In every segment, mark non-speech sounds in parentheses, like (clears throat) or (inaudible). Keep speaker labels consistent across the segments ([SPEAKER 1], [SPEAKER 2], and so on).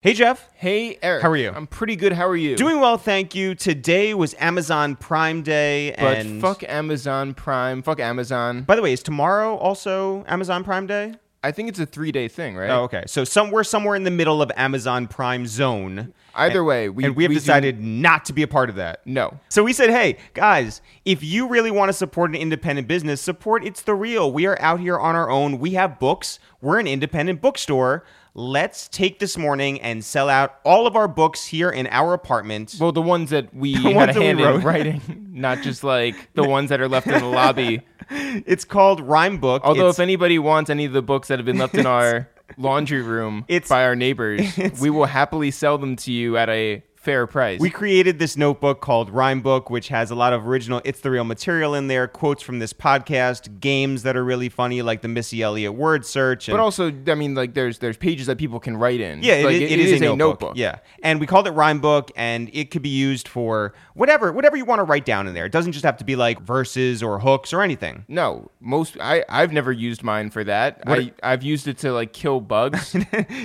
[SPEAKER 1] Hey, Jeff.
[SPEAKER 2] Hey, Eric.
[SPEAKER 1] How are you?
[SPEAKER 2] I'm pretty good. How are you?
[SPEAKER 1] Doing well, thank you. Today was Amazon Prime Day.
[SPEAKER 2] But
[SPEAKER 1] and
[SPEAKER 2] fuck Amazon Prime. Fuck Amazon.
[SPEAKER 1] By the way, is tomorrow also Amazon Prime Day?
[SPEAKER 2] I think it's a three day thing, right?
[SPEAKER 1] Oh, okay. So some, we're somewhere in the middle of Amazon Prime zone.
[SPEAKER 2] Either
[SPEAKER 1] And-
[SPEAKER 2] way, we-
[SPEAKER 1] and we have
[SPEAKER 2] we do-
[SPEAKER 1] decided not to be a part of that.
[SPEAKER 2] No.
[SPEAKER 1] So we said, hey, guys, if you really want to support an independent business, support It's the Real. We are out here on our own. We have books. We're an independent bookstore. Let's take this morning and sell out all of our books here in our apartment.
[SPEAKER 2] Well, the ones that
[SPEAKER 1] (laughs)
[SPEAKER 2] we had
[SPEAKER 1] ones
[SPEAKER 2] a
[SPEAKER 1] that we
[SPEAKER 2] hand
[SPEAKER 1] wrote.
[SPEAKER 2] in
[SPEAKER 1] (laughs)
[SPEAKER 2] writing, not just like the ones that are left in the lobby.
[SPEAKER 1] it's called Rhyme Book.
[SPEAKER 2] Although,
[SPEAKER 1] It's-
[SPEAKER 2] if anybody wants any of the books that have been
[SPEAKER 1] (laughs)
[SPEAKER 2] left in our laundry room
[SPEAKER 1] It's-
[SPEAKER 2] by our neighbors,
[SPEAKER 1] (laughs)
[SPEAKER 2] we will happily sell them to you at a fair price.
[SPEAKER 1] We created this notebook called Rhyme Book, which has a lot of original It's the Real material in there, quotes from this podcast, games that are really funny, like the Missy Elliott word search. And,
[SPEAKER 2] but also, I mean, like there's there's pages that people can write in.
[SPEAKER 1] yeah, it
[SPEAKER 2] Like,
[SPEAKER 1] is- it is, a notebook. Yeah, and we called it Rhyme Book, and it could be used for whatever whatever you want to write down in there. It doesn't just have to be like verses or hooks or anything.
[SPEAKER 2] No, most I I've never used mine for that. I I've used it to like
[SPEAKER 1] (laughs)
[SPEAKER 2] kill bugs.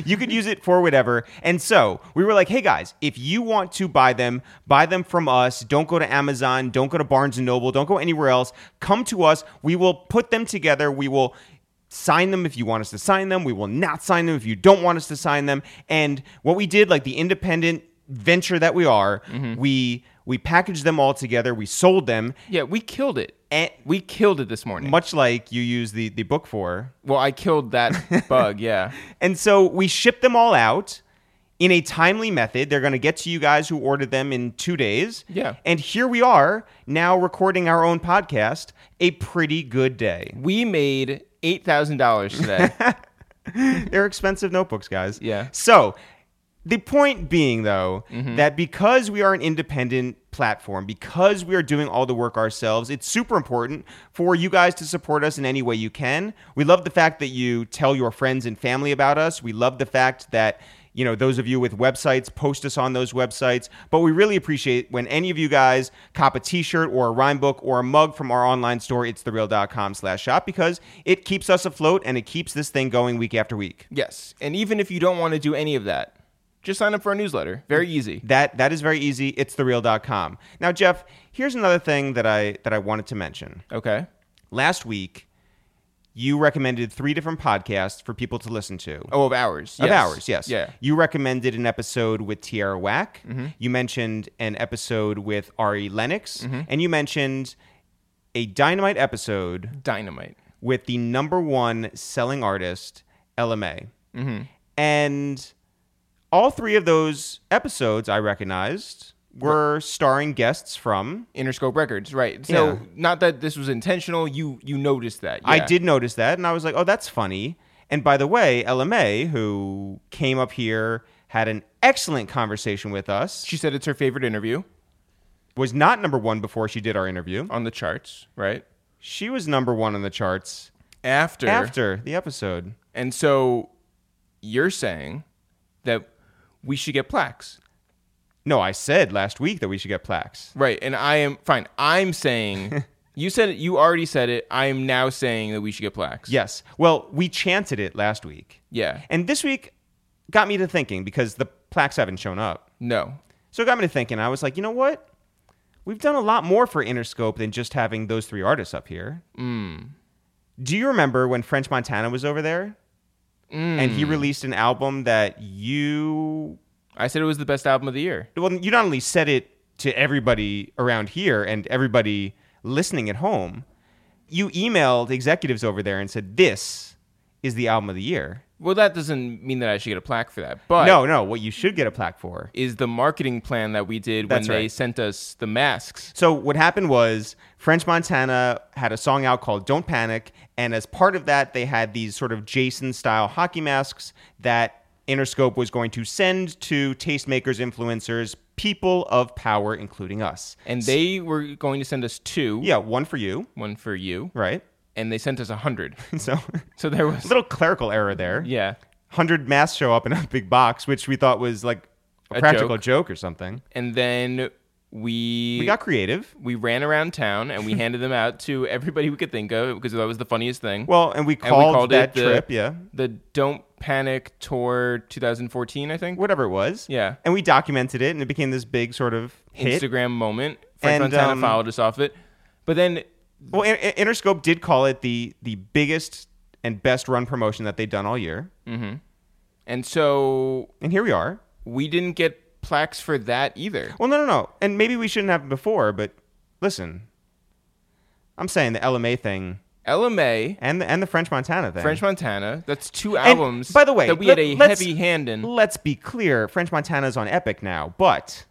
[SPEAKER 1] you could use it for whatever. And so we were like, hey guys, if you want to buy them, buy them from us. Don't go to Amazon. Don't go to Barnes and Noble. Don't go anywhere else. Come to us. We will put them together. We will sign them if you want us to sign them. We will not sign them if you don't want us to sign them. And what we did, like the independent venture that we are, we we packaged them all together. We sold them.
[SPEAKER 2] yeah, we killed it.
[SPEAKER 1] And
[SPEAKER 2] We killed it this morning.
[SPEAKER 1] much like you use the the book for,
[SPEAKER 2] well, I killed
[SPEAKER 1] (laughs)
[SPEAKER 2] that bug. Yeah.
[SPEAKER 1] And so we ship them all out in a timely method. They're going to get to you guys who ordered them in two days.
[SPEAKER 2] Yeah.
[SPEAKER 1] And here we are now recording our own podcast. A pretty good
[SPEAKER 2] (laughs)
[SPEAKER 1] day.
[SPEAKER 2] We made eight thousand dollars
[SPEAKER 1] (laughs)
[SPEAKER 2] today.
[SPEAKER 1] They're expensive notebooks, guys.
[SPEAKER 2] Yeah.
[SPEAKER 1] So the point being, though, that because we are an independent platform, because we are doing all the work ourselves, it's super important for you guys to support us in any way you can. We love the fact that you tell your friends and family about us. We love the fact that you know those of you with websites post us on those websites but we really appreciate when any of you guys cop a t-shirt or a rhyme book or a mug from our online store it's thereal.com slash shop because it keeps us afloat and it keeps this thing going week after week
[SPEAKER 2] yes, and even if you don't want to do any of that, just sign up for our newsletter. Very easy.
[SPEAKER 1] That that is very easy. It's thereal.com. Now, Jeff, here's another thing that I that I wanted to mention.
[SPEAKER 2] Okay.
[SPEAKER 1] Last week, you recommended three different podcasts for people to listen to.
[SPEAKER 2] Oh, of ours.
[SPEAKER 1] Of
[SPEAKER 2] yes.
[SPEAKER 1] ours, yes.
[SPEAKER 2] Yeah. Mm-hmm.
[SPEAKER 1] You recommended an episode with Tierra Whack. You mentioned an episode with Ari Lennox,
[SPEAKER 2] Mm-hmm.
[SPEAKER 1] and you mentioned a dynamite episode
[SPEAKER 2] Dynamite.
[SPEAKER 1] with the number one selling artist, LMA. And all three of those episodes I recognized were starring guests from.
[SPEAKER 2] Interscope Records. Right. So
[SPEAKER 1] Yeah.
[SPEAKER 2] not that this was intentional. You you noticed that.
[SPEAKER 1] I
[SPEAKER 2] Yeah.
[SPEAKER 1] did notice that, and I was like, oh, that's funny. And by the way, LMA, who came up here, had an excellent conversation with us,
[SPEAKER 2] She said it's her favorite interview
[SPEAKER 1] was not number one before she did our interview.
[SPEAKER 2] on the charts. Right.
[SPEAKER 1] She was number one on the charts
[SPEAKER 2] After.
[SPEAKER 1] after the episode.
[SPEAKER 2] And so you're saying that we should get plaques.
[SPEAKER 1] No, I said last week that we should get plaques.
[SPEAKER 2] Right. And I am fine. I'm
[SPEAKER 1] (laughs)
[SPEAKER 2] saying you said it, you already said it. I am now saying that we should get plaques.
[SPEAKER 1] Yes. Well, we chanted it last week.
[SPEAKER 2] Yeah.
[SPEAKER 1] And this week got me to thinking because the plaques haven't shown up.
[SPEAKER 2] No.
[SPEAKER 1] So it got me to thinking. I was like, you know what? We've done a lot more for Interscope than just having those three artists up here. Do you remember when French Montana was over there? And he released an album that you
[SPEAKER 2] I said it was the best album of the year.
[SPEAKER 1] well, you not only said it to everybody around here and everybody listening at home, you emailed executives over there and said, This is the album of the year.
[SPEAKER 2] Well, that doesn't mean that I should get a plaque for that. But
[SPEAKER 1] no, no, what you should get a plaque for
[SPEAKER 2] is the marketing plan that we did
[SPEAKER 1] That's
[SPEAKER 2] when they
[SPEAKER 1] right.
[SPEAKER 2] sent us the masks.
[SPEAKER 1] So what happened was French Montana had a song out called "Don't Panic," and as part of that, they had these sort of Jason-style hockey masks that Interscope was going to send to tastemakers, influencers, people of power, including us.
[SPEAKER 2] And they were going to send us two,
[SPEAKER 1] Yeah, one for you,
[SPEAKER 2] one for you,
[SPEAKER 1] right? (laughs)
[SPEAKER 2] and they sent us a hundred.
[SPEAKER 1] So (laughs)
[SPEAKER 2] So there was
[SPEAKER 1] little clerical error there.
[SPEAKER 2] yeah.
[SPEAKER 1] Hundred masks show up in a big box, which we thought was like a,
[SPEAKER 2] A
[SPEAKER 1] practical
[SPEAKER 2] joke.
[SPEAKER 1] joke or something.
[SPEAKER 2] And then we
[SPEAKER 1] We got creative.
[SPEAKER 2] we ran around town
[SPEAKER 1] (laughs)
[SPEAKER 2] and we handed them out to everybody we could think of because that was the funniest thing.
[SPEAKER 1] Well, and we
[SPEAKER 2] we
[SPEAKER 1] called,
[SPEAKER 2] called it
[SPEAKER 1] that
[SPEAKER 2] the-
[SPEAKER 1] trip, yeah,
[SPEAKER 2] the Don't Panic Tour 2014, I think.
[SPEAKER 1] whatever it was.
[SPEAKER 2] Yeah.
[SPEAKER 1] And we documented it, and it became this big sort of hit.
[SPEAKER 2] Instagram moment. Frank
[SPEAKER 1] And,
[SPEAKER 2] Montana
[SPEAKER 1] um,
[SPEAKER 2] followed us off it. But then
[SPEAKER 1] Well, In- In- Interscope did call it the the biggest and best run promotion that they'd done all year,
[SPEAKER 2] Mm. and so
[SPEAKER 1] and here we are.
[SPEAKER 2] we didn't get plaques for that either.
[SPEAKER 1] Well, no, no, no, and maybe we shouldn't have it before, but listen, I'm saying the LMA thing
[SPEAKER 2] LMA,
[SPEAKER 1] and the, and the French Montana thing.
[SPEAKER 2] French Montana, that's two
[SPEAKER 1] And,
[SPEAKER 2] albums
[SPEAKER 1] by the way,
[SPEAKER 2] that we
[SPEAKER 1] let-
[SPEAKER 2] had a
[SPEAKER 1] let's-
[SPEAKER 2] heavy hand in.
[SPEAKER 1] Let's be clear, French Montana's on Epic now, but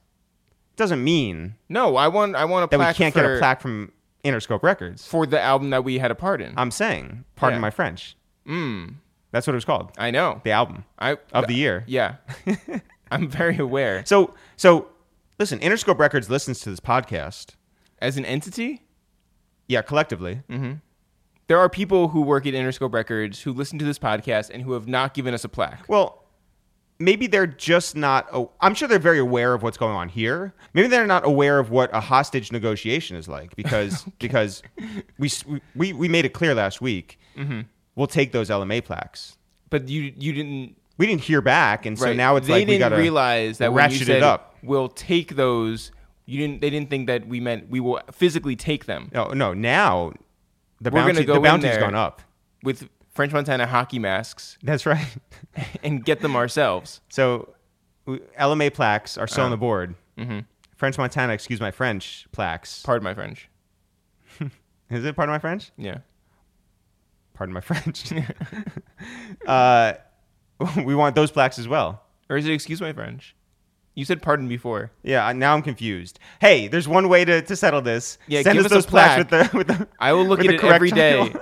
[SPEAKER 1] doesn't mean
[SPEAKER 2] No, I want I want a
[SPEAKER 1] that we
[SPEAKER 2] plaque
[SPEAKER 1] can't
[SPEAKER 2] for,
[SPEAKER 1] get a plaque from Interscope Records.
[SPEAKER 2] for the album that we had a part in.
[SPEAKER 1] I'm saying, pardon
[SPEAKER 2] Yeah.
[SPEAKER 1] my French.
[SPEAKER 2] Mm,
[SPEAKER 1] That's what it was called,
[SPEAKER 2] I know.
[SPEAKER 1] the album
[SPEAKER 2] I
[SPEAKER 1] of the year. (laughs)
[SPEAKER 2] Yeah. I'm very aware.
[SPEAKER 1] So, so listen, Interscope Records listens to this podcast.
[SPEAKER 2] As an entity,
[SPEAKER 1] Yeah, collectively.
[SPEAKER 2] Mm-hmm. there are people who work at Interscope Records who listen to this podcast and who have not given us a plaque.
[SPEAKER 1] Well, maybe they're just not. Oh, I'm sure they're very aware of what's going on here. Maybe they're not aware of what a hostage negotiation is like
[SPEAKER 2] (laughs)
[SPEAKER 1] because because we, s- we we made it clear last week.
[SPEAKER 2] Mm-hmm.
[SPEAKER 1] We'll take those LMA plaques.
[SPEAKER 2] But you you didn't
[SPEAKER 1] We didn't hear back, and so
[SPEAKER 2] right.
[SPEAKER 1] now it's
[SPEAKER 2] they
[SPEAKER 1] like we
[SPEAKER 2] didn't
[SPEAKER 1] gotta
[SPEAKER 2] realize that when you
[SPEAKER 1] ratchet it
[SPEAKER 2] said
[SPEAKER 1] up.
[SPEAKER 2] we'll take those you didn't they didn't think that we meant we will physically take them
[SPEAKER 1] No, no. Now the
[SPEAKER 2] We're gonna
[SPEAKER 1] bounty
[SPEAKER 2] go
[SPEAKER 1] the
[SPEAKER 2] in
[SPEAKER 1] bounty's
[SPEAKER 2] there.
[SPEAKER 1] gone up.
[SPEAKER 2] with French Montana hockey masks (laughs)
[SPEAKER 1] That's right. (laughs)
[SPEAKER 2] and get them ourselves.
[SPEAKER 1] So we- LMA plaques are
[SPEAKER 2] Oh.
[SPEAKER 1] still on the board.
[SPEAKER 2] Mm-hmm.
[SPEAKER 1] French Montana, excuse my French plaques.
[SPEAKER 2] Pardon my French.
[SPEAKER 1] Is it part of my French?
[SPEAKER 2] Yeah.
[SPEAKER 1] pardon my
[SPEAKER 2] (laughs)
[SPEAKER 1] French. (laughs) uh, we want those plaques as well.
[SPEAKER 2] Or is it excuse my French? You said pardon before.
[SPEAKER 1] Yeah, I- now I'm confused. Hey, there's one way to, to settle this.
[SPEAKER 2] Yeah,
[SPEAKER 1] send
[SPEAKER 2] give
[SPEAKER 1] us
[SPEAKER 2] us a
[SPEAKER 1] those plaques with the with the.
[SPEAKER 2] (laughs) I will look
[SPEAKER 1] with
[SPEAKER 2] at
[SPEAKER 1] the
[SPEAKER 2] it
[SPEAKER 1] correct
[SPEAKER 2] every day.
[SPEAKER 1] title.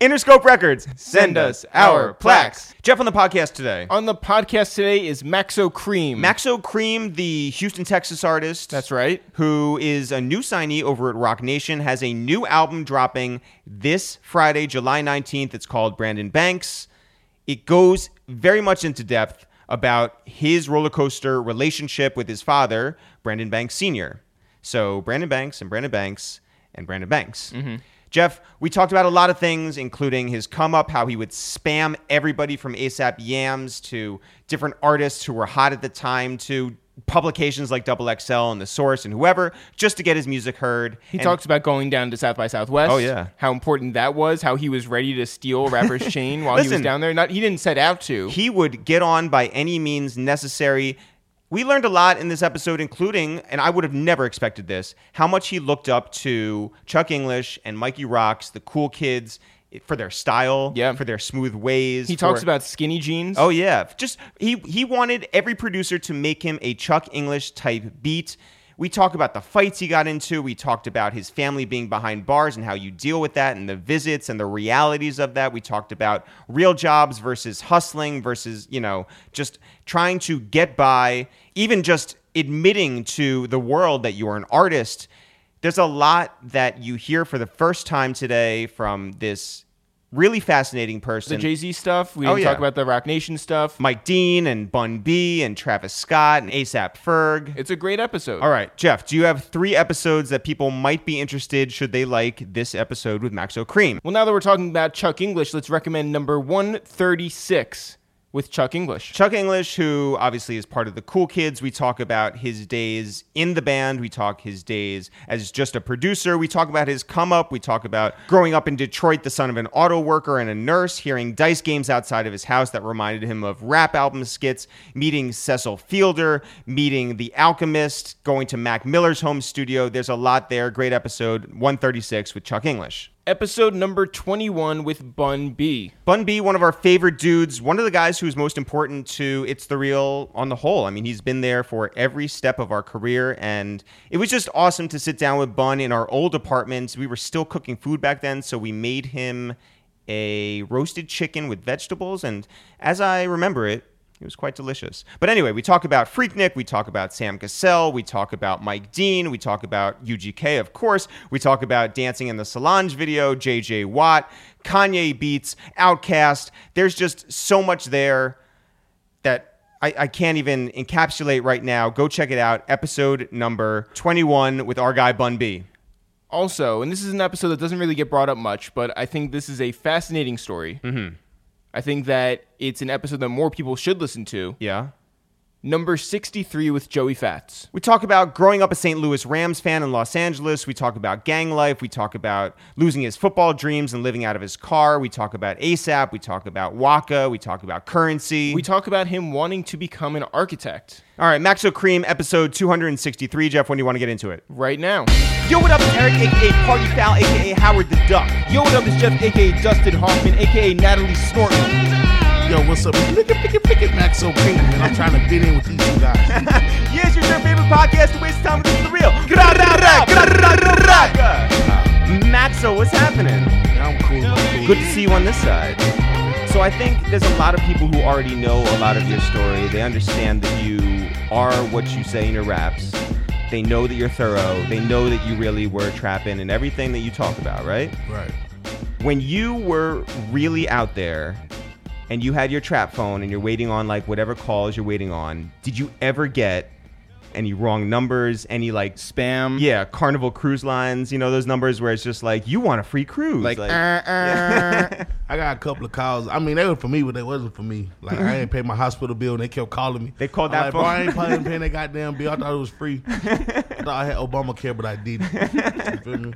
[SPEAKER 1] Interscope Records, send,
[SPEAKER 2] us
[SPEAKER 1] us
[SPEAKER 2] our
[SPEAKER 1] our plaques.
[SPEAKER 2] plaques.
[SPEAKER 1] Jeff on the podcast today.
[SPEAKER 2] On the podcast today is Maxo Cream.
[SPEAKER 1] Maxo Cream, the Houston, Texas artist.
[SPEAKER 2] That's right.
[SPEAKER 1] Who is a new signee over at Rock Nation, has a new album dropping this Friday, July 19th. It's called Brandon Banks. It goes very much into depth about his roller coaster relationship with his father, Brandon Banks Sr. So, Brandon Banks and Brandon Banks and Brandon Banks. Jeff, we talked about a lot of things, including his come up, how he would spam everybody from ASAP Yams to different artists who were hot at the time to publications like Double XL and The Source and whoever, just to get his music heard.
[SPEAKER 2] He talks about going down to South by Southwest.
[SPEAKER 1] Oh, yeah.
[SPEAKER 2] how important that was. How he was ready to
[SPEAKER 1] (laughs)
[SPEAKER 2] steal rapper's chain while he was
[SPEAKER 1] Listen.
[SPEAKER 2] down there. Not he didn't set out to.
[SPEAKER 1] He would get on by any means necessary. We learned a lot in this episode, including, and I would have never expected this, how much he looked up to Chuck English and Mikey Rocks, the cool kids, for their style,
[SPEAKER 2] Yeah.
[SPEAKER 1] for their smooth ways.
[SPEAKER 2] He talks
[SPEAKER 1] for-
[SPEAKER 2] about skinny jeans.
[SPEAKER 1] Oh yeah, just he he wanted every producer to make him a Chuck English type beat. We talk about the fights he got into. We talked about his family being behind bars and how you deal with that and the visits and the realities of that. We talked about real jobs versus hustling versus, you know, just trying to get by, even just admitting to the world that you are an artist. There's a lot that you hear for the first time today from this really fascinating
[SPEAKER 2] the
[SPEAKER 1] person.
[SPEAKER 2] Jay Z stuff. We
[SPEAKER 1] Oh,
[SPEAKER 2] didn't talk
[SPEAKER 1] yeah.
[SPEAKER 2] about the Rock Nation stuff.
[SPEAKER 1] Mike Dean and Bun B and Travis Scott and ASAP Ferg.
[SPEAKER 2] It's a great episode.
[SPEAKER 1] All right, Jeff, do you have three episodes that people might be interested should they like this episode with Maxo Cream?
[SPEAKER 2] Well, now that we're talking about Chuck English, let's recommend number one thirty six with Chuck English.
[SPEAKER 1] Chuck English, who obviously is part of the Cool Kids, we talk about his days in the band. We talk his days as just a producer. We talk about his come up. We talk about growing up in Detroit, the son of an auto worker and a nurse, hearing dice games outside of his house that reminded him of rap album skits, meeting Cecil Fielder, meeting The Alchemist, going to Mac Miller's home studio. There's a lot there. Great episode 136 with Chuck English.
[SPEAKER 2] Episode number twenty one with Bun B.
[SPEAKER 1] Bun B, one of our favorite dudes, one of the guys who's most important to It's the Real on the whole. I mean, he's been there for every step of our career, and it was just awesome to sit down with Bun in our old apartments. We were still cooking food back then, so we made him a roasted chicken with vegetables, and as I remember it, it was quite delicious. But anyway, we talk about Freaknik, we talk about Sam Cassell, we talk about Mike Dean, we talk about UGK, of course, we talk about Dancing in the Solange video, JJ Watt, Kanye Beats, Outkast. There's just so much there that I, I can't even encapsulate right now. Go check it out. Episode number 21 with our guy Bun B.
[SPEAKER 2] Also, and this is an episode that doesn't really get brought up much, but I think this is a fascinating story. Mm-hmm. I think that it's an episode that more people should listen to.
[SPEAKER 1] Yeah.
[SPEAKER 2] Number 63 with Joey Fats.
[SPEAKER 1] We talk about growing up a St. Louis Rams fan in Los Angeles. We talk about gang life. We talk about losing his football dreams and living out of his car. We talk about ASAP. We talk about Waka. We talk about currency.
[SPEAKER 2] We talk about him wanting to become an architect
[SPEAKER 1] All right, Maxo Cream, episode 263. Jeff, when do you want to get into it?
[SPEAKER 2] right now.
[SPEAKER 1] Yo, what up? It's Eric, aka Party Foul, aka Howard the Duck.
[SPEAKER 2] Yo, what up? It's Jeff, aka Dustin Hoffman, aka Natalie Snorton.
[SPEAKER 3] Yo, what's up? Pick it, pick it, pick it, Max O'Pink. I'm trying to fit in with these two guys.
[SPEAKER 1] Yes, your favorite podcast to waste time with the real. Maxo, what's happening?
[SPEAKER 3] I'm cool. I'm cool.
[SPEAKER 1] Good to see you on this side. So I think there's a lot of people who already know a lot of your story. They understand that you are what you say in your raps. They know that you're thorough. They know that you really were trapping and everything that you talk about, right?
[SPEAKER 3] Right.
[SPEAKER 1] when you were really out there and you had your trap phone and you're waiting on like whatever calls you're waiting on, did you ever get any wrong numbers, any like sp-
[SPEAKER 2] Spam.
[SPEAKER 1] yeah, Carnival Cruise Lines, you know those numbers where it's just like you want a free cruise,
[SPEAKER 2] Like, uh, uh. (laughs)
[SPEAKER 3] I got a couple of calls. I mean, they were for me, but they wasn't for me. Like, I ain't paid my hospital bill, and they kept calling me.
[SPEAKER 1] They called
[SPEAKER 3] I'm
[SPEAKER 1] that
[SPEAKER 3] like,
[SPEAKER 1] phone.
[SPEAKER 3] Bro, I ain't paying, paying that goddamn bill. I thought it was
[SPEAKER 1] (laughs)
[SPEAKER 3] free. I thought I had Obamacare, but I didn't. You feel me?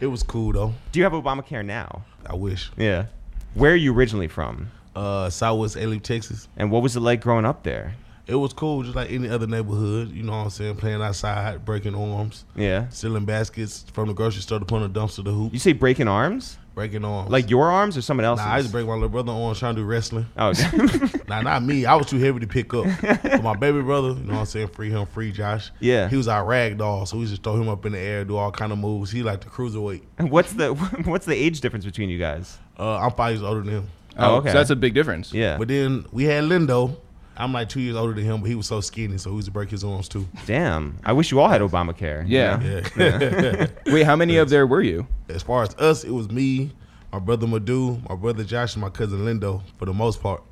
[SPEAKER 3] It was cool though.
[SPEAKER 1] do you have Obamacare now?
[SPEAKER 3] I wish.
[SPEAKER 1] Yeah. Where are you originally from?
[SPEAKER 3] Uh, Southwest Alien, Texas.
[SPEAKER 1] And what was it like growing up there?
[SPEAKER 3] It was cool, just like any other neighborhood. You know what I'm saying? Playing outside, breaking arms,
[SPEAKER 1] Yeah. stealing
[SPEAKER 3] stealing baskets from the grocery store to put in the dumpster to hoop,
[SPEAKER 1] You say breaking arms?
[SPEAKER 3] breaking arms.
[SPEAKER 1] Like your arms or someone else's?
[SPEAKER 3] Nah, I used to break my little brother on trying to do wrestling.
[SPEAKER 1] oh, okay.
[SPEAKER 3] Nah, not me. I was too heavy to pick up. But my baby brother, you know what I'm saying? Free him, free Josh.
[SPEAKER 1] Yeah.
[SPEAKER 3] He was our rag doll, so we just throw him up in the air, do all kind of moves. He like the cruiserweight.
[SPEAKER 1] (laughs) what's the what's the age difference between you guys?
[SPEAKER 3] Uh, I'm five years older than him.
[SPEAKER 1] Oh, okay.
[SPEAKER 2] So that's a big difference.
[SPEAKER 1] Yeah.
[SPEAKER 3] But then we had Lindo. I'm like two years older than him, but he was so skinny, so he used to break his arms too.
[SPEAKER 1] Damn. I wish you all had Obamacare.
[SPEAKER 2] Yeah.
[SPEAKER 3] Yeah.
[SPEAKER 2] Wait, how many of there were you?
[SPEAKER 3] (laughs) As far as us, it was me, my brother Madu, my brother Josh, and my cousin Lindo for the most part.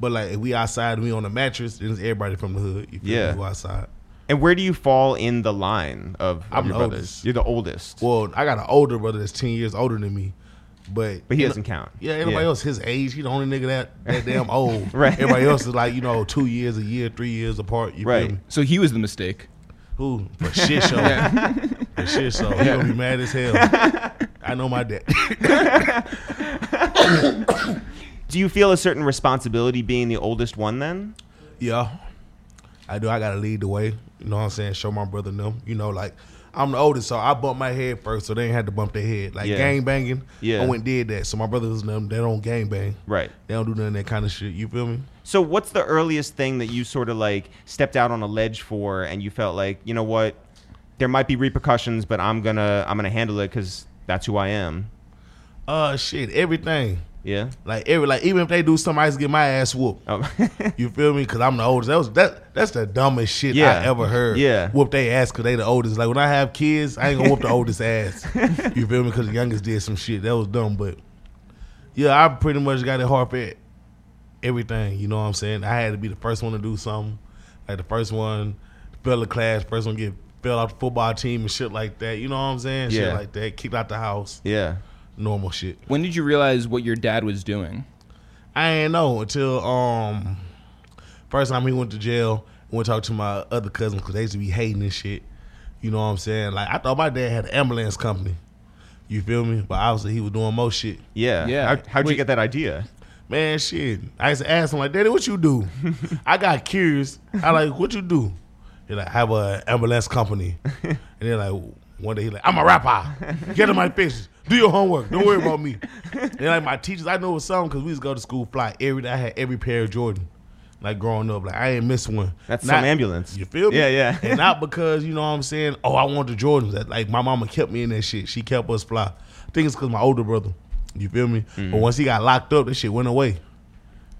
[SPEAKER 3] But like if we outside, we on a mattress, then it's everybody from the hood. You feel me?
[SPEAKER 1] Yeah.
[SPEAKER 3] Who outside.
[SPEAKER 1] And where do you fall in the line of, of
[SPEAKER 3] I'm
[SPEAKER 1] your
[SPEAKER 3] the
[SPEAKER 1] brothers?
[SPEAKER 3] oldest.
[SPEAKER 1] You're the oldest.
[SPEAKER 3] Well, I got an older brother that's ten years older than me. But
[SPEAKER 1] But he doesn't count.
[SPEAKER 3] Yeah, everybody else his age, he the only nigga
[SPEAKER 1] (laughs)
[SPEAKER 3] that, that damn old.
[SPEAKER 1] Right.
[SPEAKER 3] Everybody else is like, you know, two years, a year, three years apart. You
[SPEAKER 1] Right.
[SPEAKER 3] feel me?
[SPEAKER 2] So he was the mistake.
[SPEAKER 3] Who? For shit show. (laughs) For shit show. He gonna be mad as
[SPEAKER 1] (laughs)
[SPEAKER 3] hell. I know my dad.
[SPEAKER 1] Do you feel a certain responsibility being the oldest one then?
[SPEAKER 3] Yeah, I do. I gotta lead the way. You know what I'm saying? Show my brother them. You know, like I'm the oldest, so I bumped my head first, so they ain't had to bump their head. Like
[SPEAKER 1] Yeah.
[SPEAKER 3] gang banging,
[SPEAKER 1] Yeah.
[SPEAKER 3] I went and did that. So my brothers and them, they don't gang bang.
[SPEAKER 1] Right.
[SPEAKER 3] They don't do none of that kind of shit. You feel me?
[SPEAKER 1] So what's the earliest thing that you sort of like stepped out on a ledge for and you felt like, you know what, there might be repercussions, but I'm gonna I'm gonna handle it because that's who I am.
[SPEAKER 3] Uh, shit, everything.
[SPEAKER 1] Yeah.
[SPEAKER 3] Like every, like even if they do something, I just get my ass whooped.
[SPEAKER 1] Oh. (laughs)
[SPEAKER 3] You feel me? Cause I'm the oldest. That was that. That's the dumbest shit
[SPEAKER 1] Yeah.
[SPEAKER 3] I ever heard.
[SPEAKER 1] Yeah.
[SPEAKER 3] whoop they ass cause they the oldest. Like when I have kids, I ain't gonna
[SPEAKER 1] (laughs)
[SPEAKER 3] whoop the oldest ass. You feel me? Cause the youngest did some shit that was dumb. But yeah, I pretty much got it hard at everything. You know what I'm saying? I had to be the first one to do something. Like the first one fell to class, first one get fell off the football team and shit like that. You know what I'm saying?
[SPEAKER 1] Yeah.
[SPEAKER 3] Shit like that. Kicked out the house.
[SPEAKER 1] yeah.
[SPEAKER 3] Normal shit.
[SPEAKER 2] When did you realize what your dad was doing?
[SPEAKER 3] I ain't know until um first time he went to jail. Went to talk to my other cousin because they used to be hating and shit. You know what I'm saying? Like I thought my dad had an ambulance company. You feel me? But obviously he was doing more shit.
[SPEAKER 1] Yeah.
[SPEAKER 2] Yeah.
[SPEAKER 1] How, how'd you
[SPEAKER 2] Wait.
[SPEAKER 1] get that idea?
[SPEAKER 3] Man, shit. I used to ask him like, Daddy, what you do? I got curious. I like, what you do? He like, I have a ambulance company. And then like one day he like, I'm a rapper. Get in my face. Do your homework. Don't worry about me. And then, like my teachers, I know it was something because we used to go to school fly every day. I had every pair of Jordan. Like growing up, like I ain't miss one.
[SPEAKER 1] That's
[SPEAKER 3] Not-
[SPEAKER 1] some ambulance.
[SPEAKER 3] You feel me?
[SPEAKER 1] Yeah, yeah.
[SPEAKER 3] and not because you know what I'm saying. Oh, I want the Jordans. That like my mama kept me in that shit. She kept us fly. I think it's because my older brother. You feel me?
[SPEAKER 1] Mm-hmm.
[SPEAKER 3] But once he got locked up, that shit went away.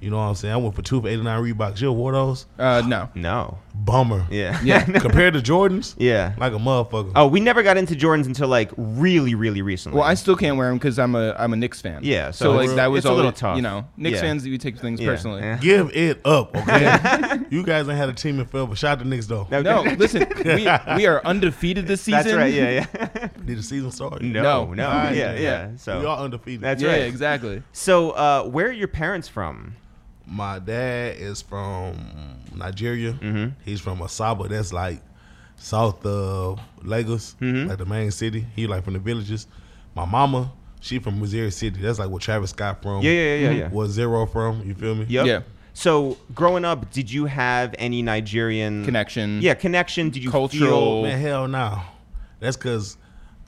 [SPEAKER 3] You know what I'm saying? I went for two for eighty nine Reeboks. You wore those?
[SPEAKER 2] Uh, no.
[SPEAKER 1] No.
[SPEAKER 3] bummer.
[SPEAKER 1] Yeah.
[SPEAKER 2] Yeah.
[SPEAKER 3] (laughs) Compared to Jordans,
[SPEAKER 1] (laughs) yeah.
[SPEAKER 3] like a motherfucker.
[SPEAKER 1] Oh, we never got into Jordans until like really, really recently.
[SPEAKER 2] Well, I still can't wear them because I'm a I'm a Knicks fan.
[SPEAKER 1] Yeah, so
[SPEAKER 2] so, like
[SPEAKER 1] it's-
[SPEAKER 2] that was
[SPEAKER 1] it's a little
[SPEAKER 2] always-
[SPEAKER 1] tough.
[SPEAKER 2] You know, Knicks
[SPEAKER 1] Yeah.
[SPEAKER 2] fans, you take things
[SPEAKER 1] Yeah.
[SPEAKER 2] personally.
[SPEAKER 1] Yeah.
[SPEAKER 3] Give it
[SPEAKER 1] (laughs)
[SPEAKER 3] up, okay? you guys ain't had a team in forever. Shout out to Knicks though.
[SPEAKER 1] Okay.
[SPEAKER 2] No, listen,
[SPEAKER 1] (laughs)
[SPEAKER 2] we, we are undefeated this season.
[SPEAKER 1] that's right. Yeah, yeah.
[SPEAKER 3] Did the season start?
[SPEAKER 1] no, no.
[SPEAKER 2] No.
[SPEAKER 1] Yeah,
[SPEAKER 3] Alright,
[SPEAKER 1] yeah,
[SPEAKER 3] yeah.
[SPEAKER 1] So
[SPEAKER 3] we all undefeated.
[SPEAKER 1] that's
[SPEAKER 2] yeah,
[SPEAKER 1] right.
[SPEAKER 2] exactly.
[SPEAKER 1] So, uh, where are your parents from?
[SPEAKER 3] My dad is from Nigeria.
[SPEAKER 1] Mm-hmm.
[SPEAKER 3] He's from Asaba. That's like south of Lagos,
[SPEAKER 1] Mm-hmm.
[SPEAKER 3] like the main city. He like from the villages. My mama, she from Missouri City. That's like where Travis Scott from.
[SPEAKER 1] Yeah, yeah, yeah, yeah, yeah.
[SPEAKER 3] Where Zero from? You feel me?
[SPEAKER 1] Yep.
[SPEAKER 2] Yeah.
[SPEAKER 1] So, growing up, did you have any Nigerian
[SPEAKER 2] Connection.
[SPEAKER 1] Yeah, connection. Did you feel?
[SPEAKER 2] Cultural-
[SPEAKER 3] Man, hell no. That's cause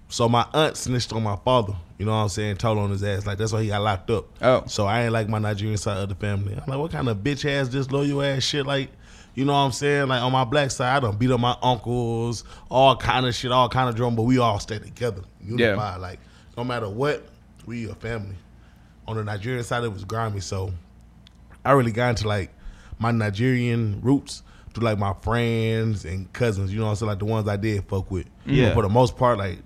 [SPEAKER 3] so my aunt snitched on my father. You know what I'm saying? Told on his ass. Like that's why he got locked up.
[SPEAKER 2] Oh.
[SPEAKER 3] So I ain't like my Nigerian side of the family. I'm like, what kind of bitch ass disloyal ass shit like you know what I'm saying? Like on my black side, I done beat up my uncles, all kind of shit, all kind of drum, but we all stay together. Unified. Like, no matter what, we a family. On the Nigerian side, it was grimy, so I really got into like my Nigerian roots through like my friends and cousins. You know what I'm saying? Like the ones I did fuck with.
[SPEAKER 1] Yeah.
[SPEAKER 3] But for the most part, like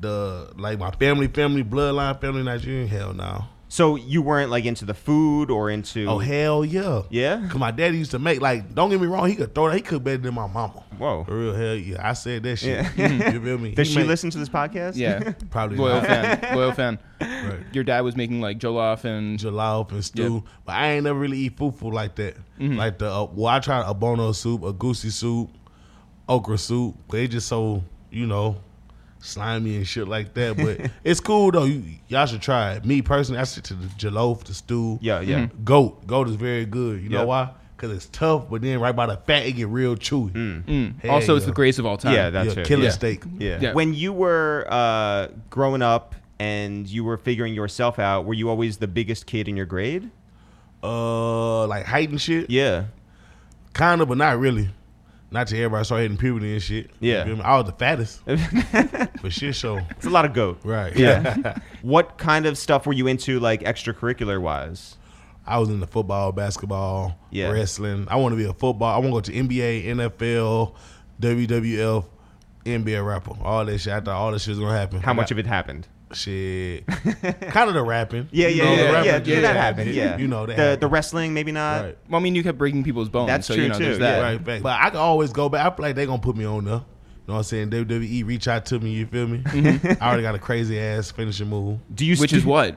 [SPEAKER 3] the like my family, family bloodline, family Nigerian. Hell no.
[SPEAKER 1] So you weren't like into the food or into?
[SPEAKER 3] Oh hell yeah.
[SPEAKER 1] Yeah?
[SPEAKER 3] Cause my daddy used to make like don't get me wrong, he could throw that. He cook better than my mama.
[SPEAKER 1] Whoa. Mm-hmm.
[SPEAKER 3] For real hell yeah. I said that shit. you feel me?
[SPEAKER 1] Does
[SPEAKER 3] He
[SPEAKER 1] she
[SPEAKER 3] make-
[SPEAKER 1] listen to this podcast? (laughs)
[SPEAKER 2] Yeah.
[SPEAKER 3] Probably
[SPEAKER 2] Loyal
[SPEAKER 3] not.
[SPEAKER 2] fan. Loyal fan.
[SPEAKER 3] Right.
[SPEAKER 2] Your dad was making like jollof and
[SPEAKER 3] jollof and stew. But I ain't never really eat food food like that.
[SPEAKER 1] Mm-hmm.
[SPEAKER 3] Like the uh, well, I tried a bono soup, a goosey soup, okra soup. They just so you know slimy and shit like
[SPEAKER 1] (laughs)
[SPEAKER 3] that. But it's cool though. You, y'all should try it. Me personally, I stick to the jollof, the stew.
[SPEAKER 1] Yeah, yeah.
[SPEAKER 3] Mm-hmm. Goat, goat is very good. You know
[SPEAKER 1] Yep.
[SPEAKER 3] why? Cause it's tough, but then right by the fat, it get real chewy. Hell
[SPEAKER 2] mm. also it's
[SPEAKER 3] yeah.
[SPEAKER 2] the grace of all time.
[SPEAKER 1] Yeah, that-
[SPEAKER 3] Yeah,
[SPEAKER 1] Mm, That's it.
[SPEAKER 3] killer
[SPEAKER 2] Yeah.
[SPEAKER 3] steak.
[SPEAKER 1] Yeah.
[SPEAKER 2] Yeah.
[SPEAKER 1] When you were uh, growing up and you were figuring yourself out, were you always the biggest kid in your grade?
[SPEAKER 3] Uh, like height and shit.
[SPEAKER 1] Yeah.
[SPEAKER 3] Kinda, but not really. Not till everybody started hitting puberty and shit. You
[SPEAKER 1] Yeah.
[SPEAKER 3] feel me? I was
[SPEAKER 1] (laughs)
[SPEAKER 3] the fattest. but shit show.
[SPEAKER 1] It's a lot of goat. (laughs)
[SPEAKER 3] Right. (laughs)
[SPEAKER 1] Yeah. what kind of stuff were you into, like extracurricular wise?
[SPEAKER 3] I was into football, basketball,
[SPEAKER 1] Yeah.
[SPEAKER 3] wrestling. I want to be a football. I want to go to NBA, NFL, WWF, NBA rapper. All that shit. I thought all this shit's gonna happen.
[SPEAKER 1] How much of it happened?
[SPEAKER 3] Shit. kind of the rapping.
[SPEAKER 1] (laughs) Yeah,
[SPEAKER 3] You
[SPEAKER 1] yeah,
[SPEAKER 3] know, the
[SPEAKER 1] yeah, yeah,
[SPEAKER 3] rapping
[SPEAKER 1] yeah,
[SPEAKER 3] did
[SPEAKER 1] That
[SPEAKER 3] happen.
[SPEAKER 1] happened. Yeah.
[SPEAKER 3] You know that.
[SPEAKER 1] the, the
[SPEAKER 3] happened.
[SPEAKER 1] wrestling, maybe not.
[SPEAKER 3] Right.
[SPEAKER 2] Well, I mean, you kept breaking people's bones.
[SPEAKER 1] That's
[SPEAKER 2] so,
[SPEAKER 1] true,
[SPEAKER 2] you know,
[SPEAKER 1] too,
[SPEAKER 2] There's that.
[SPEAKER 1] yeah.
[SPEAKER 3] Right back. But I can always go back. I feel like they gonna put me on there. You know what I'm saying? WWE reach out to me. You feel me?
[SPEAKER 2] Mm-hmm.
[SPEAKER 3] (laughs) I already got a crazy ass finishing move.
[SPEAKER 1] Do you
[SPEAKER 2] Which
[SPEAKER 1] st-
[SPEAKER 2] is what?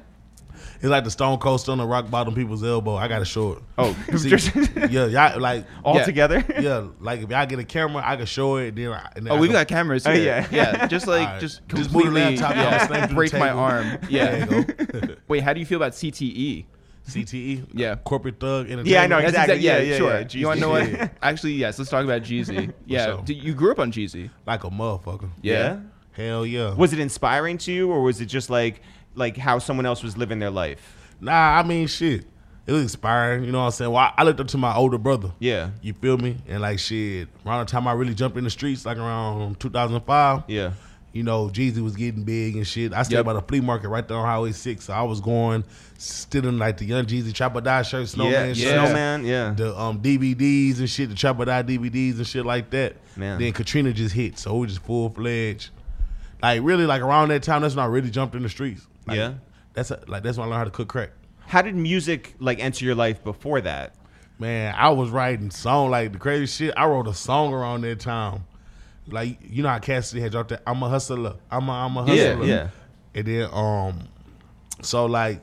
[SPEAKER 3] It's like the Stone Cold Stone the rock bottom people's elbow. I got a short.
[SPEAKER 2] (laughs)
[SPEAKER 1] Oh,
[SPEAKER 3] (laughs) See,
[SPEAKER 1] just-
[SPEAKER 3] yeah, y'all like
[SPEAKER 1] all
[SPEAKER 2] Yeah.
[SPEAKER 1] together?
[SPEAKER 3] yeah, like if y'all get a camera, I can show it. Then, I, and then
[SPEAKER 2] Oh,
[SPEAKER 3] I
[SPEAKER 2] we've
[SPEAKER 3] can-
[SPEAKER 2] got cameras.
[SPEAKER 1] Oh,
[SPEAKER 2] Here.
[SPEAKER 1] yeah. (laughs)
[SPEAKER 2] yeah. Just like
[SPEAKER 3] Alright. (laughs)
[SPEAKER 2] just
[SPEAKER 3] Just move the
[SPEAKER 2] completely (laughs)
[SPEAKER 3] laptop,
[SPEAKER 2] yeah,
[SPEAKER 3] y'all slam through
[SPEAKER 2] break
[SPEAKER 3] the
[SPEAKER 2] my
[SPEAKER 3] table.
[SPEAKER 2] arm.
[SPEAKER 3] There
[SPEAKER 2] Yeah.
[SPEAKER 3] you go.
[SPEAKER 2] (laughs) Wait, how do you feel about CTE?
[SPEAKER 3] CTE.
[SPEAKER 2] Yeah.
[SPEAKER 3] corporate thug. Entertainment.
[SPEAKER 1] Yeah, I know.
[SPEAKER 2] That's
[SPEAKER 1] Exactly.
[SPEAKER 2] exact-
[SPEAKER 1] Yeah, yeah,
[SPEAKER 2] sure.
[SPEAKER 1] yeah.
[SPEAKER 2] You want to know what?
[SPEAKER 3] Jeezy.
[SPEAKER 2] Actually, yes. Let's talk about Jeezy. Yeah,
[SPEAKER 3] sure.
[SPEAKER 2] d- you grew up on Jeezy.
[SPEAKER 3] Like a motherfucker.
[SPEAKER 2] Yeah.
[SPEAKER 3] Hell yeah.
[SPEAKER 1] Was it inspiring to you, or was it just like like how someone else was living their life?
[SPEAKER 3] Nah, I mean shit. It was inspiring. You know what I'm saying? Well, I, I looked up to my older brother.
[SPEAKER 1] Yeah.
[SPEAKER 3] You feel me? And like shit, around the time I really jumped in the streets, like around 2005.
[SPEAKER 1] Yeah.
[SPEAKER 3] you know, Jeezy was getting big and shit. I stayed
[SPEAKER 2] Yep.
[SPEAKER 3] by the flea market right there on Highway 6. So I was going, stealing like the Young Jeezy Trap or Die shirt, Snowman
[SPEAKER 1] yeah.
[SPEAKER 3] shirt,
[SPEAKER 2] yeah.
[SPEAKER 1] Snowman. Yeah.
[SPEAKER 3] the um, DVDs and shit, the Trap or Die DVDs and shit like that.
[SPEAKER 1] Man.
[SPEAKER 3] Then Katrina just hit. So we just full fledged. Like, really, like around that time, that's when I really jumped in the streets. Like,
[SPEAKER 1] Yeah.
[SPEAKER 3] That's like that's when I learned how to cook crack.
[SPEAKER 1] How did music like enter your life before that?
[SPEAKER 3] Man, I was writing song like the crazy shit. I wrote a song around that time. Like you know how Cassidy had dropped that I'm a hustler. I'm a I'm a
[SPEAKER 1] Yeah,
[SPEAKER 3] hustler.
[SPEAKER 1] yeah.
[SPEAKER 3] And then um so like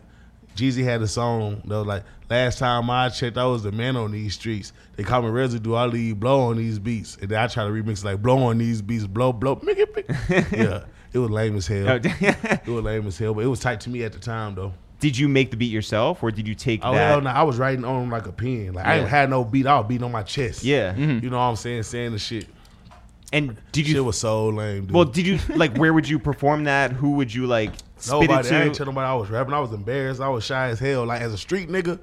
[SPEAKER 3] Jeezy had a song that was like last time I checked I was the man on these streets. They call me residue, I leave blow on these beats. And then I try to remix like blow on these beats, blow, blow, make
[SPEAKER 1] (laughs)
[SPEAKER 3] it big. Yeah. It was lame as hell.
[SPEAKER 1] Oh,
[SPEAKER 3] it was lame as hell, but it was tight to me at the time though.
[SPEAKER 1] did you make the beat yourself, or did you take
[SPEAKER 3] Oh
[SPEAKER 1] that?
[SPEAKER 3] hell no! I was writing on like a pen. Like I
[SPEAKER 1] Yeah.
[SPEAKER 3] ain't had no beat. I was beating on my chest.
[SPEAKER 1] Yeah.
[SPEAKER 2] Mm-hmm.
[SPEAKER 1] Mhm.
[SPEAKER 3] you know what I'm saying. Saying the shit.
[SPEAKER 1] And did
[SPEAKER 3] Shit
[SPEAKER 1] you?
[SPEAKER 3] was so lame, dude.
[SPEAKER 1] Well, did you like? Where would you perform that? Who would you like spit
[SPEAKER 3] (laughs) nobody. I
[SPEAKER 1] it
[SPEAKER 3] ain't
[SPEAKER 1] to?
[SPEAKER 3] tell nobody I was rapping. I was embarrassed. I was shy as hell. Like as a street nigga,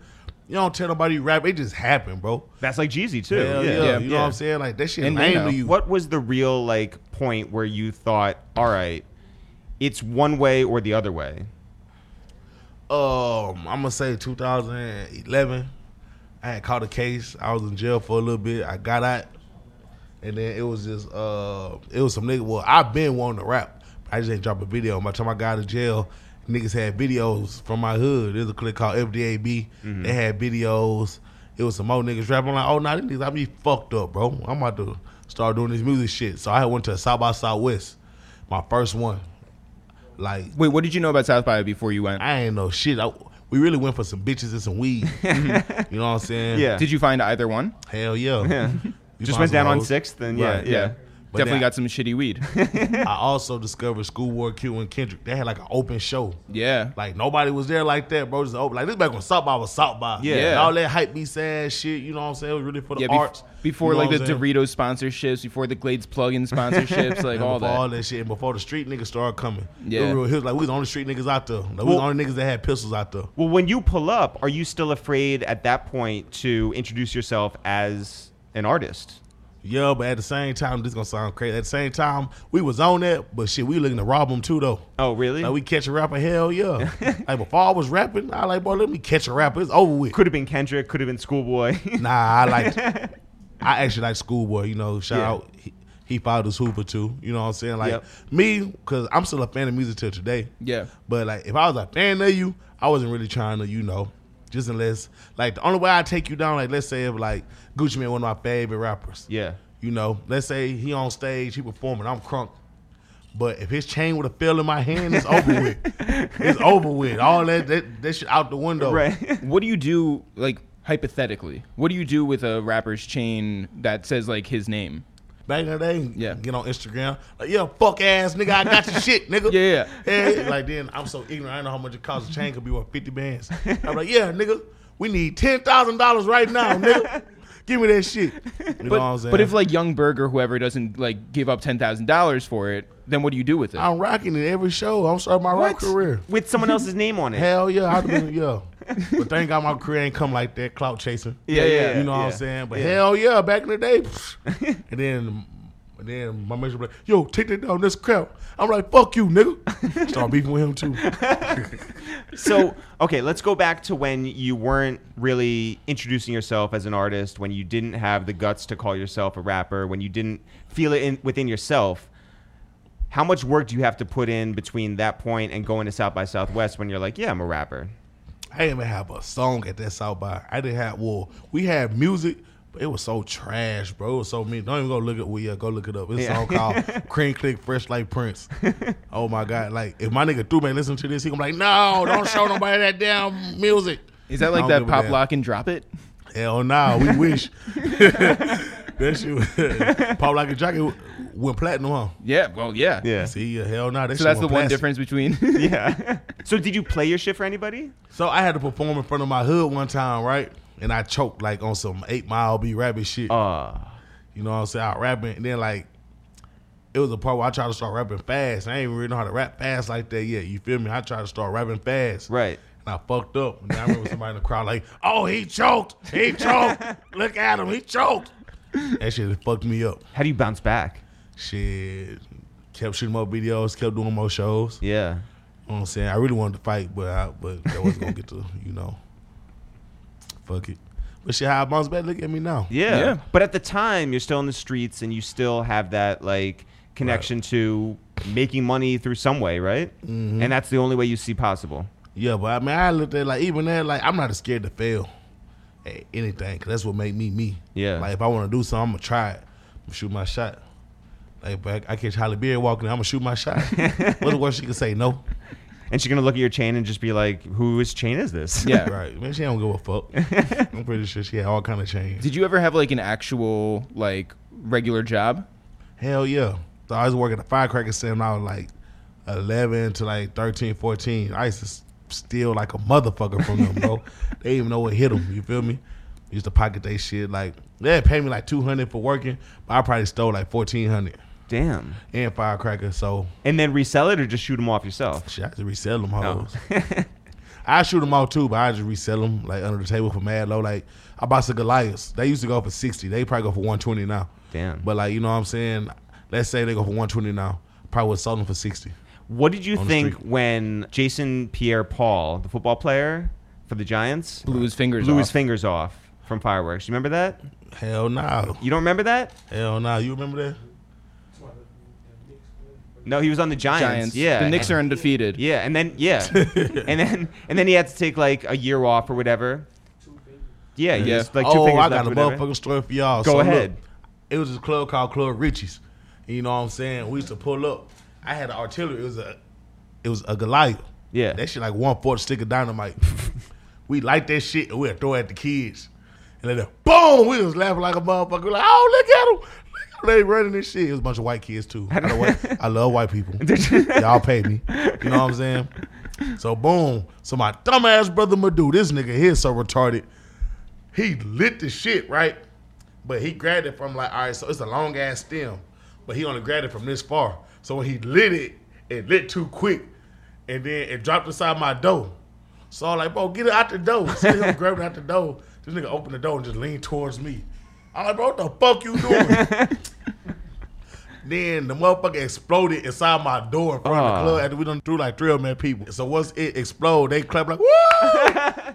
[SPEAKER 3] you don't tell nobody you rap. It just happened, bro.
[SPEAKER 1] That's like Jeezy too.
[SPEAKER 3] Hell yeah,
[SPEAKER 2] Yeah.
[SPEAKER 3] you know what I'm saying. Like that shit
[SPEAKER 2] And they
[SPEAKER 3] lame
[SPEAKER 2] know.
[SPEAKER 3] to you.
[SPEAKER 1] What was the real like point where you thought, all right, it's one way or the other way?
[SPEAKER 3] Um, I'm gonna say 2011. I had caught a case. I was in jail for a little bit. I got out. and then it was just uh, it was some nigga. Well, I've been wanting to rap. I just ain't drop a video. By the time I got out of jail, niggas had videos from my hood. There's a clip called FDAB. They had videos. It was some old niggas rapping. I'm like, oh, nah, these niggas, I be fucked up, bro. I'm about to start doing this music shit. So I went to South by Southwest, my first one. Like,
[SPEAKER 2] Wait, what did you know about South by before you went?
[SPEAKER 3] I ain't know shit. I, we really went for some bitches and some weed. you know what I'm saying?
[SPEAKER 1] Yeah.
[SPEAKER 2] Did you find either one?
[SPEAKER 3] Hell yeah.
[SPEAKER 1] Yeah.
[SPEAKER 3] You
[SPEAKER 1] Just
[SPEAKER 3] find
[SPEAKER 1] went
[SPEAKER 3] some
[SPEAKER 1] down on
[SPEAKER 3] hoes.
[SPEAKER 1] sixth, and
[SPEAKER 3] Right,
[SPEAKER 1] yeah, yeah.
[SPEAKER 3] But
[SPEAKER 2] Definitely
[SPEAKER 3] then
[SPEAKER 2] got some shitty weed.
[SPEAKER 3] I also discovered School War Q and Kendrick. They had like an open show.
[SPEAKER 2] yeah.
[SPEAKER 3] Like nobody was there like that, bro. Just open. Like this back when South by was South by.
[SPEAKER 2] Yeah.
[SPEAKER 3] And all that hype beats ass shit. You know what I'm saying? It was really for the
[SPEAKER 2] Yeah, bef-
[SPEAKER 3] arts.
[SPEAKER 2] before
[SPEAKER 3] you know
[SPEAKER 2] like the
[SPEAKER 3] what I'm saying?
[SPEAKER 2] Doritos sponsorships, before the Glades plug-in sponsorships, like
[SPEAKER 3] (laughs) And
[SPEAKER 2] all
[SPEAKER 3] before
[SPEAKER 2] that.
[SPEAKER 3] all that shit, and before the street niggas started coming, yeah,
[SPEAKER 2] Yeah.
[SPEAKER 3] real, he was like, we was the only street niggas out there. Like, we was
[SPEAKER 1] Well-
[SPEAKER 3] the only niggas that had pistols out there.
[SPEAKER 1] Well, when you pull up, are you still afraid at that point to introduce yourself as an artist?
[SPEAKER 3] Yeah, but at the same time, this gonna sound crazy. At the same time, we was on that, but shit, we looking to rob them too though.
[SPEAKER 1] Oh, really?
[SPEAKER 3] Like we catch a rapper,
[SPEAKER 1] (laughs)
[SPEAKER 3] hell yeah. like before I was rapping, I like, boy, let me catch a rapper. It's
[SPEAKER 1] (laughs)
[SPEAKER 3] over with.
[SPEAKER 1] could have been Kendrick. Could have been Schoolboy. (laughs)
[SPEAKER 3] Nah, I like. I actually like Schoolboy. You know, shout
[SPEAKER 1] Yeah.
[SPEAKER 3] out. He, he followed his Hoover too. You know what I'm saying? Like
[SPEAKER 1] Yep.
[SPEAKER 3] me, because I'm still a fan of music till today.
[SPEAKER 2] Yeah.
[SPEAKER 3] But like, if I was a fan of you, I wasn't really trying to, you know, just unless like the only way I take you down, like let's say if like Gucci Mane, one of my favorite rappers.
[SPEAKER 1] yeah.
[SPEAKER 3] You know, let's say he on stage, he performing, I'm crunk. But if his chain would have fell in my hand, it's over with. It's over with. All that that, that shit out the window.
[SPEAKER 1] Right.
[SPEAKER 2] What do you do like hypothetically? What do you do with a rapper's chain that says like his name?
[SPEAKER 3] back in the day,
[SPEAKER 2] Yeah.
[SPEAKER 3] get on Instagram, like, yeah, fuck ass nigga, I got your shit, nigga.
[SPEAKER 2] Yeah,
[SPEAKER 3] Yeah, like then I'm so ignorant, I don't know how much it costs. A chain could be worth 50 bands. I'm like, yeah, nigga, we need $10,000 right now, nigga. Give me that shit. You know what I'm
[SPEAKER 2] But,
[SPEAKER 3] saying?
[SPEAKER 2] but if like Young Berg or whoever doesn't like give up ten thousand dollars for it, then what do you do with it?
[SPEAKER 3] I'm rocking it every show, I'm starting my rock career.
[SPEAKER 1] With someone else's name on it.
[SPEAKER 3] Hell yeah,
[SPEAKER 1] (laughs)
[SPEAKER 3] I'd been, yeah. But thank God my career ain't come like that, clout chasing.
[SPEAKER 1] Yeah, yeah,
[SPEAKER 3] You know what
[SPEAKER 1] yeah.
[SPEAKER 3] I'm saying? But
[SPEAKER 1] Yeah.
[SPEAKER 3] hell yeah, back in the day.
[SPEAKER 1] (laughs)
[SPEAKER 3] pfft. and then and then my manager be like, yo, take that down, that's crap. I'm like, fuck
[SPEAKER 1] (laughs)
[SPEAKER 3] you, nigga. Start beefing with him too.
[SPEAKER 1] so okay let's go back to when you weren't really introducing yourself as an artist when you didn't have the guts to call yourself a rapper when you didn't feel it in, within yourself how much work do you have to put in between that point and going to south by southwest when you're like yeah i'm a rapper
[SPEAKER 3] I didn't even have a song at that South by. I didn't have well, we had music, but it was so trash, bro. It was so mean. Don't even go look at well, yeah, go look it up. It's
[SPEAKER 1] Yeah.
[SPEAKER 3] a
[SPEAKER 2] (laughs)
[SPEAKER 3] song called Cream Click Fresh Like Prince. oh my God. Like if my nigga threw me listen to this, he gonna be like, No, don't show nobody that damn music.
[SPEAKER 2] Is that
[SPEAKER 3] I
[SPEAKER 2] like
[SPEAKER 3] don't
[SPEAKER 2] that
[SPEAKER 3] give a
[SPEAKER 2] pop
[SPEAKER 3] damn.
[SPEAKER 2] lock and drop it?
[SPEAKER 3] Hell
[SPEAKER 2] (laughs)
[SPEAKER 3] nah, we wish. (laughs) that shit was- Pop Like a Jockey went platinum, huh?
[SPEAKER 2] Yeah, well,
[SPEAKER 1] (laughs)
[SPEAKER 2] yeah.
[SPEAKER 3] See, yeah, hell nah. That
[SPEAKER 2] So
[SPEAKER 3] shit
[SPEAKER 2] that's the
[SPEAKER 3] went
[SPEAKER 2] one
[SPEAKER 3] plastic.
[SPEAKER 2] difference between. (laughs)
[SPEAKER 3] (laughs)
[SPEAKER 1] yeah so did you play your shit for anybody
[SPEAKER 3] So I had to perform in front of my hood one time, right? And I choked like on some eight mile B rabbit shit.
[SPEAKER 1] uh
[SPEAKER 3] You know what I'm saying? I rapping and then like it was a part where I tried to start rapping fast. I ain't even really know how to rap fast like that yet. You feel me? I tried to start rapping fast.
[SPEAKER 1] right
[SPEAKER 3] And I fucked up. And then I remember somebody in the crowd like, oh, he choked. He choked. Look at him. He choked. That shit fucked me up.
[SPEAKER 1] how do you bounce back
[SPEAKER 3] Shit. Kept shooting more videos, kept doing more shows.
[SPEAKER 1] yeah
[SPEAKER 3] You know what I'm saying? I really wanted to fight, but I, but that wasn't gonna get to, you know. Fuck it. But shit, how I bounced back, look at me now.
[SPEAKER 1] Yeah.
[SPEAKER 2] Yeah.
[SPEAKER 1] But at the time, you're still in the streets and you still have that like connection to making money through some way, right?
[SPEAKER 2] Mm-hmm.
[SPEAKER 1] And that's the only way you see possible.
[SPEAKER 3] Yeah, but I mean, I looked at like even that, like I'm not scared to fail at anything, cause that's what made me me.
[SPEAKER 1] Yeah.
[SPEAKER 3] Like if I want to do something, I'm gonna try it. I'm gonna shoot my shot. Like if I, I catch Holly Berry walking, I'm gonna shoot my shot. what the worst she can say? No.
[SPEAKER 1] And she's gonna look at your chain and just be like, "Whose chain is this?"
[SPEAKER 2] yeah.
[SPEAKER 3] Right. Man, she don't give a fuck. I'm pretty sure she had all kind of change.
[SPEAKER 2] Did you ever have like an actual like regular job?
[SPEAKER 3] Hell yeah. So I was working at a firecracker stand when I was like 11 to like 13, 14. I used to s- steal like a motherfucker from them, bro. they didn't even know what hit them. You feel me? Used to pocket they shit. Like, they paid me like 200 for working, but I probably stole like 1400
[SPEAKER 1] (laughs) Damn.
[SPEAKER 3] and firecracker. So
[SPEAKER 1] And then resell it or just shoot them off yourself.
[SPEAKER 3] shit, I just resell them
[SPEAKER 1] Oh.
[SPEAKER 3] hoes.
[SPEAKER 1] (laughs)
[SPEAKER 3] I shoot them all too, but I just resell them like under the table for mad low. Like I bought some Goliaths. They used to go for sixty. They probably go for one twenty now.
[SPEAKER 1] Damn.
[SPEAKER 3] But like you know what I'm saying. Let's say they go for one twenty now. Probably would sold them for sixty.
[SPEAKER 1] What did you
[SPEAKER 3] On the
[SPEAKER 1] think
[SPEAKER 3] street.
[SPEAKER 1] when Jason Pierre-Paul, the football player for the Giants,
[SPEAKER 2] Blew his fingers
[SPEAKER 1] blew
[SPEAKER 2] off.
[SPEAKER 1] his fingers off? from fireworks. You remember that?
[SPEAKER 3] Hell no.
[SPEAKER 1] You don't remember that?
[SPEAKER 3] Hell no. You remember that?
[SPEAKER 1] No, he was on the Giants.
[SPEAKER 2] Giants.
[SPEAKER 1] Yeah.
[SPEAKER 2] The Knicks are undefeated.
[SPEAKER 1] Yeah, and then yeah,
[SPEAKER 3] (laughs)
[SPEAKER 1] and then and then he had to take like a year off or whatever. Yeah, yeah.
[SPEAKER 2] Yeah.
[SPEAKER 1] Just, like two
[SPEAKER 3] oh,
[SPEAKER 1] fingers
[SPEAKER 3] I got
[SPEAKER 1] left
[SPEAKER 3] a
[SPEAKER 1] or whatever.
[SPEAKER 3] motherfucking story for y'all.
[SPEAKER 1] Go
[SPEAKER 3] So,
[SPEAKER 1] ahead.
[SPEAKER 3] look, it was this club called Club Richie's. You know what I'm saying? We used to pull up. I had an artillery. It was a, it was a Goliath.
[SPEAKER 1] Yeah.
[SPEAKER 3] That shit like one fourth stick of dynamite. we light that shit and we'd throw it at the kids. And then boom, we was laughing like a motherfucker. We like, oh look at him. (laughs) They running this shit. It was a bunch of white kids too. I, don't wa- I love white people. Y'all pay me. You know what I'm saying? So boom. So my dumbass brother Madu, this nigga here so retarded. He lit the shit, right? But he grabbed it from like, all right, so it's a long ass stem, but he only grabbed it from this far. So when he lit it, it lit too quick, and then it dropped inside my door. So I'm like, bro, get it out the door. (laughs) See him grabbing out the door. This nigga opened the door and just leaned towards me. I'm like, bro, what the fuck you doing?
[SPEAKER 2] (laughs)
[SPEAKER 3] Then the motherfucker exploded inside my door in front of
[SPEAKER 1] Ah.
[SPEAKER 3] the club after we done threw like three of them at people. So once it exploded, they clapped
[SPEAKER 2] (laughs)
[SPEAKER 3] like, woo!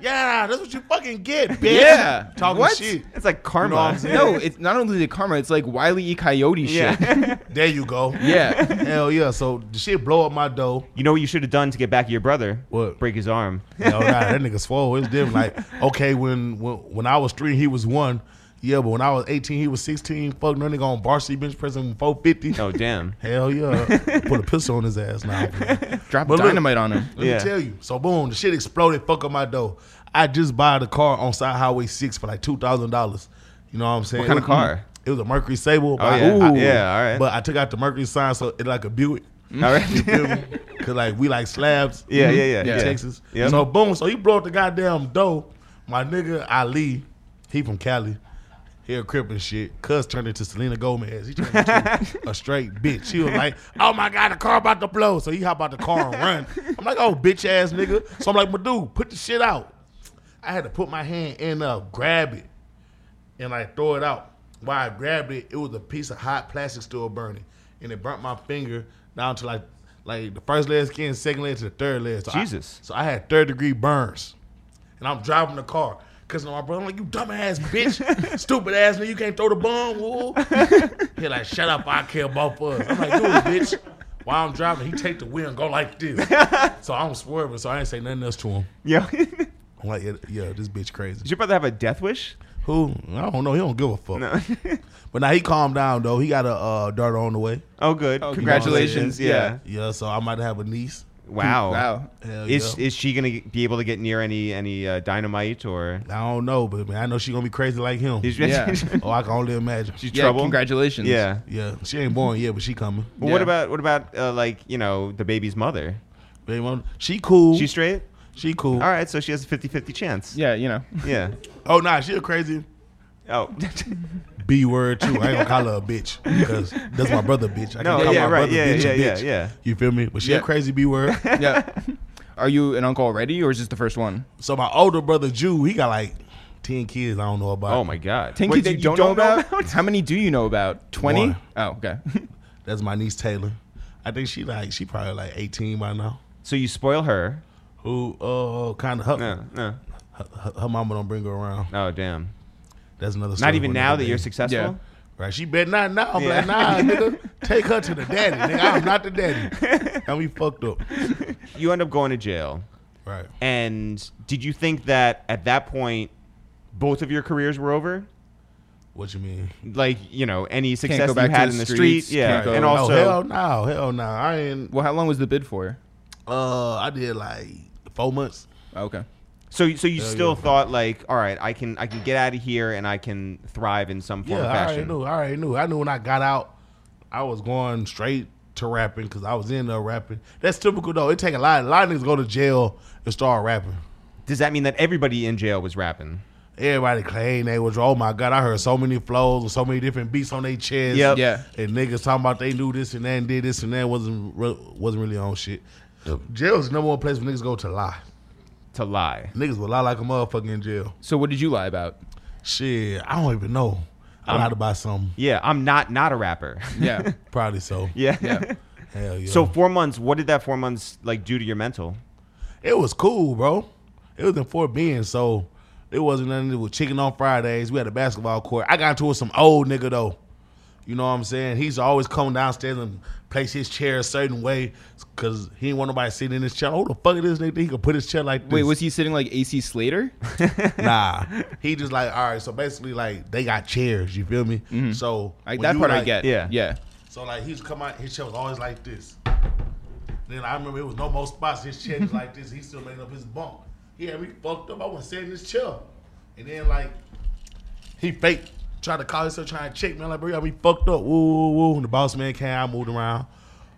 [SPEAKER 3] yeah, that's what you fucking get, bitch.
[SPEAKER 2] Yeah.
[SPEAKER 3] Talking
[SPEAKER 2] What?
[SPEAKER 3] shit.
[SPEAKER 1] It's like karma.
[SPEAKER 3] what I'm
[SPEAKER 2] (laughs)
[SPEAKER 3] saying?
[SPEAKER 2] No, it's not only the karma. It's like Wiley E. Coyote shit.
[SPEAKER 1] yeah.
[SPEAKER 3] There you go.
[SPEAKER 2] Yeah.
[SPEAKER 3] Hell yeah. So the shit blow up my dough.
[SPEAKER 1] you know what you should have done to get back at your brother?
[SPEAKER 3] What?
[SPEAKER 1] Break his arm.
[SPEAKER 3] Hell nah, that nigga swole. It's different. Like, okay, when, when when I was three, he was one. Yeah, but when I was 18, he was 16. Fuck, no nigga on varsity bench pressing 450. (laughs)
[SPEAKER 1] Oh damn.
[SPEAKER 3] Hell yeah. Put a pistol on his ass now.
[SPEAKER 2] Drop
[SPEAKER 3] But look-
[SPEAKER 2] dynamite on him.
[SPEAKER 3] Let
[SPEAKER 1] Yeah.
[SPEAKER 3] me tell you. So boom, the shit exploded. Fuck up my dough. I just bought a car on Side Highway Six for like two thousand dollars. You know what I'm
[SPEAKER 1] What
[SPEAKER 3] saying?
[SPEAKER 1] kind of
[SPEAKER 3] It was-
[SPEAKER 1] car? Oh,
[SPEAKER 3] It was a Mercury Sable. but I-
[SPEAKER 1] yeah.
[SPEAKER 3] I-
[SPEAKER 1] Ooh. Yeah, all right.
[SPEAKER 3] But I took out the Mercury sign, so it like a Buick.
[SPEAKER 1] All right.
[SPEAKER 3] You feel me? Cause like we like slabs.
[SPEAKER 1] Yeah, yeah, yeah,
[SPEAKER 3] in
[SPEAKER 1] yeah.
[SPEAKER 3] Mm-hmm. Texas.
[SPEAKER 1] Yep.
[SPEAKER 3] So boom. So he blew up the goddamn dough. My nigga Ali, he from Cali. He a crip and shit. Cuz turned into Selena Gomez. He turned
[SPEAKER 1] (laughs)
[SPEAKER 3] into a straight bitch. She was like, "Oh my god, the car about to blow!" So he hop out the car and run. I'm like, "Oh, bitch ass nigga." So I'm like, "My dude, put the shit out." I had to put my hand in there, grab it, and like throw it out. While I grabbed it, it was a piece of hot plastic still burning, and it burnt my finger down to like like the first layer of skin, second layer to the third layer. So I-
[SPEAKER 1] Jesus.
[SPEAKER 3] so I had third degree burns, and I'm driving the car. Cause my brother, I'm like you dumbass bitch, stupid ass nigga, you can't throw the bomb. Woo. he like shut up, I kill both of us. I'm like do it, bitch. While I'm driving, he take the wheel and go like this. so I'm swerving, so I ain't say nothing else to him.
[SPEAKER 1] Yeah. (laughs) Does
[SPEAKER 3] I'm like, yeah, yeah this bitch crazy.
[SPEAKER 1] your brother have a death wish?
[SPEAKER 3] Who? I don't know. He don't give a fuck.
[SPEAKER 1] No. (laughs)
[SPEAKER 3] But now he calmed down though. He got a uh, daughter on the way.
[SPEAKER 1] oh, good.
[SPEAKER 2] Oh,
[SPEAKER 1] Congratulations.
[SPEAKER 2] congratulations.
[SPEAKER 1] Yeah.
[SPEAKER 3] Yeah, so I might have a niece.
[SPEAKER 1] Wow.
[SPEAKER 2] Wow.
[SPEAKER 3] Hell
[SPEAKER 1] Is
[SPEAKER 3] yeah.
[SPEAKER 1] is she gonna be able to get near any any uh, dynamite or?
[SPEAKER 3] I don't know, but man, I know she gonna be crazy like him.
[SPEAKER 1] Is she-
[SPEAKER 2] Yeah.
[SPEAKER 1] she's
[SPEAKER 3] oh, I can only imagine.
[SPEAKER 2] Yeah,
[SPEAKER 1] trouble.
[SPEAKER 2] congratulations.
[SPEAKER 1] (laughs) Yeah.
[SPEAKER 3] Yeah, she ain't born yet, but she coming.
[SPEAKER 1] Well, What
[SPEAKER 2] Yeah.
[SPEAKER 1] about what about uh, like you know the baby's mother?
[SPEAKER 3] Baby mama- She cool.
[SPEAKER 1] She straight?
[SPEAKER 3] she cool.
[SPEAKER 1] All right, so she has a 50-50 chance.
[SPEAKER 2] Yeah, you know.
[SPEAKER 1] Yeah.
[SPEAKER 3] Oh nah, she a crazy
[SPEAKER 2] (laughs)
[SPEAKER 1] Oh. (laughs)
[SPEAKER 3] B word too. I ain't gonna call her a bitch because that's my brother bitch. I can
[SPEAKER 1] No,
[SPEAKER 3] call
[SPEAKER 1] yeah,
[SPEAKER 3] my
[SPEAKER 1] right.
[SPEAKER 3] brother
[SPEAKER 1] Yeah,
[SPEAKER 3] bitch. a
[SPEAKER 1] yeah, yeah,
[SPEAKER 3] bitch.
[SPEAKER 1] yeah.
[SPEAKER 3] You feel me? But she
[SPEAKER 2] Yeah.
[SPEAKER 3] a crazy B
[SPEAKER 1] (laughs)
[SPEAKER 3] word.
[SPEAKER 2] Yeah. Are you an uncle already, or is this the first one?
[SPEAKER 3] so my older brother Jew, he got like ten kids. I don't know about.
[SPEAKER 1] Oh my God.
[SPEAKER 2] Ten
[SPEAKER 1] Wait,
[SPEAKER 2] kids you, don't, know about? How many do you know about? Twenty.
[SPEAKER 3] One.
[SPEAKER 2] Oh, okay.
[SPEAKER 3] That's my niece Taylor. I think she like she probably like eighteen by now.
[SPEAKER 1] So you spoil her?
[SPEAKER 3] Who uh kind of her,
[SPEAKER 1] No, no.
[SPEAKER 3] her, her- her mama don't bring her around.
[SPEAKER 1] Oh damn.
[SPEAKER 3] That's another. Story
[SPEAKER 1] Not even
[SPEAKER 3] for
[SPEAKER 1] now
[SPEAKER 3] another
[SPEAKER 1] that you're
[SPEAKER 3] day.
[SPEAKER 1] successful.
[SPEAKER 2] Yeah.
[SPEAKER 3] right. She bet not now. I'm
[SPEAKER 1] Yeah. (laughs)
[SPEAKER 3] like nah, nigga, take her to the daddy. Nigga, I'm not
[SPEAKER 1] (laughs)
[SPEAKER 3] the daddy. And we fucked up.
[SPEAKER 1] You end up going to jail.
[SPEAKER 3] Right.
[SPEAKER 1] And did you think that at that point both of your careers were over?
[SPEAKER 3] What you mean?
[SPEAKER 1] Like, you know, any success
[SPEAKER 2] go
[SPEAKER 1] that you
[SPEAKER 2] back to
[SPEAKER 1] had
[SPEAKER 2] the
[SPEAKER 1] in the
[SPEAKER 2] streets,
[SPEAKER 1] street. Yeah.
[SPEAKER 2] can't go-
[SPEAKER 1] And
[SPEAKER 2] No,
[SPEAKER 3] Oh
[SPEAKER 1] also
[SPEAKER 3] hell no, hell no. I ain't.
[SPEAKER 2] Well, how long was the bid for?
[SPEAKER 3] Uh, I did like four months.
[SPEAKER 2] Oh, okay.
[SPEAKER 1] so so you
[SPEAKER 3] Hell
[SPEAKER 1] still
[SPEAKER 3] yeah.
[SPEAKER 1] thought like, all right, I can I can get out of here and I can thrive in some form
[SPEAKER 3] Yeah,
[SPEAKER 1] of
[SPEAKER 3] I already
[SPEAKER 1] fashion.
[SPEAKER 3] knew. I already knew. I knew when I got out, I was going straight to rapping because I was in there rapping. That's typical though. It take a lot. A lot of niggas go to jail and start rapping.
[SPEAKER 1] Does that mean that everybody in jail was rapping?
[SPEAKER 3] Everybody claim they was. Oh my god, I heard so many flows and so many different beats on their chest.
[SPEAKER 1] Yep.
[SPEAKER 2] Yeah.
[SPEAKER 3] And niggas talking about they knew this and that and did this and that wasn't re- wasn't really on shit. Jail's the number one place where niggas go to lie.
[SPEAKER 1] To lie.
[SPEAKER 3] Niggas will lie like a motherfucker in jail.
[SPEAKER 2] So what did you lie about?
[SPEAKER 3] Shit, I don't even know. I
[SPEAKER 1] Um,
[SPEAKER 3] lied about something.
[SPEAKER 1] Yeah, I'm not not a rapper.
[SPEAKER 2] Yeah.
[SPEAKER 3] Probably so.
[SPEAKER 1] (laughs) yeah.
[SPEAKER 2] Yeah.
[SPEAKER 3] Hell yeah.
[SPEAKER 1] So four months. What did that four months like do to your mental?
[SPEAKER 3] It was cool, bro. It was in Fort Bend, so There wasn't nothing. It was chicken on Fridays. We had a basketball court. I got into it with some old nigga though. You know what I'm saying? He's always come downstairs and place his chair a certain way because he didn't want nobody sitting in his chair. Who the fuck is this nigga? that He could put his chair like this.
[SPEAKER 2] Wait, was he sitting like AC Slater?
[SPEAKER 3] nah. He just like all right. So basically, like they got chairs. You feel me? So
[SPEAKER 2] Mm-hmm. Like
[SPEAKER 3] when
[SPEAKER 2] that
[SPEAKER 3] you,
[SPEAKER 2] part I
[SPEAKER 3] like-
[SPEAKER 2] get.
[SPEAKER 1] yeah.
[SPEAKER 2] yeah.
[SPEAKER 3] So like he's come out, his chair was always like this. Then I remember it was no more spots. His chair was like this. He still made up his bunk. He had me fucked up. I was sitting in his chair, and then like he fake tried to call himself trying to check me. I'm like, bro, you got me fucked up. Woo, woo, woo. And the boss man came. I moved around.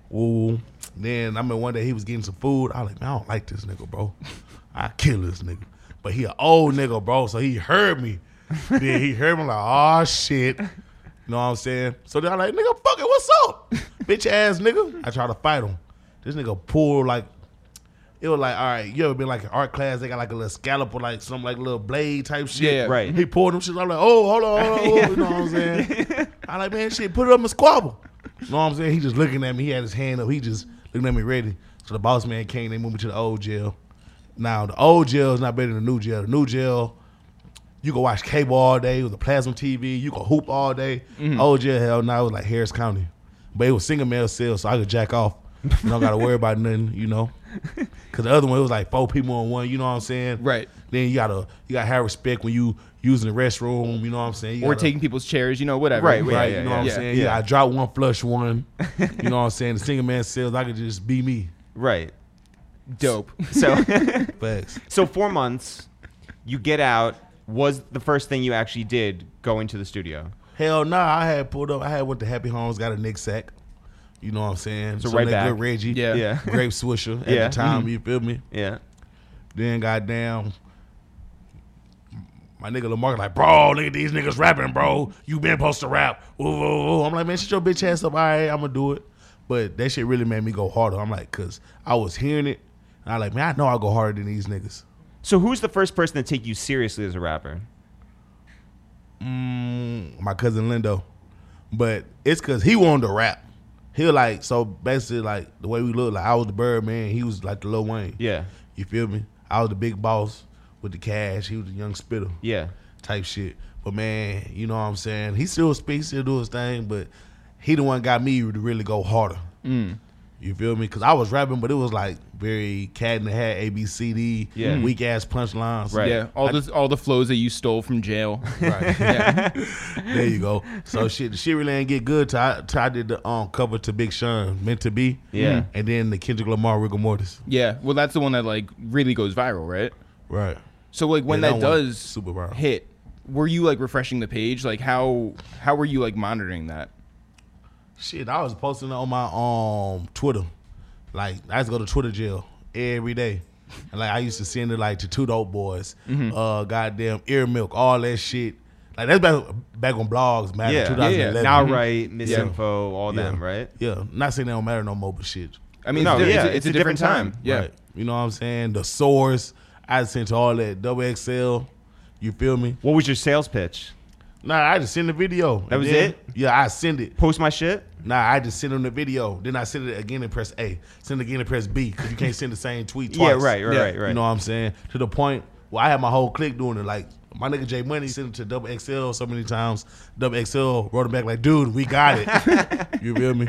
[SPEAKER 3] Woo. woo. Then I mean, one day he was getting some food. I was like, man, I don't like this nigga, bro. (laughs) I kill this nigga. But he an old nigga, bro. So he heard me. then he heard me like, oh shit. You know what I'm saying? So then I'm like, nigga, fuck it, what's up? Bitch ass nigga. I try to fight him. This nigga pulled like it was like, all right, you ever been like in art class? They got like a little scallop or like some like little blade type shit.
[SPEAKER 2] Yeah, yeah.
[SPEAKER 1] Right.
[SPEAKER 3] He pulled them shit. I'm like, oh, hold on, hold on, hold on. you know what I'm saying? I like, man, shit, put it up and squabble. You know what I'm saying? He just looking at me. He had his hand up. He just looking at me ready. So the boss man came. They moved me to the old jail. Now the old jail is not better than the new jail. The new jail, you can watch cable all day with a plasma TV. You can hoop all day. Old jail, hell, now it was like Harris County, but it was single male cell, so I could jack off. You don't gotta worry about nothing, you know. Cause the other one it was like four people in one. You know what I'm saying?
[SPEAKER 2] Right.
[SPEAKER 3] Then you gotta you gotta have respect when you using the restroom. You know what I'm saying? You
[SPEAKER 2] Or
[SPEAKER 3] gotta-
[SPEAKER 2] taking people's chairs, you know, whatever.
[SPEAKER 1] Right, yeah,
[SPEAKER 3] right.
[SPEAKER 1] yeah,
[SPEAKER 3] you know what I'm
[SPEAKER 2] yeah.
[SPEAKER 3] saying?
[SPEAKER 1] Yeah.
[SPEAKER 3] Yeah. I drop one, flush (laughs) one. You know what I'm saying? The single man cells, I could just be me.
[SPEAKER 1] Right.
[SPEAKER 2] Dope.
[SPEAKER 1] So (laughs)
[SPEAKER 3] Facts.
[SPEAKER 1] so four months, you get out. Was the first thing you actually did going to the studio?
[SPEAKER 3] Hell nah, I had pulled up. I had went to Happy Homes, got a Nick sack. You know what I'm saying?
[SPEAKER 1] So
[SPEAKER 3] Some
[SPEAKER 1] right
[SPEAKER 3] nigga
[SPEAKER 1] back.
[SPEAKER 3] Good Reggie.
[SPEAKER 2] Yeah.
[SPEAKER 1] Yeah.
[SPEAKER 3] (laughs) Grape Swisher at
[SPEAKER 1] Yeah.
[SPEAKER 3] the time, you feel me?
[SPEAKER 1] Yeah.
[SPEAKER 3] Then goddamn my nigga Lamar like, bro, nigga, these niggas rapping, bro. You been supposed to rap. Ooh, ooh, ooh. I'm like, man, shut your bitch ass up. All right, I'm gonna do it. But that shit really made me go harder. I'm like, cause I was hearing it, and I like, man, I know I go harder than these niggas.
[SPEAKER 1] So who's the first person to take you seriously as a rapper?
[SPEAKER 3] Mm, my cousin Lindo. But it's cause he wanted to rap. He like so basically like the way we look, like I was the bird man, he was like the Lil Wayne.
[SPEAKER 1] Yeah.
[SPEAKER 3] You feel me? I was the big boss with the cash, he was the young spitter.
[SPEAKER 1] Yeah.
[SPEAKER 3] type shit. But man, you know what I'm saying? He still speaks, still do his thing, but he the one got me to really go harder.
[SPEAKER 1] Mm.
[SPEAKER 3] You feel me? Because I was rapping, but it was like very cat in the hat, A B C D,
[SPEAKER 1] Yeah.
[SPEAKER 3] weak ass punchlines.
[SPEAKER 1] Right.
[SPEAKER 2] Yeah. All this all the flows that you stole from jail.
[SPEAKER 3] (laughs) Right.
[SPEAKER 2] Yeah.
[SPEAKER 3] there you go. So shit, the shit really ain't get good till I, till I did the um, cover to Big Sean, meant to be.
[SPEAKER 1] Yeah.
[SPEAKER 3] And then the Kendrick Lamar rigor mortis.
[SPEAKER 2] yeah. Well that's the one that like really goes viral, right?
[SPEAKER 3] Right.
[SPEAKER 2] So like when
[SPEAKER 3] Yeah,
[SPEAKER 2] that
[SPEAKER 3] that one
[SPEAKER 2] does
[SPEAKER 3] super viral.
[SPEAKER 2] hit, were you like refreshing the page? Like how how were you like monitoring that?
[SPEAKER 3] Shit, I was posting it on my um Twitter. Like I used to go to Twitter jail every day. And like I used to send it like to two dope boys,
[SPEAKER 1] Mm-hmm.
[SPEAKER 3] uh goddamn ear milk, all that shit. Like that's back back when blogs matter,
[SPEAKER 1] Yeah. Yeah,
[SPEAKER 3] 2011.
[SPEAKER 2] yeah.
[SPEAKER 1] Now right,
[SPEAKER 2] Yeah.
[SPEAKER 1] misinfo, all them, right?
[SPEAKER 3] Yeah. Not saying they don't matter no more, but shit.
[SPEAKER 2] I mean,
[SPEAKER 1] No,
[SPEAKER 2] it's,
[SPEAKER 1] yeah,
[SPEAKER 2] it's, a, it's a different, time. Yeah.
[SPEAKER 3] Right. You know what I'm saying? The source. I sent to all that double XL. You feel me?
[SPEAKER 1] What was your sales pitch?
[SPEAKER 3] Nah, I just send the video. That
[SPEAKER 1] was it?
[SPEAKER 3] Yeah, I send it.
[SPEAKER 1] Post my shit?
[SPEAKER 3] Nah, I just send them the video. Then I send it again and press A. Send it again and press B because you can't send the same tweet
[SPEAKER 1] Yeah,
[SPEAKER 3] twice.
[SPEAKER 1] right, right,
[SPEAKER 2] Yeah.
[SPEAKER 1] right, right.
[SPEAKER 3] You know what I'm saying? To the point where I had my whole clique doing it. Like my nigga J Money sent it to Double XL so many times. Double XL wrote him back like, "Dude, we got
[SPEAKER 1] (laughs)
[SPEAKER 3] it." you feel me?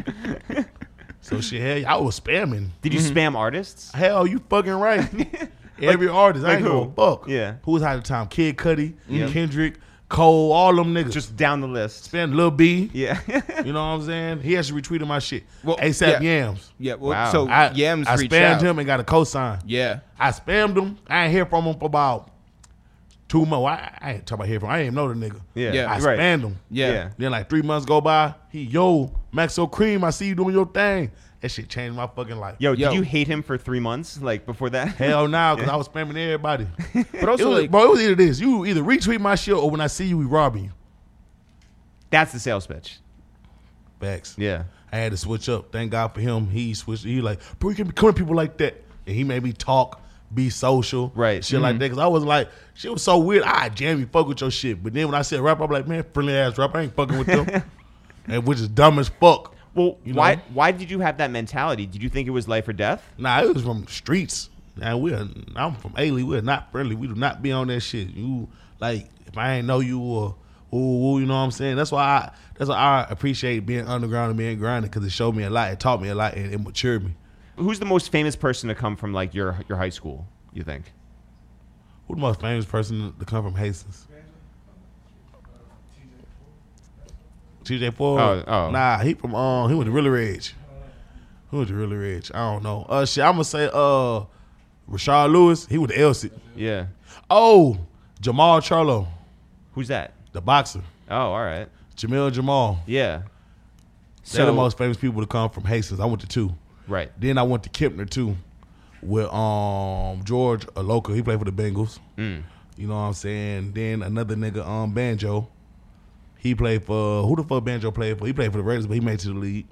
[SPEAKER 3] So shit, hell, yeah, I was spamming.
[SPEAKER 1] Did you spam artists?
[SPEAKER 3] Hell, you fucking right.
[SPEAKER 1] (laughs)
[SPEAKER 3] Every artist, I
[SPEAKER 1] like
[SPEAKER 3] ain't
[SPEAKER 1] who?
[SPEAKER 3] gonna fuck.
[SPEAKER 1] Yeah.
[SPEAKER 3] who was high at the time? Kid Cudi,
[SPEAKER 1] Yeah.
[SPEAKER 3] Kendrick, Cole, all them niggas. Just
[SPEAKER 1] Just down the list.
[SPEAKER 3] spam Lil B.
[SPEAKER 1] Yeah. (laughs)
[SPEAKER 3] You know what I'm saying? He actually retweeted my shit.
[SPEAKER 2] Well, yeah.
[SPEAKER 3] ASAP Yams.
[SPEAKER 2] Yeah. Well,
[SPEAKER 1] Wow.
[SPEAKER 2] so
[SPEAKER 3] I,
[SPEAKER 2] Yams
[SPEAKER 3] I
[SPEAKER 2] reached
[SPEAKER 3] spammed
[SPEAKER 2] out.
[SPEAKER 3] him and got a cosign.
[SPEAKER 2] Yeah.
[SPEAKER 3] I spammed him. I ain't hear from him for about two months. I, I ain't talking about hear from. I ain't know the nigga.
[SPEAKER 1] yeah.
[SPEAKER 2] Yeah.
[SPEAKER 3] I
[SPEAKER 1] right.
[SPEAKER 3] spammed him.
[SPEAKER 2] Yeah.
[SPEAKER 1] Yeah.
[SPEAKER 3] Then like three months go by. He yo Maxo Cream. I see you doing your thing. That shit changed my fucking life.
[SPEAKER 1] Yo,
[SPEAKER 2] Yo.
[SPEAKER 1] did you hate him for three months? Like before that?
[SPEAKER 3] Hell now, cause I was spamming everybody.
[SPEAKER 2] (laughs) But
[SPEAKER 3] It
[SPEAKER 2] also
[SPEAKER 3] was-
[SPEAKER 2] like
[SPEAKER 3] bro, it was either this. You either retweet my shit or when I see you, we robbing you.
[SPEAKER 1] That's the sales pitch.
[SPEAKER 3] Facts.
[SPEAKER 1] Yeah.
[SPEAKER 3] I had to switch up. Thank God for him. He switched. He like, bro, you can become people like that. And he made me talk, be social,
[SPEAKER 1] Right. Mm-hmm.
[SPEAKER 3] Shit like that. Cause I was like, shit was so weird. I jam you fuck with your shit. But then when I said rap, I'm like, man, friendly ass rap. I ain't fucking
[SPEAKER 1] (laughs)
[SPEAKER 3] with them. and which is dumb as fuck.
[SPEAKER 1] Well,
[SPEAKER 3] You
[SPEAKER 1] why
[SPEAKER 3] know?
[SPEAKER 1] why did you have that mentality? Did you think it was life or death?
[SPEAKER 3] Nah, it was from streets. And we are. I'm from Ailey. We're not friendly. We do not be on that shit. You like if I ain't know you or ooh, ooh you know what I'm saying. That's why I. That's why I appreciate being underground and being grounded because it showed me a lot. It taught me a lot and it matured me.
[SPEAKER 1] Who's the most famous person to come from like your your high school? You think?
[SPEAKER 3] Who the most famous person to come from Hastings? TJ Ford.
[SPEAKER 1] Oh, oh.
[SPEAKER 3] Nah, he from um he went to Really Ridge. Who was really rich? I don't know. Uh shit, I'm gonna say uh Rashad Lewis, he went to Elsie.
[SPEAKER 1] Yeah.
[SPEAKER 3] Oh, Jamal Charlo,
[SPEAKER 1] Who's that?
[SPEAKER 3] the boxer.
[SPEAKER 1] Oh, all right.
[SPEAKER 3] Jamil Jamal.
[SPEAKER 1] Yeah.
[SPEAKER 3] They're the most famous people to come from Hastings. I went to two.
[SPEAKER 1] right.
[SPEAKER 3] Then I went to Kempner too, with um George Aloka. He played for the Bengals.
[SPEAKER 1] Mm.
[SPEAKER 3] You know what I'm saying? Then another nigga um Banjo. He played for who the fuck Banjo played for? He played for the Raiders, but he made it to the league.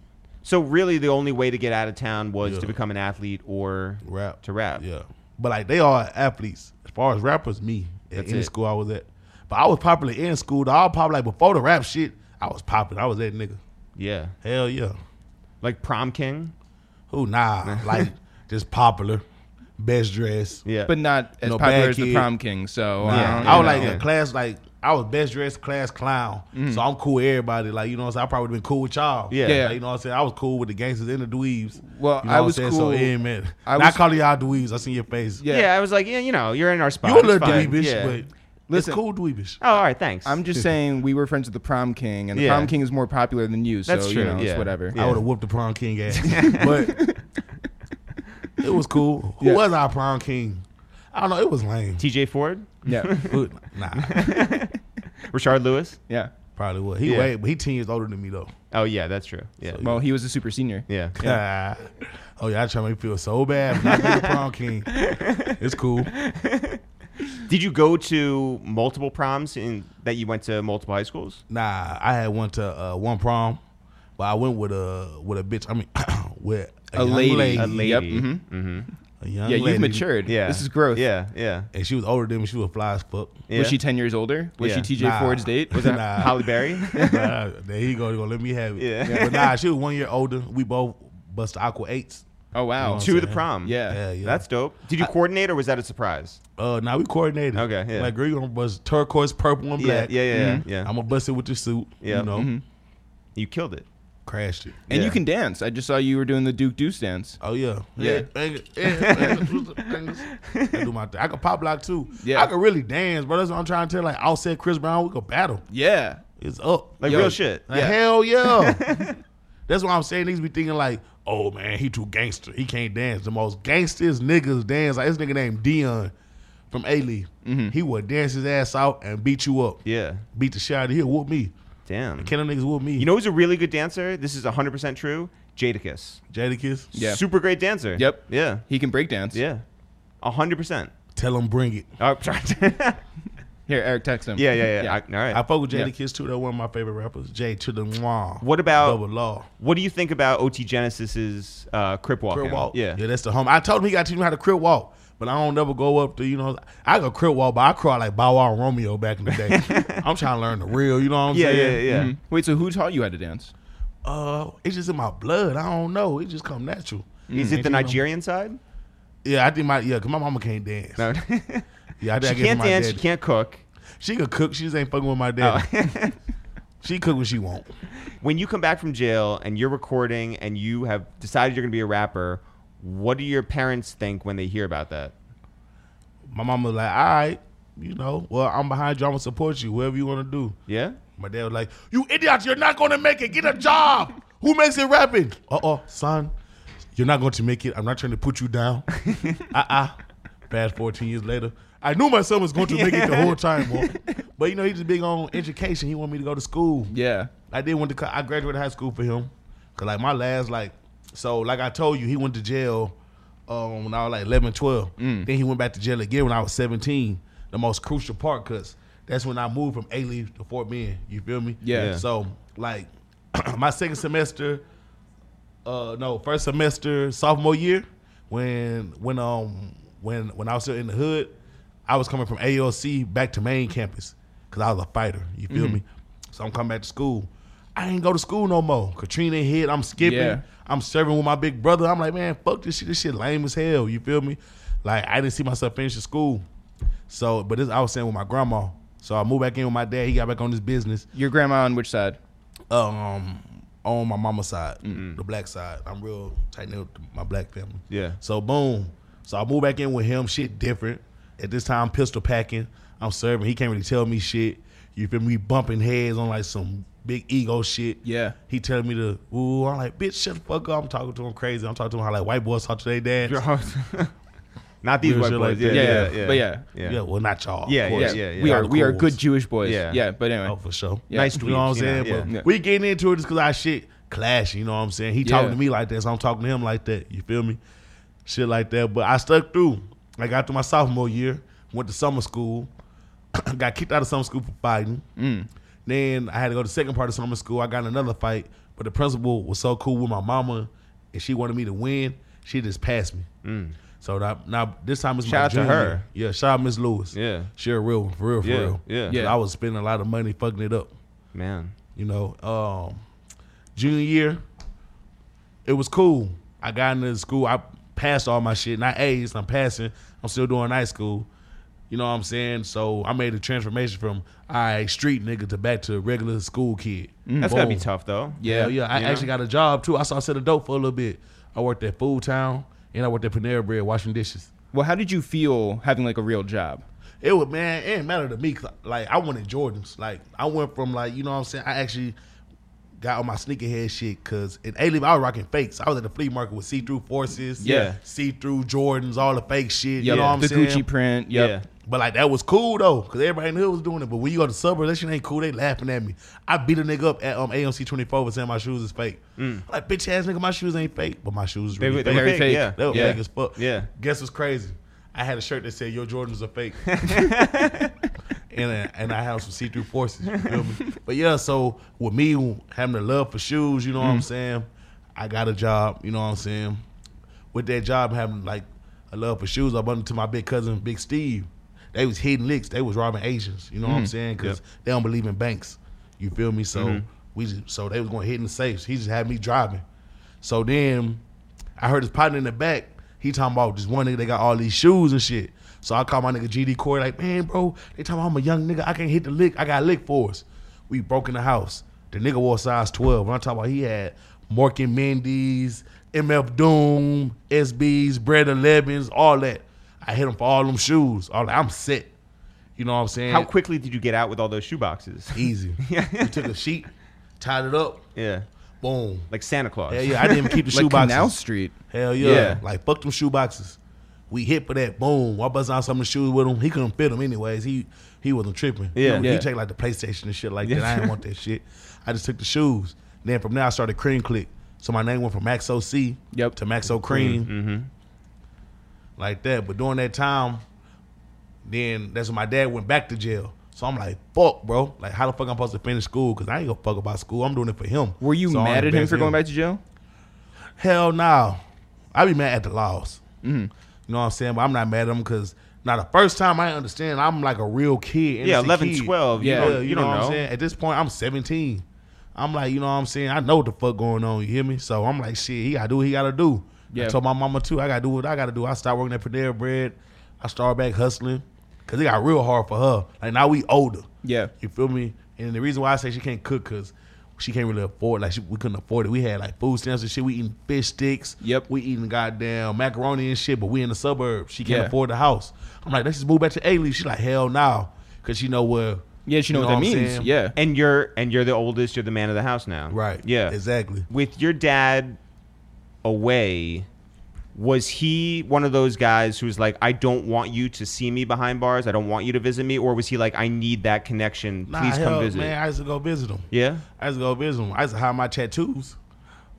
[SPEAKER 1] So really, the only way to get out of town was
[SPEAKER 3] Yeah.
[SPEAKER 1] to become an athlete or
[SPEAKER 3] Rap
[SPEAKER 1] to rap.
[SPEAKER 3] Yeah, but like they are athletes as far as rappers. Me at
[SPEAKER 1] That's
[SPEAKER 3] any
[SPEAKER 1] it.
[SPEAKER 3] school I was at, but I was popular in school. though. I was popular like before the rap shit. I was popular. I was that nigga.
[SPEAKER 1] Yeah.
[SPEAKER 3] Hell yeah.
[SPEAKER 1] Like prom king.
[SPEAKER 2] (laughs)
[SPEAKER 3] Who nah? like just popular, best dressed.
[SPEAKER 1] Yeah.
[SPEAKER 2] but not as
[SPEAKER 3] No
[SPEAKER 2] popular
[SPEAKER 3] bad
[SPEAKER 2] as the
[SPEAKER 3] kid.
[SPEAKER 2] prom king. So
[SPEAKER 1] Yeah.
[SPEAKER 2] I, don't,
[SPEAKER 3] I was
[SPEAKER 2] you
[SPEAKER 3] like
[SPEAKER 2] know.
[SPEAKER 3] a class like I was best dressed class clown. So I'm cool with everybody. Like, you know what I'm saying? I probably been cool with y'all.
[SPEAKER 1] Yeah.
[SPEAKER 2] Mm. Yeah.
[SPEAKER 3] Like, you know what I'm saying? I was cool with the gangsters and the dweebs.
[SPEAKER 2] Well,
[SPEAKER 3] you know
[SPEAKER 2] I
[SPEAKER 3] what
[SPEAKER 2] was
[SPEAKER 3] I'm saying?
[SPEAKER 2] cool-
[SPEAKER 3] So yeah, man.
[SPEAKER 2] I
[SPEAKER 3] Not
[SPEAKER 2] was-
[SPEAKER 3] calling y'all dweebs. I seen your face.
[SPEAKER 2] Yeah.
[SPEAKER 1] yeah. I was like, yeah, you know, you're in our spot.
[SPEAKER 3] You a
[SPEAKER 1] It's
[SPEAKER 3] little
[SPEAKER 1] fine.
[SPEAKER 3] dweebish,
[SPEAKER 1] Yeah.
[SPEAKER 3] but
[SPEAKER 2] Listen.
[SPEAKER 3] it's cool dweebish.
[SPEAKER 1] Oh, all right. Thanks.
[SPEAKER 2] I'm just saying we were friends with the prom king, and the
[SPEAKER 1] Yeah.
[SPEAKER 2] prom king is more popular than you. So
[SPEAKER 1] That's
[SPEAKER 2] you
[SPEAKER 1] true,
[SPEAKER 2] know,
[SPEAKER 1] yeah.
[SPEAKER 2] it's whatever.
[SPEAKER 1] Yeah.
[SPEAKER 3] I would have whooped the prom
[SPEAKER 2] (laughs)
[SPEAKER 3] king ass. but it was cool. Who
[SPEAKER 2] Yeah.
[SPEAKER 3] was our prom king? I don't know. It
[SPEAKER 2] (laughs)
[SPEAKER 3] was lame.
[SPEAKER 1] TJ Ford,
[SPEAKER 2] Yeah, (laughs)
[SPEAKER 3] Who- nah,
[SPEAKER 1] Richard Lewis.
[SPEAKER 2] yeah.
[SPEAKER 3] probably was. He
[SPEAKER 1] Yeah.
[SPEAKER 3] way, but he ten years older than me though.
[SPEAKER 1] Oh yeah, that's true. Yeah.
[SPEAKER 2] Well, he was a super senior.
[SPEAKER 1] (laughs) yeah.
[SPEAKER 3] (laughs) oh yeah, I try to make me feel so bad. for Not being the
[SPEAKER 1] (laughs)
[SPEAKER 3] prom king. It's cool.
[SPEAKER 1] Did you go to multiple proms in that you went to multiple high schools?
[SPEAKER 3] Nah, I had one to uh, one prom, but I went with a with a bitch. I mean, (coughs) with a,
[SPEAKER 2] A
[SPEAKER 3] young
[SPEAKER 2] lady.
[SPEAKER 1] A
[SPEAKER 2] Yep,
[SPEAKER 1] lady.
[SPEAKER 2] mhm.
[SPEAKER 3] A young
[SPEAKER 2] Yeah,
[SPEAKER 3] lady.
[SPEAKER 2] you've matured.
[SPEAKER 1] Yeah.
[SPEAKER 2] this is growth.
[SPEAKER 1] Yeah. Yeah.
[SPEAKER 3] And she was older than me. She was fly as fuck.
[SPEAKER 1] yeah.
[SPEAKER 2] Was she ten years older? Was
[SPEAKER 1] Yeah.
[SPEAKER 2] she TJ
[SPEAKER 3] Nah.
[SPEAKER 2] Ford's date?
[SPEAKER 3] (laughs)
[SPEAKER 2] Was
[SPEAKER 1] that
[SPEAKER 2] that?
[SPEAKER 3] Nah.
[SPEAKER 1] Holly (laughs) Berry?
[SPEAKER 3] (laughs) Nah, there you go. You gonna let me have it?
[SPEAKER 1] Yeah.
[SPEAKER 3] But nah, she was one year older. We both bust aqua eights.
[SPEAKER 2] Oh wow.
[SPEAKER 3] Two-
[SPEAKER 1] to the prom.
[SPEAKER 2] Yeah.
[SPEAKER 3] Yeah, yeah.
[SPEAKER 1] That's dope. Did you coordinate or was that a surprise?
[SPEAKER 3] Uh, now we coordinated.
[SPEAKER 1] Okay, yeah.
[SPEAKER 3] Like, girl, you gonna bust turquoise, purple, and black.
[SPEAKER 1] Yeah, yeah, yeah,
[SPEAKER 2] Mhm.
[SPEAKER 1] yeah.
[SPEAKER 3] Mm-hmm. I'm gonna bust it with your suit.
[SPEAKER 1] Yeah.
[SPEAKER 3] You know,
[SPEAKER 1] you killed it.
[SPEAKER 3] crashed it.
[SPEAKER 2] And
[SPEAKER 1] Yeah.
[SPEAKER 2] you can dance. I just saw you were doing the Duke Deuce dance.
[SPEAKER 3] Oh yeah,
[SPEAKER 2] Yeah.
[SPEAKER 3] Fingers,
[SPEAKER 1] (laughs)
[SPEAKER 3] yeah, fingers, twist the fingers. I do my thing. I can pop lock too.
[SPEAKER 2] Yeah.
[SPEAKER 3] I can really dance, bro. That's what I'm trying to tell. you. Like Offset, Chris Brown, we could battle.
[SPEAKER 2] Yeah.
[SPEAKER 3] It's up.
[SPEAKER 1] Like
[SPEAKER 2] Yo,
[SPEAKER 1] real shit.
[SPEAKER 3] Like,
[SPEAKER 1] (laughs)
[SPEAKER 3] Hell yeah. That's why I'm saying these be thinking like, oh man, he too gangster. He can't dance. The most gangsters niggas dance. Like this nigga named Dion from A League. He would dance his ass out and beat you up.
[SPEAKER 1] Mm-hmm. Yeah.
[SPEAKER 3] Beat the shit out of here. Whoop me.
[SPEAKER 1] Damn.
[SPEAKER 3] Can them niggas whoop me?
[SPEAKER 1] You know who's a really good dancer? This is 100% true. Jadakiss.
[SPEAKER 3] Jadakiss.
[SPEAKER 2] Yeah.
[SPEAKER 1] Super great dancer.
[SPEAKER 2] Yep.
[SPEAKER 1] Yeah.
[SPEAKER 2] He can break dance.
[SPEAKER 1] Yeah. 100%.
[SPEAKER 3] Tell him bring it.
[SPEAKER 1] Oh, sorry. (laughs) yeah,
[SPEAKER 2] Here, Eric, text him.
[SPEAKER 1] yeah, yeah. I- all right.
[SPEAKER 3] I fuck with
[SPEAKER 2] Yeah.
[SPEAKER 3] Jadakiss too. They're one of my favorite rappers. J to the mwah.
[SPEAKER 1] What about-
[SPEAKER 3] Double Law?
[SPEAKER 1] what do you think about OT Genesis's uh, crip walk?
[SPEAKER 3] Crip walk.
[SPEAKER 1] Yeah.
[SPEAKER 3] yeah, that's the home. I told him he got to teach me how to crip walk, but I don't never go up to you know. I go crip walk, but I crawl like Bow Wow and Romeo back in the day.
[SPEAKER 1] (laughs)
[SPEAKER 3] I'm trying to learn the real. You know what I'm Mm-hmm.
[SPEAKER 1] Yeah, yeah,
[SPEAKER 3] saying?
[SPEAKER 1] yeah.
[SPEAKER 2] Mhm. Wait, so who taught you how to dance?
[SPEAKER 3] Uh, it's just in my blood. I don't know. It just come natural.
[SPEAKER 1] Is it the Nigerian side?
[SPEAKER 3] Yeah, I think my yeah, cause my mama can't
[SPEAKER 1] (laughs)
[SPEAKER 3] dance.
[SPEAKER 1] No. she
[SPEAKER 3] Yeah, I think I get
[SPEAKER 1] can't
[SPEAKER 3] my
[SPEAKER 1] dance.
[SPEAKER 3] daddy.
[SPEAKER 1] She can't Oh. cook.
[SPEAKER 3] She could cook. She just ain't fucking with my daddy. (laughs) she cook what she want.
[SPEAKER 1] When you come back from jail and you're recording and you have decided you're going to be a rapper, what do your parents think when they hear about that?
[SPEAKER 3] My mama was like, all right, you know, well, I'm behind you. I'm gonna support you, whatever you wanna do.
[SPEAKER 1] Yeah?
[SPEAKER 3] My dad was like, "You idiot! You're not gonna make it. Get a job. Who makes it rapping? Uh oh, son, you're not going to make it. I'm not trying to put you down. Uh uh Fast 14 years later, I knew my son was going to make it the whole time, boy. But you know, he's just big on education. He wanted me to go to school.
[SPEAKER 2] Yeah.
[SPEAKER 3] I did went to co- I graduated high school for him. Cause like my last like so like I told you he went to jail um, when I was like 11, 12. Then he went back to jail again when I was 17. The most crucial part cuz that's when I moved from A Leaf to Fort Bend. You feel me?
[SPEAKER 2] Yeah. Yeah.
[SPEAKER 3] So like (clears throat) my second semester uh no, first semester sophomore year when when um when when I was still in the hood, I was coming from AOC back to main campus cuz I was a fighter, you feel me? So I'm coming back to school. I ain't go to school no more. Katrina hit, I'm skipping.
[SPEAKER 2] Yeah.
[SPEAKER 3] I'm serving with my big brother. I'm like, man, fuck this shit. This shit lame as hell. You feel me? Like I didn't see myself finishing school. So, but this I was saying with my grandma. So I moved back in with my dad. He got back on his business.
[SPEAKER 2] Your grandma on which side?
[SPEAKER 3] Um, on my mama's side, the black side. I'm real tight knit with my black family.
[SPEAKER 1] Yeah.
[SPEAKER 3] So boom. So I moved back in with him. Shit different. At this time, pistol packing. I'm serving. He can't really tell me shit. You feel me? We Bumping heads on like some big ego shit.
[SPEAKER 2] Yeah.
[SPEAKER 3] He telling me to, ooh, I'm like, bitch, shut the fuck up. I'm talking to him crazy. I'm talking to him how like white boys talk to their dads.
[SPEAKER 1] Not these
[SPEAKER 3] Real
[SPEAKER 1] white
[SPEAKER 3] shit
[SPEAKER 1] boys.
[SPEAKER 3] like
[SPEAKER 1] yeah,
[SPEAKER 3] that.
[SPEAKER 1] yeah,
[SPEAKER 2] Yeah,
[SPEAKER 1] yeah,
[SPEAKER 2] but yeah.
[SPEAKER 1] yeah.
[SPEAKER 3] Yeah, well, not y'all.
[SPEAKER 1] (laughs)
[SPEAKER 3] of
[SPEAKER 1] Yeah,
[SPEAKER 3] course.
[SPEAKER 2] Yeah,
[SPEAKER 1] yeah,
[SPEAKER 2] we
[SPEAKER 1] yeah.
[SPEAKER 2] are we are
[SPEAKER 3] Cool
[SPEAKER 2] good
[SPEAKER 3] ones.
[SPEAKER 2] Jewish boys.
[SPEAKER 1] Yeah.
[SPEAKER 2] Yeah, but anyway,
[SPEAKER 3] Oh, for sure.
[SPEAKER 2] Yeah.
[SPEAKER 1] Nice
[SPEAKER 3] You know what I'm
[SPEAKER 1] tweets, you know,
[SPEAKER 3] saying? But
[SPEAKER 1] yeah.
[SPEAKER 3] we getting into it just because our shit clashing. You know what I'm saying? He talking
[SPEAKER 2] Yeah.
[SPEAKER 3] to me like that, so I'm talking to him like that. You feel me? Shit like that. But I stuck through. I got through my sophomore year, went to summer school, (clears throat) got kicked out of summer school for fighting.
[SPEAKER 1] Mm.
[SPEAKER 3] Then I had to go to the second part of summer school. I got in another fight, but the principal was so cool with my mama, and she wanted me to win. She just passed me. So now, now this time it's
[SPEAKER 1] Mm. Shout
[SPEAKER 3] my
[SPEAKER 1] out to
[SPEAKER 3] junior
[SPEAKER 1] her.
[SPEAKER 3] year. Yeah, shout out Miss Lewis.
[SPEAKER 1] Yeah.
[SPEAKER 3] she a real one, for real, for
[SPEAKER 1] Yeah,
[SPEAKER 3] real.
[SPEAKER 1] yeah.
[SPEAKER 3] 'Cause I was spending a lot of money fucking it up
[SPEAKER 1] Man.
[SPEAKER 3] you know. Um, junior year, it was cool. I got into the school. I passed all my shit. Not A's. I'm passing. I'm still doing high school. You know what I'm saying? So I made a transformation from I street nigga to back to regular school kid.
[SPEAKER 1] Mm. That's gotta be
[SPEAKER 3] Boom.
[SPEAKER 1] tough though.
[SPEAKER 2] Yeah.
[SPEAKER 3] Hell yeah. I
[SPEAKER 1] You
[SPEAKER 3] actually got a job too. I saw I said a dope for a little bit. I worked at Food Town and I worked at Panera Bread washing dishes.
[SPEAKER 2] Well, how did you feel having like a real job?
[SPEAKER 3] It was man, it didn't matter to me. 'cause, Like I wanted Jordans. Like I went from like you know what I'm saying. I actually got on my sneakerhead shit because in A League I was rocking fakes. I was at the flea market with see through forces,
[SPEAKER 2] Yeah.
[SPEAKER 3] see through Jordans, all the fake shit.
[SPEAKER 2] Yep.
[SPEAKER 3] You know what I'm
[SPEAKER 2] the
[SPEAKER 3] saying?
[SPEAKER 2] Gucci print.
[SPEAKER 1] Yeah.
[SPEAKER 2] Yep.
[SPEAKER 3] But like that was cool though, cause everybody in the hood was doing it. But when you go to suburbs, that shit ain't cool. They laughing at me. I beat a nigga up at um, AMC 24 for saying my shoes is fake. I'm like bitch ass nigga, my shoes ain't fake, but my shoes
[SPEAKER 1] Mm. They
[SPEAKER 3] really
[SPEAKER 1] were
[SPEAKER 3] fake.
[SPEAKER 1] they were
[SPEAKER 2] Very
[SPEAKER 1] fake,
[SPEAKER 2] fake.
[SPEAKER 1] yeah.
[SPEAKER 3] That was
[SPEAKER 2] Yeah.
[SPEAKER 3] fake as fuck.
[SPEAKER 1] Yeah.
[SPEAKER 3] Guess what's crazy? I had a shirt that said "Your Jordans
[SPEAKER 1] (laughs)
[SPEAKER 3] are fake," and uh, and I have some see-through forces. You feel me? But yeah, so with me having a love for shoes, you know what
[SPEAKER 1] Mm-hmm.
[SPEAKER 3] I'm saying? I got a job. You know what I'm saying? With that job, having like a love for shoes, I bumped into my big cousin, Big Steve. They was hitting licks. They was robbing Asians. You know
[SPEAKER 1] Mm-hmm.
[SPEAKER 3] what I'm saying? Because they don't believe in banks. You feel me? So we just, so they was going to hit in the safes. He just had me driving. So then I heard his partner in the back. He talking about just one nigga that got all these shoes and shit. So I called my nigga GD Corey like, man, bro, they talking about I'm a young nigga. I can't hit the lick. I got lick for us. We broke in the house. The nigga wore size 12. When I'm talking about he had Morgan Mendes, MF Doom, SBs, Bread 11s, all that. I hit him for all them shoes. All that. I'm set. You know what I'm saying?
[SPEAKER 1] How quickly did you get out with all those shoe boxes?
[SPEAKER 3] Easy. we took a sheet, tied it up,
[SPEAKER 1] (laughs) Yeah.
[SPEAKER 3] boom.
[SPEAKER 1] Like Santa Claus.
[SPEAKER 3] Yeah, yeah. I didn't even keep the shoe
[SPEAKER 2] (laughs) Like
[SPEAKER 3] boxes.
[SPEAKER 2] Canal Street.
[SPEAKER 3] Hell yeah.
[SPEAKER 2] Yeah.
[SPEAKER 3] Like, fuck them shoe boxes. We hit for that. Boom. I bust out some of the shoes with him. He couldn't fit them anyways. He he wasn't tripping. You
[SPEAKER 1] Yeah.
[SPEAKER 3] know,
[SPEAKER 2] Yeah.
[SPEAKER 3] He take like the PlayStation and shit like
[SPEAKER 2] (laughs)
[SPEAKER 3] that. I didn't want that shit. I just took the shoes. Then from there, I started Cream Click. So my name went from Max OC
[SPEAKER 2] Yep. Mm-hmm.
[SPEAKER 3] to Max O Cream. Like that. But during that time, then that's when my dad went back to jail. So I'm like, fuck, bro. Like, how the fuck I'm supposed to finish school? Because I ain't gonna fuck about school. I'm doing it for him.
[SPEAKER 2] Were you
[SPEAKER 3] So I'm
[SPEAKER 2] mad at him
[SPEAKER 3] embarrassed
[SPEAKER 2] for going back to jail?
[SPEAKER 3] Hell no. I be mad at the laws.
[SPEAKER 1] Mm-hmm.
[SPEAKER 3] You know what I'm saying? But I'm not mad at them because now the first time I understand, I'm like a real kid.
[SPEAKER 1] Yeah,
[SPEAKER 3] innocent
[SPEAKER 1] 11,
[SPEAKER 3] kid.
[SPEAKER 1] 12, you
[SPEAKER 3] Yeah,
[SPEAKER 1] don't-
[SPEAKER 3] you,
[SPEAKER 1] you
[SPEAKER 3] know,
[SPEAKER 1] don't
[SPEAKER 3] what
[SPEAKER 1] know.
[SPEAKER 3] I'm saying? At this point, I'm 17. I'm like, you know what I'm saying? I know what the fuck going on. You hear me? So I'm like, shit, he gotta do what he gotta do.
[SPEAKER 2] Yeah.
[SPEAKER 3] I told my mama too, I gotta do what I gotta do. I start working at Panera Bread. I start back hustling. Cause it got real hard for her. Like now we older.
[SPEAKER 2] Yeah.
[SPEAKER 3] You feel me? And the reason why I say she can't cook because she can't really afford. Like she, we couldn't afford it. We had like food stamps and shit. We eating fish sticks.
[SPEAKER 2] Yep.
[SPEAKER 3] We eating goddamn macaroni and shit. But we in the suburbs. She can't
[SPEAKER 2] Yeah.
[SPEAKER 3] afford the house. I'm like, let's just move back to A Leaf. She like, hell no, because she know where.
[SPEAKER 2] Yeah, you know, what that
[SPEAKER 3] I'm
[SPEAKER 2] means.
[SPEAKER 3] saying?
[SPEAKER 2] Yeah.
[SPEAKER 1] And you're and you're the oldest, you're the man of the house now.
[SPEAKER 3] Right.
[SPEAKER 1] Yeah.
[SPEAKER 3] Exactly.
[SPEAKER 1] With your dad away, was he one of those guys who's like, I don't want you to see me behind bars, I don't want you to visit me, or was he like, I need that connection,
[SPEAKER 3] Nah,
[SPEAKER 1] please
[SPEAKER 3] hell,
[SPEAKER 1] come visit?
[SPEAKER 3] Man, I used to go visit them.
[SPEAKER 1] Yeah?
[SPEAKER 3] I used to go visit them. I used to hide my tattoos.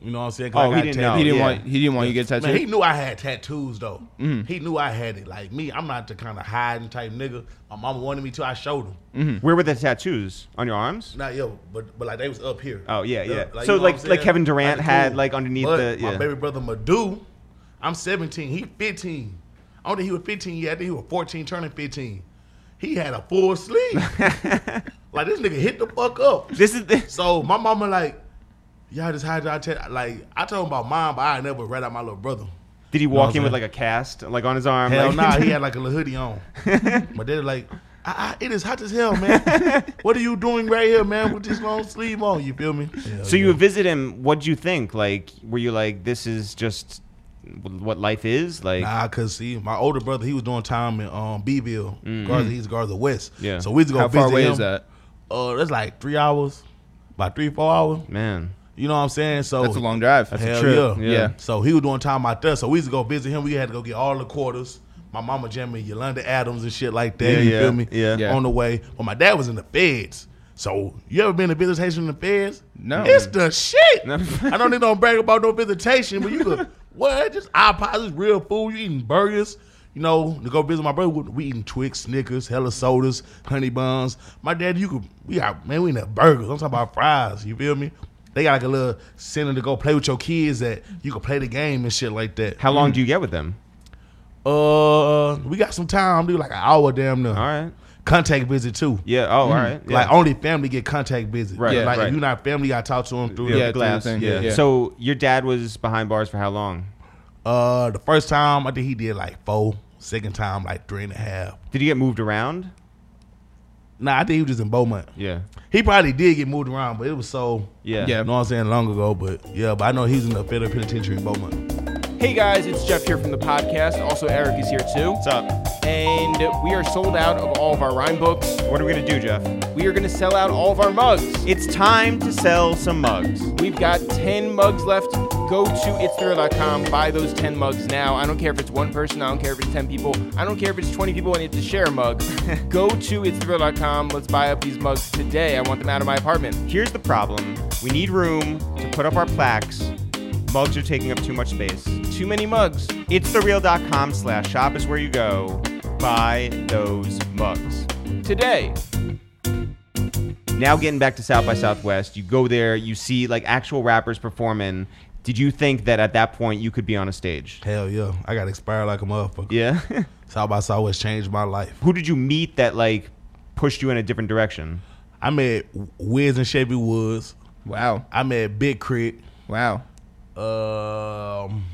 [SPEAKER 3] You know what I'm saying?
[SPEAKER 1] Oh,
[SPEAKER 3] 'Cause
[SPEAKER 1] he
[SPEAKER 3] I got
[SPEAKER 1] didn't
[SPEAKER 3] tattoos.
[SPEAKER 1] know.
[SPEAKER 2] he didn't
[SPEAKER 1] yeah.
[SPEAKER 2] want he didn't want you to get
[SPEAKER 3] Man, he
[SPEAKER 2] tattooed.
[SPEAKER 3] knew I had tattoos though.
[SPEAKER 1] Mm.
[SPEAKER 3] He knew I had it. Like me, I'm not the kind of hiding type nigga. My mama wanted me to. I showed him.
[SPEAKER 1] Where were the tattoos? On your arms?
[SPEAKER 3] Not yo, but but like they was up here.
[SPEAKER 1] Oh, yeah, yeah. So,
[SPEAKER 3] you know
[SPEAKER 1] like-
[SPEAKER 3] what I'm
[SPEAKER 1] like
[SPEAKER 3] saying?
[SPEAKER 1] Kevin Durant
[SPEAKER 3] Like,
[SPEAKER 1] had, like, underneath
[SPEAKER 3] But
[SPEAKER 1] the- yeah.
[SPEAKER 3] My baby brother Madu, I'm 17. He 15. I don't think he was 15 yet. I think he was 14, turning 15. He had a
[SPEAKER 1] (laughs)
[SPEAKER 3] full sleeve. like this nigga hit the fuck up.
[SPEAKER 1] This is the
[SPEAKER 3] So my mama like, y'all just hide y'all tat. Like I told him about mine, but I never read out my little brother.
[SPEAKER 1] Did he walk
[SPEAKER 3] No,
[SPEAKER 1] in with
[SPEAKER 3] man.
[SPEAKER 1] like a cast, like on his arm?
[SPEAKER 3] Hell
[SPEAKER 1] like,
[SPEAKER 3] nah, (laughs)
[SPEAKER 1] (laughs)
[SPEAKER 3] he had like a little hoodie on. My dad like, ah, ah, it is hot as hell, (laughs) man. what are you doing right here, man, with this long sleeve on? You feel me? Hell
[SPEAKER 1] so you
[SPEAKER 3] yeah.
[SPEAKER 1] would visit him. What would you think? Like, were you like, this is just what life is? Like,
[SPEAKER 3] Nah, cause see, my older brother, he was doing time in um Beeville, Garza, he's Garza West.
[SPEAKER 1] Yeah.
[SPEAKER 3] So we just go
[SPEAKER 2] Mm-hmm. How
[SPEAKER 3] visit
[SPEAKER 2] far away
[SPEAKER 3] him.
[SPEAKER 2] is that?
[SPEAKER 3] Uh, that's like three hours, about three four hours.
[SPEAKER 1] man,
[SPEAKER 3] You know what I'm saying? So
[SPEAKER 2] That's a long drive.
[SPEAKER 3] That's a Hell trip.
[SPEAKER 1] yeah.
[SPEAKER 2] Yeah.
[SPEAKER 1] Yeah.
[SPEAKER 3] So he was doing time out there. So we used to go visit him. We had to go get all the quarters. My mama jamming Yolanda Adams and shit like that.
[SPEAKER 1] Yeah,
[SPEAKER 3] you
[SPEAKER 1] yeah,
[SPEAKER 3] feel me?
[SPEAKER 1] yeah.
[SPEAKER 2] Yeah.
[SPEAKER 3] On the way. But my dad was in the feds. So you ever been to visitation in the feds?
[SPEAKER 2] No.
[SPEAKER 3] It's
[SPEAKER 1] (laughs)
[SPEAKER 3] the shit. I know they don't brag about no visitation, but you could what? Just iPods, just real food. You eating burgers. You know, to go visit my brother, we- we eating Twix, Snickers, hella sodas, honey buns. My dad, you could, we got, man, we in the burgers. I'm talking about fries, you feel me? They got like a little center to go play with your kids that you can play the game and shit like that.
[SPEAKER 1] how long do you get with them?
[SPEAKER 3] Uh, we got some time, dude, like an hour damn near.
[SPEAKER 1] All right.
[SPEAKER 3] Contact visit too.
[SPEAKER 1] Yeah. Oh, all right. Yeah.
[SPEAKER 3] Hmm. Like only family get contact visit.
[SPEAKER 1] Right,
[SPEAKER 3] Like
[SPEAKER 1] right.
[SPEAKER 3] if you not family, I talk to them through
[SPEAKER 2] Yeah,
[SPEAKER 3] the
[SPEAKER 2] through the
[SPEAKER 3] glass.
[SPEAKER 2] thing.
[SPEAKER 3] Yeah.
[SPEAKER 2] Yeah.
[SPEAKER 1] So your dad was behind bars for how long?
[SPEAKER 3] Uh, the first time I think he did like four. Second time like three and a half.
[SPEAKER 1] Did he get moved around?
[SPEAKER 3] Nah, I think he was just in Beaumont.
[SPEAKER 1] Yeah.
[SPEAKER 3] He probably did get moved around, but it was so
[SPEAKER 1] Yeah.
[SPEAKER 2] Yeah.
[SPEAKER 3] You know what I'm saying? Long ago, but yeah, but I know he was in the federal penitentiary in Beaumont.
[SPEAKER 2] Hey guys, it's Jeff here from the podcast. Also, Eric is here too.
[SPEAKER 1] What's up?
[SPEAKER 2] And we are sold out of all of our rhyme books.
[SPEAKER 1] What are we gonna do, Jeff?
[SPEAKER 2] We are going to sell out all of our mugs.
[SPEAKER 1] It's time to sell some mugs.
[SPEAKER 2] We've got 10 mugs left. Go to itsthrill.com, buy those 10 mugs now. I don't care if it's one person, I don't care if it's 10 people, I don't care if it's 20 people and it's a
[SPEAKER 1] (laughs)
[SPEAKER 2] share mug. Go to itsthrill.com, let's buy up these mugs today. I want them out of my apartment.
[SPEAKER 1] Here's the problem: we need room to put up our plaques. Mugs are taking up too much space.
[SPEAKER 2] Too many mugs.
[SPEAKER 1] It's thereal.com slash shop is where you go. Buy those mugs.
[SPEAKER 2] Today.
[SPEAKER 1] Now getting back to South by Southwest, you go there, you see like actual rappers performing. Did you think that at that point you could be on a stage?
[SPEAKER 3] Hell yeah. I got expired like a motherfucker.
[SPEAKER 1] Yeah. (laughs)
[SPEAKER 3] South by Southwest changed my life.
[SPEAKER 1] Who did you meet that like pushed you in a different direction?
[SPEAKER 3] I met Wiz and Chevy Woods.
[SPEAKER 2] Wow.
[SPEAKER 3] I met Big Crit.
[SPEAKER 2] Wow.
[SPEAKER 3] Um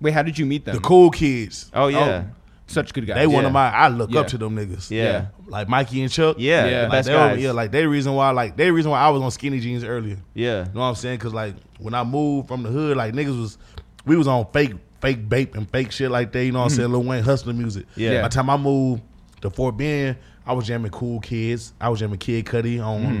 [SPEAKER 2] Wait, how did you meet them?
[SPEAKER 3] the cool kids.
[SPEAKER 1] Oh yeah.
[SPEAKER 2] Such good guys.
[SPEAKER 3] They one of my I look
[SPEAKER 2] Yeah.
[SPEAKER 3] up to them niggas.
[SPEAKER 1] Yeah.
[SPEAKER 3] Like Mikey and Chuck.
[SPEAKER 1] Yeah.
[SPEAKER 2] Yeah.
[SPEAKER 1] The
[SPEAKER 3] Like
[SPEAKER 1] best
[SPEAKER 3] they were-
[SPEAKER 1] guys.
[SPEAKER 3] yeah, like they reason why like they reason why I was on skinny jeans earlier.
[SPEAKER 1] yeah.
[SPEAKER 3] You know what I'm saying? Cause like when I moved from the hood, like niggas was we was on fake fake bape and fake shit like that. You know what I'm saying? Lil Wayne hustler music.
[SPEAKER 1] Hmm. Yeah.
[SPEAKER 3] By the time I moved to Fort Bend, I was jamming Cool Kids. I was jamming Kid Cudi on.
[SPEAKER 1] Hmm.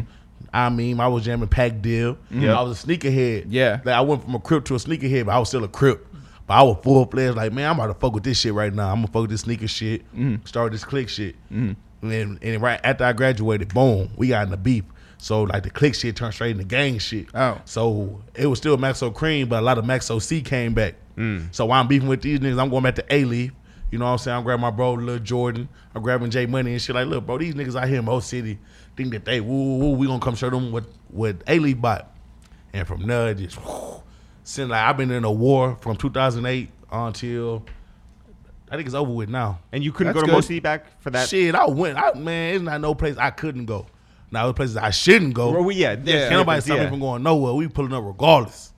[SPEAKER 3] I mean, I was jamming Pac Dill. I was a sneakerhead.
[SPEAKER 2] Yeah.
[SPEAKER 3] Like I went from a crip to a sneakerhead, but I was still a crip. But I was full fledged, like, man, I'm about to fuck with this shit right now. I'm gonna fuck with this sneaker shit. Start this click shit. And, then- and right after I graduated, boom, we got in the beef. So like the click shit turned straight into gang shit.
[SPEAKER 2] Oh.
[SPEAKER 3] So it was still Maxo Cream, but a lot of Maxo C came back. So while I'm beefing with these niggas, I'm going back to A League. You know what I'm saying? I'm grabbing my bro, Lil Jordan. I'm grabbing Jay Money and shit. Like, look, bro, these niggas out here in Mo City think that they, woo, woo, woo, we gonna come show them what, what A League bought. And from there, it just, whew, since like I've been in a war from 2008 until, I think it's over with now.
[SPEAKER 1] And you couldn't
[SPEAKER 2] That's
[SPEAKER 1] go to
[SPEAKER 2] good.
[SPEAKER 1] Mo City back for that.
[SPEAKER 3] Shit, I went. I, man, it's not no place I couldn't go. Now, there's places I shouldn't go.
[SPEAKER 1] Well, we- yeah, there's
[SPEAKER 3] Can't nobody
[SPEAKER 1] difference,
[SPEAKER 3] stop
[SPEAKER 1] yeah.
[SPEAKER 3] me from going nowhere. We pulling up regardless,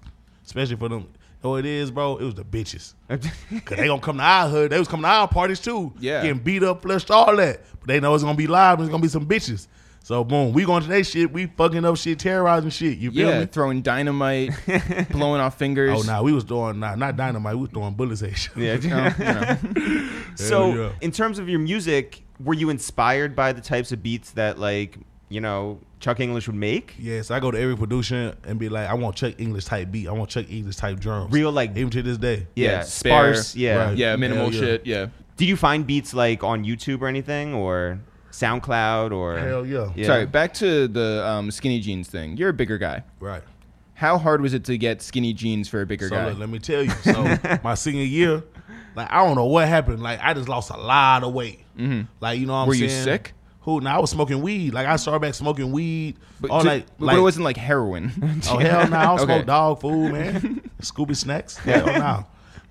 [SPEAKER 3] especially for them. Oh, it is, bro. It was
[SPEAKER 1] (laughs)
[SPEAKER 3] the bitches. Cause they gonna come to our hood. They was coming to our parties too.
[SPEAKER 2] Yeah.
[SPEAKER 3] getting beat up, flushed, all that. But they know it's gonna be live. and It's gonna be some bitches. So boom, we going to that shit. We fucking up shit, terrorizing shit. You feel
[SPEAKER 2] Yeah,
[SPEAKER 3] me?
[SPEAKER 2] throwing dynamite, blowing off fingers.
[SPEAKER 3] Oh, nah, we was doing nah, not dynamite. We was doing bullets at shit.
[SPEAKER 1] yeah.
[SPEAKER 2] No, no.
[SPEAKER 1] (laughs) So,
[SPEAKER 3] yeah.
[SPEAKER 1] in terms of your music, were you inspired by the types of beats that, like, you know, Chuck English would make?
[SPEAKER 3] (laughs) Yeah, so I go to every producer and be like, I want Chuck English type beat. I want Chuck English type drums.
[SPEAKER 1] Real, like-
[SPEAKER 3] even to this day.
[SPEAKER 1] Yeah,
[SPEAKER 2] Yeah, spare,
[SPEAKER 1] sparse. Yeah.
[SPEAKER 3] right.
[SPEAKER 2] yeah, minimal
[SPEAKER 3] Hell yeah.
[SPEAKER 2] shit. Yeah.
[SPEAKER 1] Did you find beats like on YouTube or anything, or SoundCloud, or
[SPEAKER 3] Hell yeah.
[SPEAKER 1] Yeah.
[SPEAKER 2] Sorry, back to the um, skinny jeans thing. You're a bigger guy.
[SPEAKER 3] Right.
[SPEAKER 2] How hard was it to get skinny jeans for a bigger
[SPEAKER 3] So
[SPEAKER 2] guy?
[SPEAKER 3] look, let me tell you.
[SPEAKER 2] (laughs)
[SPEAKER 3] So my senior year, like I don't know what happened. Like I just lost a lot of weight. Like you know what
[SPEAKER 2] Mm-hmm.
[SPEAKER 3] I'm
[SPEAKER 2] Were
[SPEAKER 3] saying?
[SPEAKER 2] you sick?
[SPEAKER 3] Who? Now I was smoking weed. Like I started back smoking weed.
[SPEAKER 2] but,
[SPEAKER 3] all
[SPEAKER 2] to-
[SPEAKER 3] oh, like,
[SPEAKER 2] but
[SPEAKER 3] like
[SPEAKER 2] it wasn't like heroin.
[SPEAKER 3] (laughs) Oh hell no! I don't
[SPEAKER 2] (laughs) Okay.
[SPEAKER 3] smoke dog food, man.
[SPEAKER 2] (laughs)
[SPEAKER 3] Scooby snacks, hell no.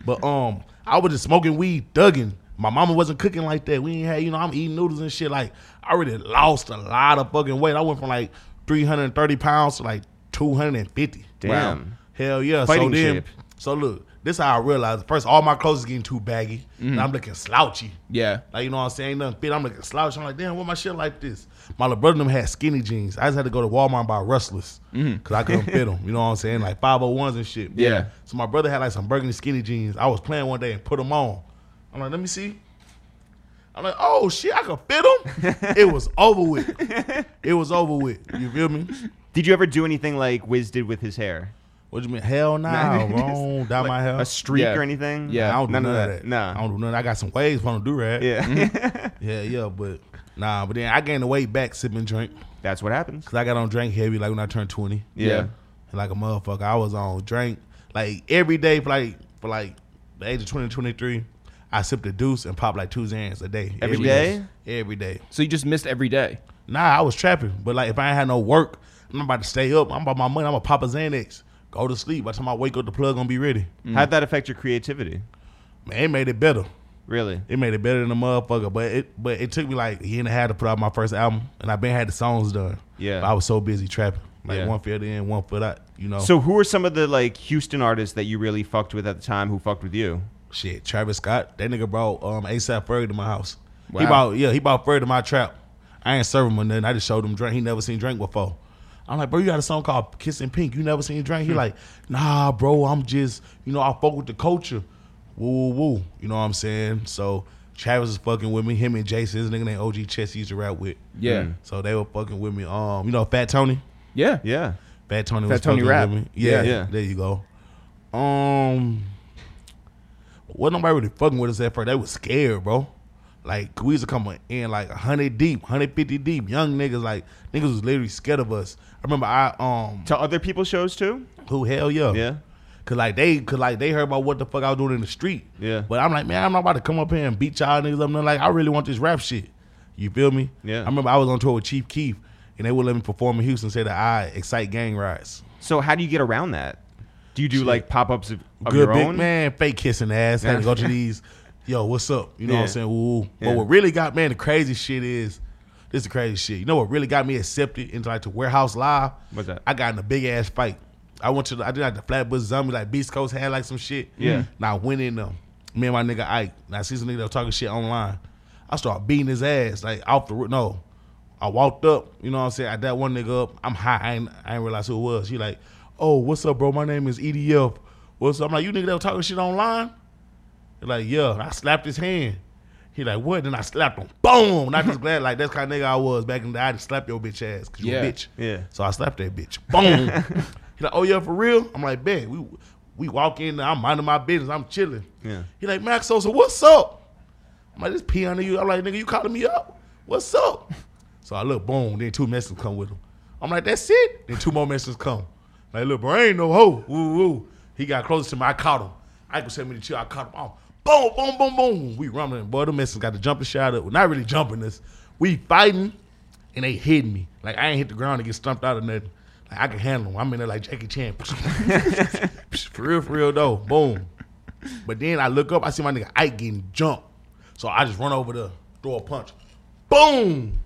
[SPEAKER 3] But um, I was just smoking weed, thugging. My mama wasn't cooking like that. We ain't had, you know, I'm eating noodles and shit. Like I already lost a lot of fucking weight. I went from like 330 pounds to like 250.
[SPEAKER 1] Damn.
[SPEAKER 3] Hell yeah.
[SPEAKER 1] Fighting
[SPEAKER 3] so then,
[SPEAKER 1] shape.
[SPEAKER 3] So look, this how I realized. First, all my clothes is getting too baggy, and I'm looking slouchy.
[SPEAKER 2] Yeah.
[SPEAKER 3] Like you know what I'm saying? Ain't nothing fit. I'm looking slouchy. I'm like, damn, what my shit like this? My little brother and them had skinny jeans. I just had to go to Walmart and buy rustlers because I couldn't fit them. You know what I'm saying? Like 501s and shit.
[SPEAKER 2] Yeah.
[SPEAKER 3] So my brother had like some burgundy skinny jeans. I was playing one day and put them on. I'm like, let me see. I'm like, oh shit, I could fit them. it was over with. It was over with. You feel me?
[SPEAKER 1] Did you ever do anything like Wiz did with his hair?
[SPEAKER 3] What you mean? Hell nah,
[SPEAKER 1] Nah,
[SPEAKER 3] wrong. Dye my hair.
[SPEAKER 1] A streak
[SPEAKER 2] Oh, Yeah.
[SPEAKER 1] or anything?
[SPEAKER 2] Yeah.
[SPEAKER 3] I don't do
[SPEAKER 1] None
[SPEAKER 3] none,
[SPEAKER 1] of
[SPEAKER 3] of
[SPEAKER 1] that.
[SPEAKER 3] that.
[SPEAKER 1] Nah.
[SPEAKER 3] I don't do nothing. I got some waves on do
[SPEAKER 1] (laughs)
[SPEAKER 3] rag.
[SPEAKER 1] Yeah.
[SPEAKER 2] Mm-hmm.
[SPEAKER 3] yeah, yeah. But nah, but then I gained the weight back sipping drink
[SPEAKER 1] (laughs) That's what happens.
[SPEAKER 3] because I got on drink heavy like when I turned twenty.
[SPEAKER 1] Yeah.
[SPEAKER 2] Yeah.
[SPEAKER 3] And like a motherfucker, I was on drink like every day for like for like the age of 20 to 23. I sipped a deuce and popped like two zans a day.
[SPEAKER 1] Every day?
[SPEAKER 3] Every day.
[SPEAKER 2] So you just missed every day.
[SPEAKER 3] Nah, I was trapping, but like if I ain't had no work, I'm about to stay up. I'm about my money. I'm gonna pop a Xanax, go to sleep. By the time I wake up, the plug gonna be ready.
[SPEAKER 2] Mm-hmm.
[SPEAKER 1] How'd that affect your creativity?
[SPEAKER 3] Man, it made it better.
[SPEAKER 1] Really?
[SPEAKER 3] It made it better than a motherfucker, but it but it took me like a year and a half to put out my first album, and I been had the songs done.
[SPEAKER 1] Yeah.
[SPEAKER 3] but I was so busy trapping, like
[SPEAKER 1] Yeah.
[SPEAKER 3] one foot in, one foot out. You know,
[SPEAKER 1] So who are some of the like Houston artists that you really fucked with at the time who fucked with you?
[SPEAKER 3] shit. Travis Scott, that nigga brought um ASAP Ferg to my house. He
[SPEAKER 2] Wow.
[SPEAKER 3] bought yeah, he bought Ferg to my trap. I ain't serving him or nothing. I just showed him drink. He never seen drink before. I'm like, bro, you got a song called Kissing Pink. You never seen drink. He
[SPEAKER 1] Hmm.
[SPEAKER 3] like, nah, bro. I'm just you know I fuck with the culture. Woo woo woo. You know what I'm saying? So. Travis was fucking with me. Him and Jason, his nigga named OG Chess, he used to rap with.
[SPEAKER 2] Yeah.
[SPEAKER 3] So they were fucking with me. Um, you know, Fat Tony.
[SPEAKER 2] Yeah.
[SPEAKER 1] Yeah.
[SPEAKER 3] Fat Tony
[SPEAKER 2] Fat
[SPEAKER 3] was
[SPEAKER 2] Tony
[SPEAKER 3] fucking
[SPEAKER 2] rap.
[SPEAKER 3] with me. Yeah,
[SPEAKER 1] Yeah.
[SPEAKER 3] There you go. Um, wasn't nobody really fucking with us at first. They was scared, bro. Like we used to come in like hundred deep, hundred fifty deep. Young niggas, like niggas was literally scared of us. I remember I um
[SPEAKER 1] To other people's shows too?
[SPEAKER 3] who hell yeah.
[SPEAKER 1] Yeah.
[SPEAKER 3] Cause like they, cause like they heard about what the fuck I was doing in the street.
[SPEAKER 1] Yeah.
[SPEAKER 3] But I'm like, man, I'm not about to come up here and beat y'all niggas up. Nothing like I really want this rap shit. You feel me?
[SPEAKER 1] Yeah.
[SPEAKER 3] I remember I was on tour with Chief Keef, and they would let me perform in Houston. Say that I excite gang rights.
[SPEAKER 1] So how do you get around that? Do you do like pop ups of, of
[SPEAKER 3] Good
[SPEAKER 1] your
[SPEAKER 3] big
[SPEAKER 1] own?
[SPEAKER 3] man, fake kissing ass. Had to
[SPEAKER 1] Yeah.
[SPEAKER 3] go
[SPEAKER 1] (laughs)
[SPEAKER 3] to these. Yo, what's up? You know what
[SPEAKER 1] Yeah.
[SPEAKER 3] I'm saying? Ooh.
[SPEAKER 1] Yeah.
[SPEAKER 3] But what really got man the crazy shit is this is the crazy shit. You know what really got me accepted into like the warehouse live?
[SPEAKER 1] What's that?
[SPEAKER 3] I got in a big ass fight. I went to the, I did like the Flatbush Zombie like Beast Coast had like some shit.
[SPEAKER 1] Yeah.
[SPEAKER 3] And I went in them. Me and my nigga Ike. And I see some nigga that was talking shit online. I start beating his ass like off the ro- no. I walked up, you know what I'm saying? I that one nigga up. I'm high. I ain't, I ain't realize who it was. He like, oh, what's up, bro? My name is EDF. What's up? I'm like, you nigga that was talking shit online? He like, yeah. And I slapped his hand. He like, what? Then I slapped him. Boom. Not just glad. Like, that's kind of nigga I was back in the day. I just slapped your bitch ass because you
[SPEAKER 2] Yeah.
[SPEAKER 3] a bitch.
[SPEAKER 1] Yeah.
[SPEAKER 3] So I slapped that bitch. Boom. he like, oh, yeah, for real? I'm like, bet. We, we walk in. I'm minding my business. I'm chilling.
[SPEAKER 1] Yeah.
[SPEAKER 3] He like, Max Sosa, what's up? I'm like, this pee under you. I'm like, nigga, you calling me up? What's up? So I look, boom. Then two messages come with him. I'm like, that's it. Then two more messages come. Like, look, bro, I ain't no hoe. Woo, woo. He got closer to me. I caught him. I could send me the chill. I caught him. Oh, boom, boom, boom, boom. We rumbling. Boy, the messages got the jumping shot up. Well, not really jumping us. We fighting, and they hitting me. Like, I ain't hit the ground to get stumped out of nothing. Like, I can handle them. I'm in there like Jackie Chan. (laughs) for real, for real, though. Boom. But then I look up, I see my nigga Ike getting jumped. So I just run over there, throw a punch. Boom!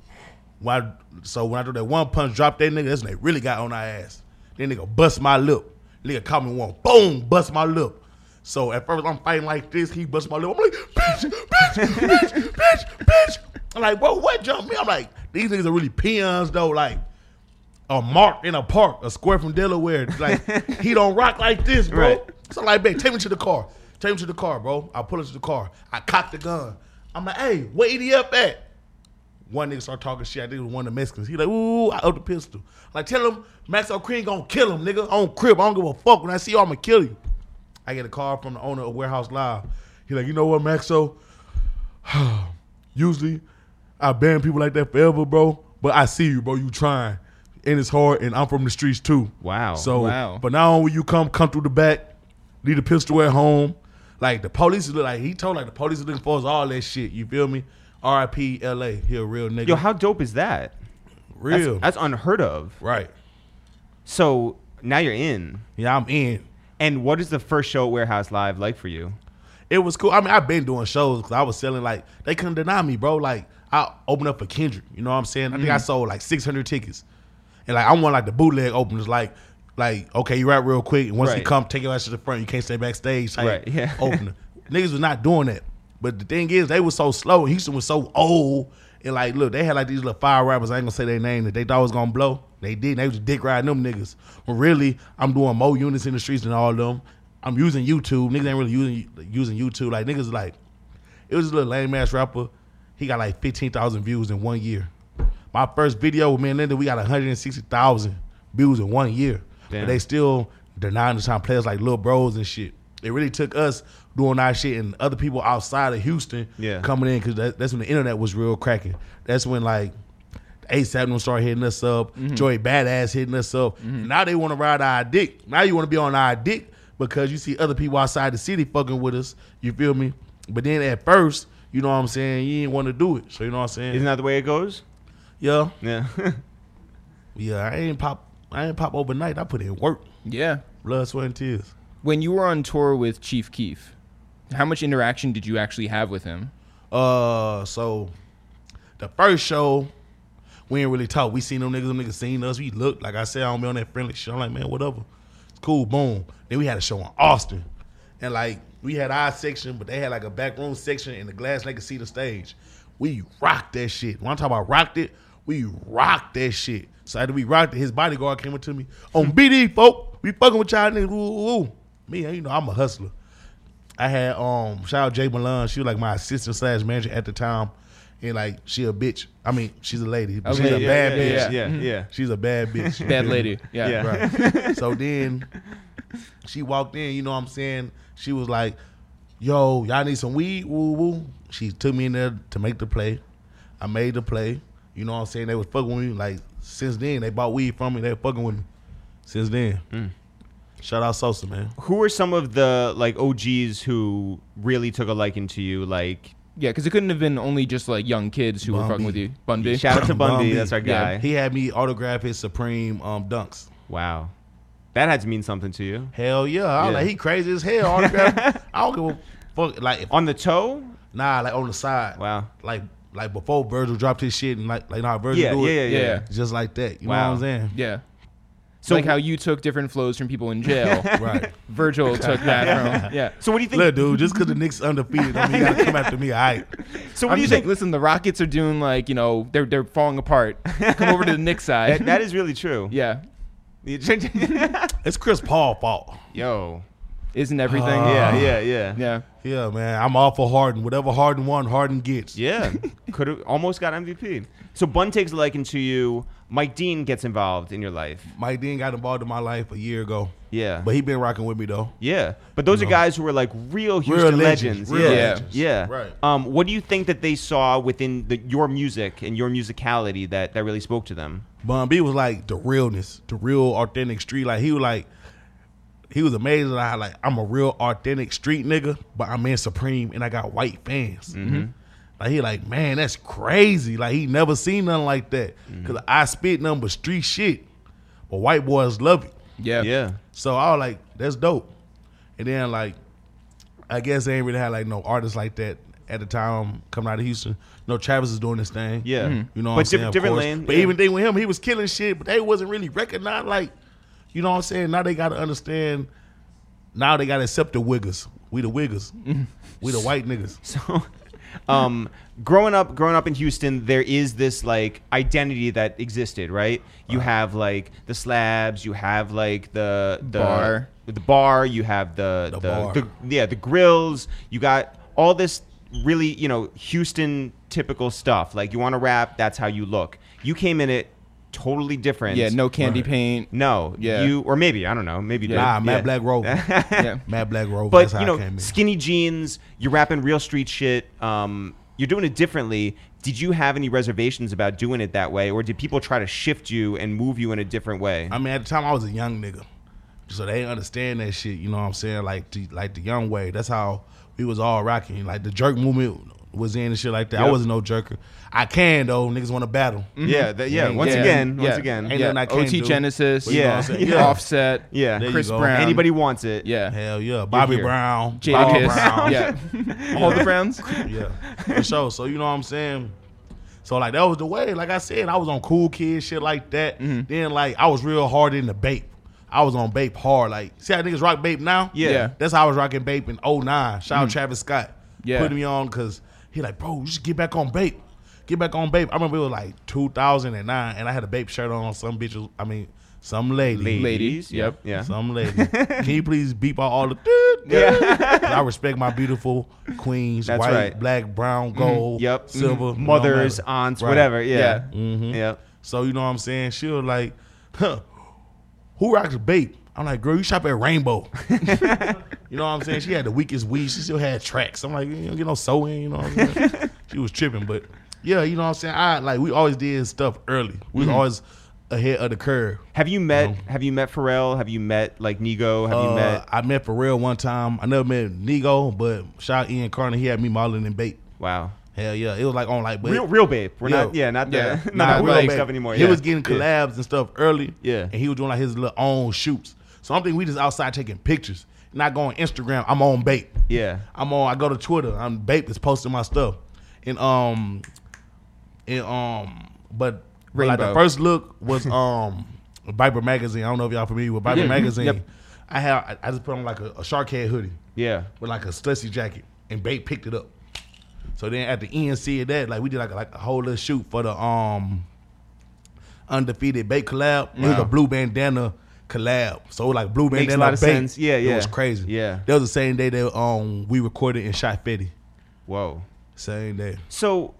[SPEAKER 3] Why? So when I threw that one punch, drop that nigga, that's when they really got on our ass. Then nigga bust my lip. Nigga caught me one. Boom! Bust my lip. So at first I'm fighting like this, he bust my lip. I'm like, bitch, bitch, bitch, bitch, bitch. I'm like, bro, what jumped me? I'm like, these niggas are really peons though. Like, a mark in a park, a square from Delaware. Like he don't rock like this, bro.
[SPEAKER 1] Right.
[SPEAKER 3] So I'm like, babe, take me to the car. Take me to the car, bro. I pull up to the car. I cock the gun. I'm like, hey, where EDF at? One nigga start talking shit. I think it was one of the Mexicans. He like, ooh, I up the pistol. Like, tell him Max O'Creen gonna kill him, nigga. On crib. I don't give a fuck. When I see you, I'ma kill you. I get a call from the owner of Warehouse Live. He like, you know what, Maxo? (sighs) Usually, I ban people like that forever, bro. But I see you, bro. You trying, and it's hard. And I'm from the streets too.
[SPEAKER 1] Wow.
[SPEAKER 3] So,
[SPEAKER 2] Wow.
[SPEAKER 3] but now when you come, come through the back. Leave the pistol at home. Like the police is look like he told like the police is looking for us. All that shit. You feel me? R.I.P. L.A. He a real nigga.
[SPEAKER 1] Yo, how dope is that? That's,
[SPEAKER 3] real.
[SPEAKER 1] that's unheard of.
[SPEAKER 3] right.
[SPEAKER 1] So now you're in.
[SPEAKER 3] Yeah, I'm in.
[SPEAKER 1] And what is the first show at Warehouse Live like for you?
[SPEAKER 3] It was cool. I mean, I've been doing shows because I was selling like they couldn't deny me, bro. Like I opened up for
[SPEAKER 1] Mm.
[SPEAKER 3] Kendrick. You know what I'm saying? I think I sold like 600 tickets, and like I want like the bootleg openers, like like, okay, you rap real quick, and once you
[SPEAKER 1] Right.
[SPEAKER 3] come, take your ass to the front. You can't stay backstage. Type
[SPEAKER 1] Right, yeah.
[SPEAKER 3] opener. Niggas was not doing that. But the thing is, they was so slow. and Houston was so old. And like, look, they had like these little fire rappers. I ain't gonna say their name that they thought was gonna blow. They did. They was dick riding them niggas. But really, I'm doing more units in the streets than all of them. I'm using YouTube. Niggas ain't really using using YouTube. Like niggas like, it was a little lame ass rapper. He got like 15,000 views in one year. My first video with me and Linda, we got 160,000 views in one year.
[SPEAKER 1] Damn.
[SPEAKER 3] But they still denying the time players like Lil Bros and shit. It really took us doing our shit and other people outside of Houston
[SPEAKER 1] Yeah.
[SPEAKER 3] coming in because that, that's when the internet was real cracking. That's when like ASAP them started hitting us up,
[SPEAKER 1] Mm-hmm.
[SPEAKER 3] Joey Badass hitting us up. Now they want to ride our dick. Now you want to be on our dick because you see other people outside the city fucking with us. You feel me? But then at first, you know what I'm saying, you didn't want to do it. So you know what I'm saying?
[SPEAKER 1] Isn't that the way it goes?
[SPEAKER 3] yeah.
[SPEAKER 1] Yeah. (laughs)
[SPEAKER 3] Yeah, I ain't pop I ain't pop overnight. I put in work.
[SPEAKER 2] Yeah.
[SPEAKER 3] Blood, sweat, and tears.
[SPEAKER 2] When you were on tour with Chief Keef, how much interaction did you actually have with him?
[SPEAKER 3] Uh, so the first show, we ain't really talk. We seen them niggas, them niggas seen us. We looked, like I said, I don't be on that friendly shit. I'm like, man, whatever. It's cool, boom. Then we had a show in Austin. And like, we had our section, but they had like a back room section and the glass they could see the stage. We rocked that shit. When I'm talking about rocked it, we rocked that shit. So after we rocked it, his bodyguard came up to me. On BD, folk, we fucking with y'all niggas. Woo, woo, woo. Me, you know, I'm a hustler. I had um shout out Jay Malone. She was like my assistant slash manager at the time, and like she a bitch. I mean, she's a lady, but
[SPEAKER 2] Okay,
[SPEAKER 3] she's a
[SPEAKER 2] yeah,
[SPEAKER 3] bad
[SPEAKER 1] yeah,
[SPEAKER 3] bitch.
[SPEAKER 1] yeah, yeah, yeah.
[SPEAKER 2] Mm-hmm.
[SPEAKER 3] She's a bad
[SPEAKER 2] (laughs)
[SPEAKER 3] bitch. (laughs)
[SPEAKER 2] Bad lady. Yeah.
[SPEAKER 1] Yeah.
[SPEAKER 3] Right. so then she walked in, you know what I'm saying? She was like, Yo, y'all need some weed? Woo woo. She took me in there to make the play. I made the play. You know what I'm saying? They was fucking with me. Like since then, they bought weed from me. They were fucking with me. Since then.
[SPEAKER 2] Mm.
[SPEAKER 3] Shout out Sosa, man.
[SPEAKER 1] Who are some of the like OGs who really took a liking to you? Like
[SPEAKER 2] Yeah, because it couldn't have been only just like young kids who were
[SPEAKER 3] Bun
[SPEAKER 2] fucking
[SPEAKER 3] B.
[SPEAKER 2] with you. Bun B.
[SPEAKER 1] shout out to
[SPEAKER 3] Bun
[SPEAKER 1] Bundy,
[SPEAKER 3] B.
[SPEAKER 1] that's our guy.
[SPEAKER 2] Yeah,
[SPEAKER 3] He had me autograph his Supreme um, dunks.
[SPEAKER 1] wow, that had to mean something to you.
[SPEAKER 3] Hell yeah. I was
[SPEAKER 1] Yeah.
[SPEAKER 3] like, he crazy as hell.
[SPEAKER 1] (laughs)
[SPEAKER 3] Autograph. I don't give a fuck. Like, if,
[SPEAKER 1] On the toe?
[SPEAKER 3] nah, like on the side.
[SPEAKER 1] Wow.
[SPEAKER 3] Like, like before Virgil dropped his shit and like, like how Virgil
[SPEAKER 1] Yeah,
[SPEAKER 3] do
[SPEAKER 1] yeah,
[SPEAKER 3] it.
[SPEAKER 1] yeah, yeah.
[SPEAKER 2] Yeah.
[SPEAKER 3] Just like that. You
[SPEAKER 1] Wow.
[SPEAKER 3] know what
[SPEAKER 1] (laughs)
[SPEAKER 3] I'm
[SPEAKER 2] Yeah.
[SPEAKER 1] So-
[SPEAKER 2] So like how you took different flows from people
[SPEAKER 1] (laughs)
[SPEAKER 2] in jail,
[SPEAKER 3] saying? Right.
[SPEAKER 2] Virgil took that from. Yeah.
[SPEAKER 1] So what do you think?
[SPEAKER 3] Look, dude, just because the Knicks undefeated, I mean, you gotta come after me. All right.
[SPEAKER 1] so what
[SPEAKER 2] I'm
[SPEAKER 1] do you
[SPEAKER 2] just like,
[SPEAKER 1] think?
[SPEAKER 2] listen, the Rockets are doing like you know they're they're falling apart. Come over to the Knicks side.
[SPEAKER 1] That, that is really true.
[SPEAKER 2] (laughs) yeah.
[SPEAKER 3] It's Chris Paul fault.
[SPEAKER 1] (laughs) Yo.
[SPEAKER 2] Isn't everything?
[SPEAKER 1] Yeah, yeah, yeah,
[SPEAKER 2] (sighs) Yeah.
[SPEAKER 3] Yeah, man. I'm all for Harden. Whatever Harden won, Harden gets.
[SPEAKER 1] Yeah, could have almost got MVP. So Bun takes a liking to you. Mike Dean gets involved in your life.
[SPEAKER 3] Mike Dean got involved in my life a year ago.
[SPEAKER 1] Yeah,
[SPEAKER 3] But he been rocking with me though.
[SPEAKER 1] yeah. But those are
[SPEAKER 3] No.
[SPEAKER 1] guys who were like real Houston legends.
[SPEAKER 3] legends, real
[SPEAKER 1] yeah,
[SPEAKER 2] legends.
[SPEAKER 1] yeah.
[SPEAKER 3] Right.
[SPEAKER 1] Um, what do you think that they saw within the, your music and your musicality that that really spoke to them?
[SPEAKER 3] Bun B was like the realness, the real authentic street. Like he was like, he was amazing. I like I'm a real authentic street nigga, but I'm in Supreme and I got white fans. Like he like, man, that's crazy. Like he never seen nothing like that. Cause I spit nothing but street shit, but white boys love it.
[SPEAKER 2] Yeah.
[SPEAKER 1] Yeah,
[SPEAKER 3] So I was like, that's dope. And then like, I guess they ain't really had like no artists like that at the time coming out of Houston. No, Travis is doing this thing.
[SPEAKER 1] Yeah. Mhm.
[SPEAKER 3] you know,
[SPEAKER 1] But
[SPEAKER 3] what I'm
[SPEAKER 1] diff-
[SPEAKER 3] saying? Of
[SPEAKER 1] different
[SPEAKER 3] course.
[SPEAKER 1] lane,
[SPEAKER 3] But
[SPEAKER 1] yeah.
[SPEAKER 3] even thing with him, he was killing shit, but they wasn't really recognized. Like, you know what I'm saying? Now they got to understand. Now they got to accept the wiggers. We the wiggers.
[SPEAKER 1] Mm-hmm.
[SPEAKER 3] we the white niggas.
[SPEAKER 1] So, um, growing up, growing up in Houston, there is this like identity that existed, right? You have like the slabs, you have like the the
[SPEAKER 2] Bar.
[SPEAKER 1] the bar, you have the the,
[SPEAKER 3] The bar.
[SPEAKER 1] the- yeah the grills. You got all this really you know Houston typical stuff. Like you want to rap, that's how you look. You came in it totally different.
[SPEAKER 2] Yeah. No candy
[SPEAKER 1] (laughs)
[SPEAKER 2] paint.
[SPEAKER 1] No,
[SPEAKER 2] Yeah.
[SPEAKER 1] you or maybe I don't know, maybe you
[SPEAKER 3] Nah,
[SPEAKER 1] did.
[SPEAKER 3] Matt
[SPEAKER 1] Yeah. (laughs)
[SPEAKER 3] Black Rover.
[SPEAKER 2] Yeah.
[SPEAKER 3] Matt Black Rover.
[SPEAKER 1] But
[SPEAKER 3] that's how
[SPEAKER 1] you
[SPEAKER 3] I came
[SPEAKER 1] know,
[SPEAKER 3] in.
[SPEAKER 1] skinny jeans. You're rapping real street shit. Um, you're doing it differently. Did you have any reservations about doing it that way, or did people try to shift you and move you in a different way?
[SPEAKER 3] I mean, at the time I was a young nigga, so they understand that shit. You know what I'm saying? Like, the, like the young way. That's how we was all rocking. Like the jerk movement was in and shit like that. I
[SPEAKER 1] Yep.
[SPEAKER 3] wasn't no jerker. I can though. Niggas want to battle.
[SPEAKER 2] Mm-hmm.
[SPEAKER 1] yeah, that, yeah.
[SPEAKER 3] Yeah,
[SPEAKER 1] Once
[SPEAKER 2] yeah.
[SPEAKER 1] again,
[SPEAKER 2] Yeah.
[SPEAKER 1] once again,
[SPEAKER 3] Ain't
[SPEAKER 2] yeah.
[SPEAKER 3] nothing I can't
[SPEAKER 2] OT
[SPEAKER 3] do.
[SPEAKER 2] Genesis.
[SPEAKER 3] But you know
[SPEAKER 1] Yeah.
[SPEAKER 3] what I'm saying?
[SPEAKER 1] Yeah.
[SPEAKER 2] Offset.
[SPEAKER 1] Yeah.
[SPEAKER 3] There you
[SPEAKER 2] Chris
[SPEAKER 3] go.
[SPEAKER 2] Brown.
[SPEAKER 1] anybody wants it.
[SPEAKER 2] Yeah.
[SPEAKER 3] Hell yeah, Bobby
[SPEAKER 2] here.
[SPEAKER 3] Brown,
[SPEAKER 2] Jada
[SPEAKER 3] Bobby
[SPEAKER 2] Kiss.
[SPEAKER 1] (laughs)
[SPEAKER 2] (laughs)
[SPEAKER 3] Brown.
[SPEAKER 2] Yeah. All the Browns.
[SPEAKER 3] (laughs) yeah, for sure. So you know what I'm saying. So like that was the way. Like I said, I was on cool kid shit like that. Then like I was real hard in the bait. I was on Bape hard. Like, see how niggas rock Bape now?
[SPEAKER 1] Yeah. Yeah.
[SPEAKER 3] That's how I was rocking Bape in 09. Shout out Travis Scott.
[SPEAKER 2] Yeah.
[SPEAKER 3] Put me on because he like, bro, you should get back on Bape. Get back on Bape. I remember it was like 2009 and I had a Bape shirt on. Some bitch was, I mean, some lady.
[SPEAKER 2] Ladies, yep.
[SPEAKER 1] Yeah. (laughs)
[SPEAKER 3] Some lady. Can you please beep out all the doot, doot? (laughs)
[SPEAKER 1] Yeah.
[SPEAKER 3] I respect my beautiful queens,
[SPEAKER 1] That's
[SPEAKER 3] white,
[SPEAKER 1] right.
[SPEAKER 3] black, brown, gold,
[SPEAKER 1] Yep.
[SPEAKER 3] silver, it
[SPEAKER 1] Mhm.
[SPEAKER 3] don't
[SPEAKER 1] Mothers,
[SPEAKER 3] matter.
[SPEAKER 1] aunts,
[SPEAKER 3] Right. Mm-hmm.
[SPEAKER 1] whatever. Yeah.
[SPEAKER 2] Yeah.
[SPEAKER 1] Yep.
[SPEAKER 3] So you know what I'm saying? She was like, huh, who rocks Bape? I'm like, girl, you shop at Rainbow. (laughs) you know what I'm saying? She had the weakest weed. She still had tracks. I'm like, you don't get no sewing, you know what I'm
[SPEAKER 1] (laughs)
[SPEAKER 3] saying? she was tripping, but yeah, you know what I'm saying? I like we always did stuff early. We was
[SPEAKER 1] Mm-hmm.
[SPEAKER 3] always ahead of the curve.
[SPEAKER 1] Have you met Have you met Pharrell? Have you met like Nigo? Have you
[SPEAKER 3] Uh,
[SPEAKER 1] met?
[SPEAKER 3] I met Pharrell one time. I never met Nigo, but shout out Ian Carter. He had me modeling in bait.
[SPEAKER 1] Wow.
[SPEAKER 3] Hell yeah, it was like on like but
[SPEAKER 1] Real, real babe. We're
[SPEAKER 3] Yo.
[SPEAKER 1] not. Yeah, not
[SPEAKER 2] Yeah.
[SPEAKER 1] that. (laughs) Not
[SPEAKER 3] Nah,
[SPEAKER 1] that
[SPEAKER 3] real
[SPEAKER 1] real
[SPEAKER 3] bad.
[SPEAKER 1] stuff anymore.
[SPEAKER 3] He
[SPEAKER 1] yeah.
[SPEAKER 3] was getting
[SPEAKER 1] Yeah.
[SPEAKER 3] collabs and stuff early.
[SPEAKER 1] Yeah.
[SPEAKER 3] and he was doing like his little own shoots. So I'm thinking we just outside taking pictures, not going Instagram. I'm on bait.
[SPEAKER 1] Yeah.
[SPEAKER 3] I'm on. I go to Twitter. I'm Bape is posting my stuff, and um, and um, but, but like the
[SPEAKER 2] Rainbow.
[SPEAKER 3] first look was um, Viper magazine. I don't know if y'all familiar with
[SPEAKER 1] Mm-hmm.
[SPEAKER 3] Viper magazine.
[SPEAKER 2] Yep.
[SPEAKER 3] I had I- I just put on like a, a shark head hoodie
[SPEAKER 1] Yeah.
[SPEAKER 3] with like a Stussy jacket, and Bape picked it up. So then at the end, see that like we did like a, like a whole little shoot for the um undefeated Bape collab. It was
[SPEAKER 1] Wow.
[SPEAKER 3] a blue bandana collab. So like blue
[SPEAKER 1] Makes
[SPEAKER 3] bandana
[SPEAKER 1] a lot of
[SPEAKER 3] Bape.
[SPEAKER 1] sense. Yeah,
[SPEAKER 3] It
[SPEAKER 1] yeah.
[SPEAKER 3] was crazy.
[SPEAKER 1] Yeah.
[SPEAKER 3] that was the same day that um we recorded and shot Fetty.
[SPEAKER 1] Whoa.
[SPEAKER 3] Same day.
[SPEAKER 1] So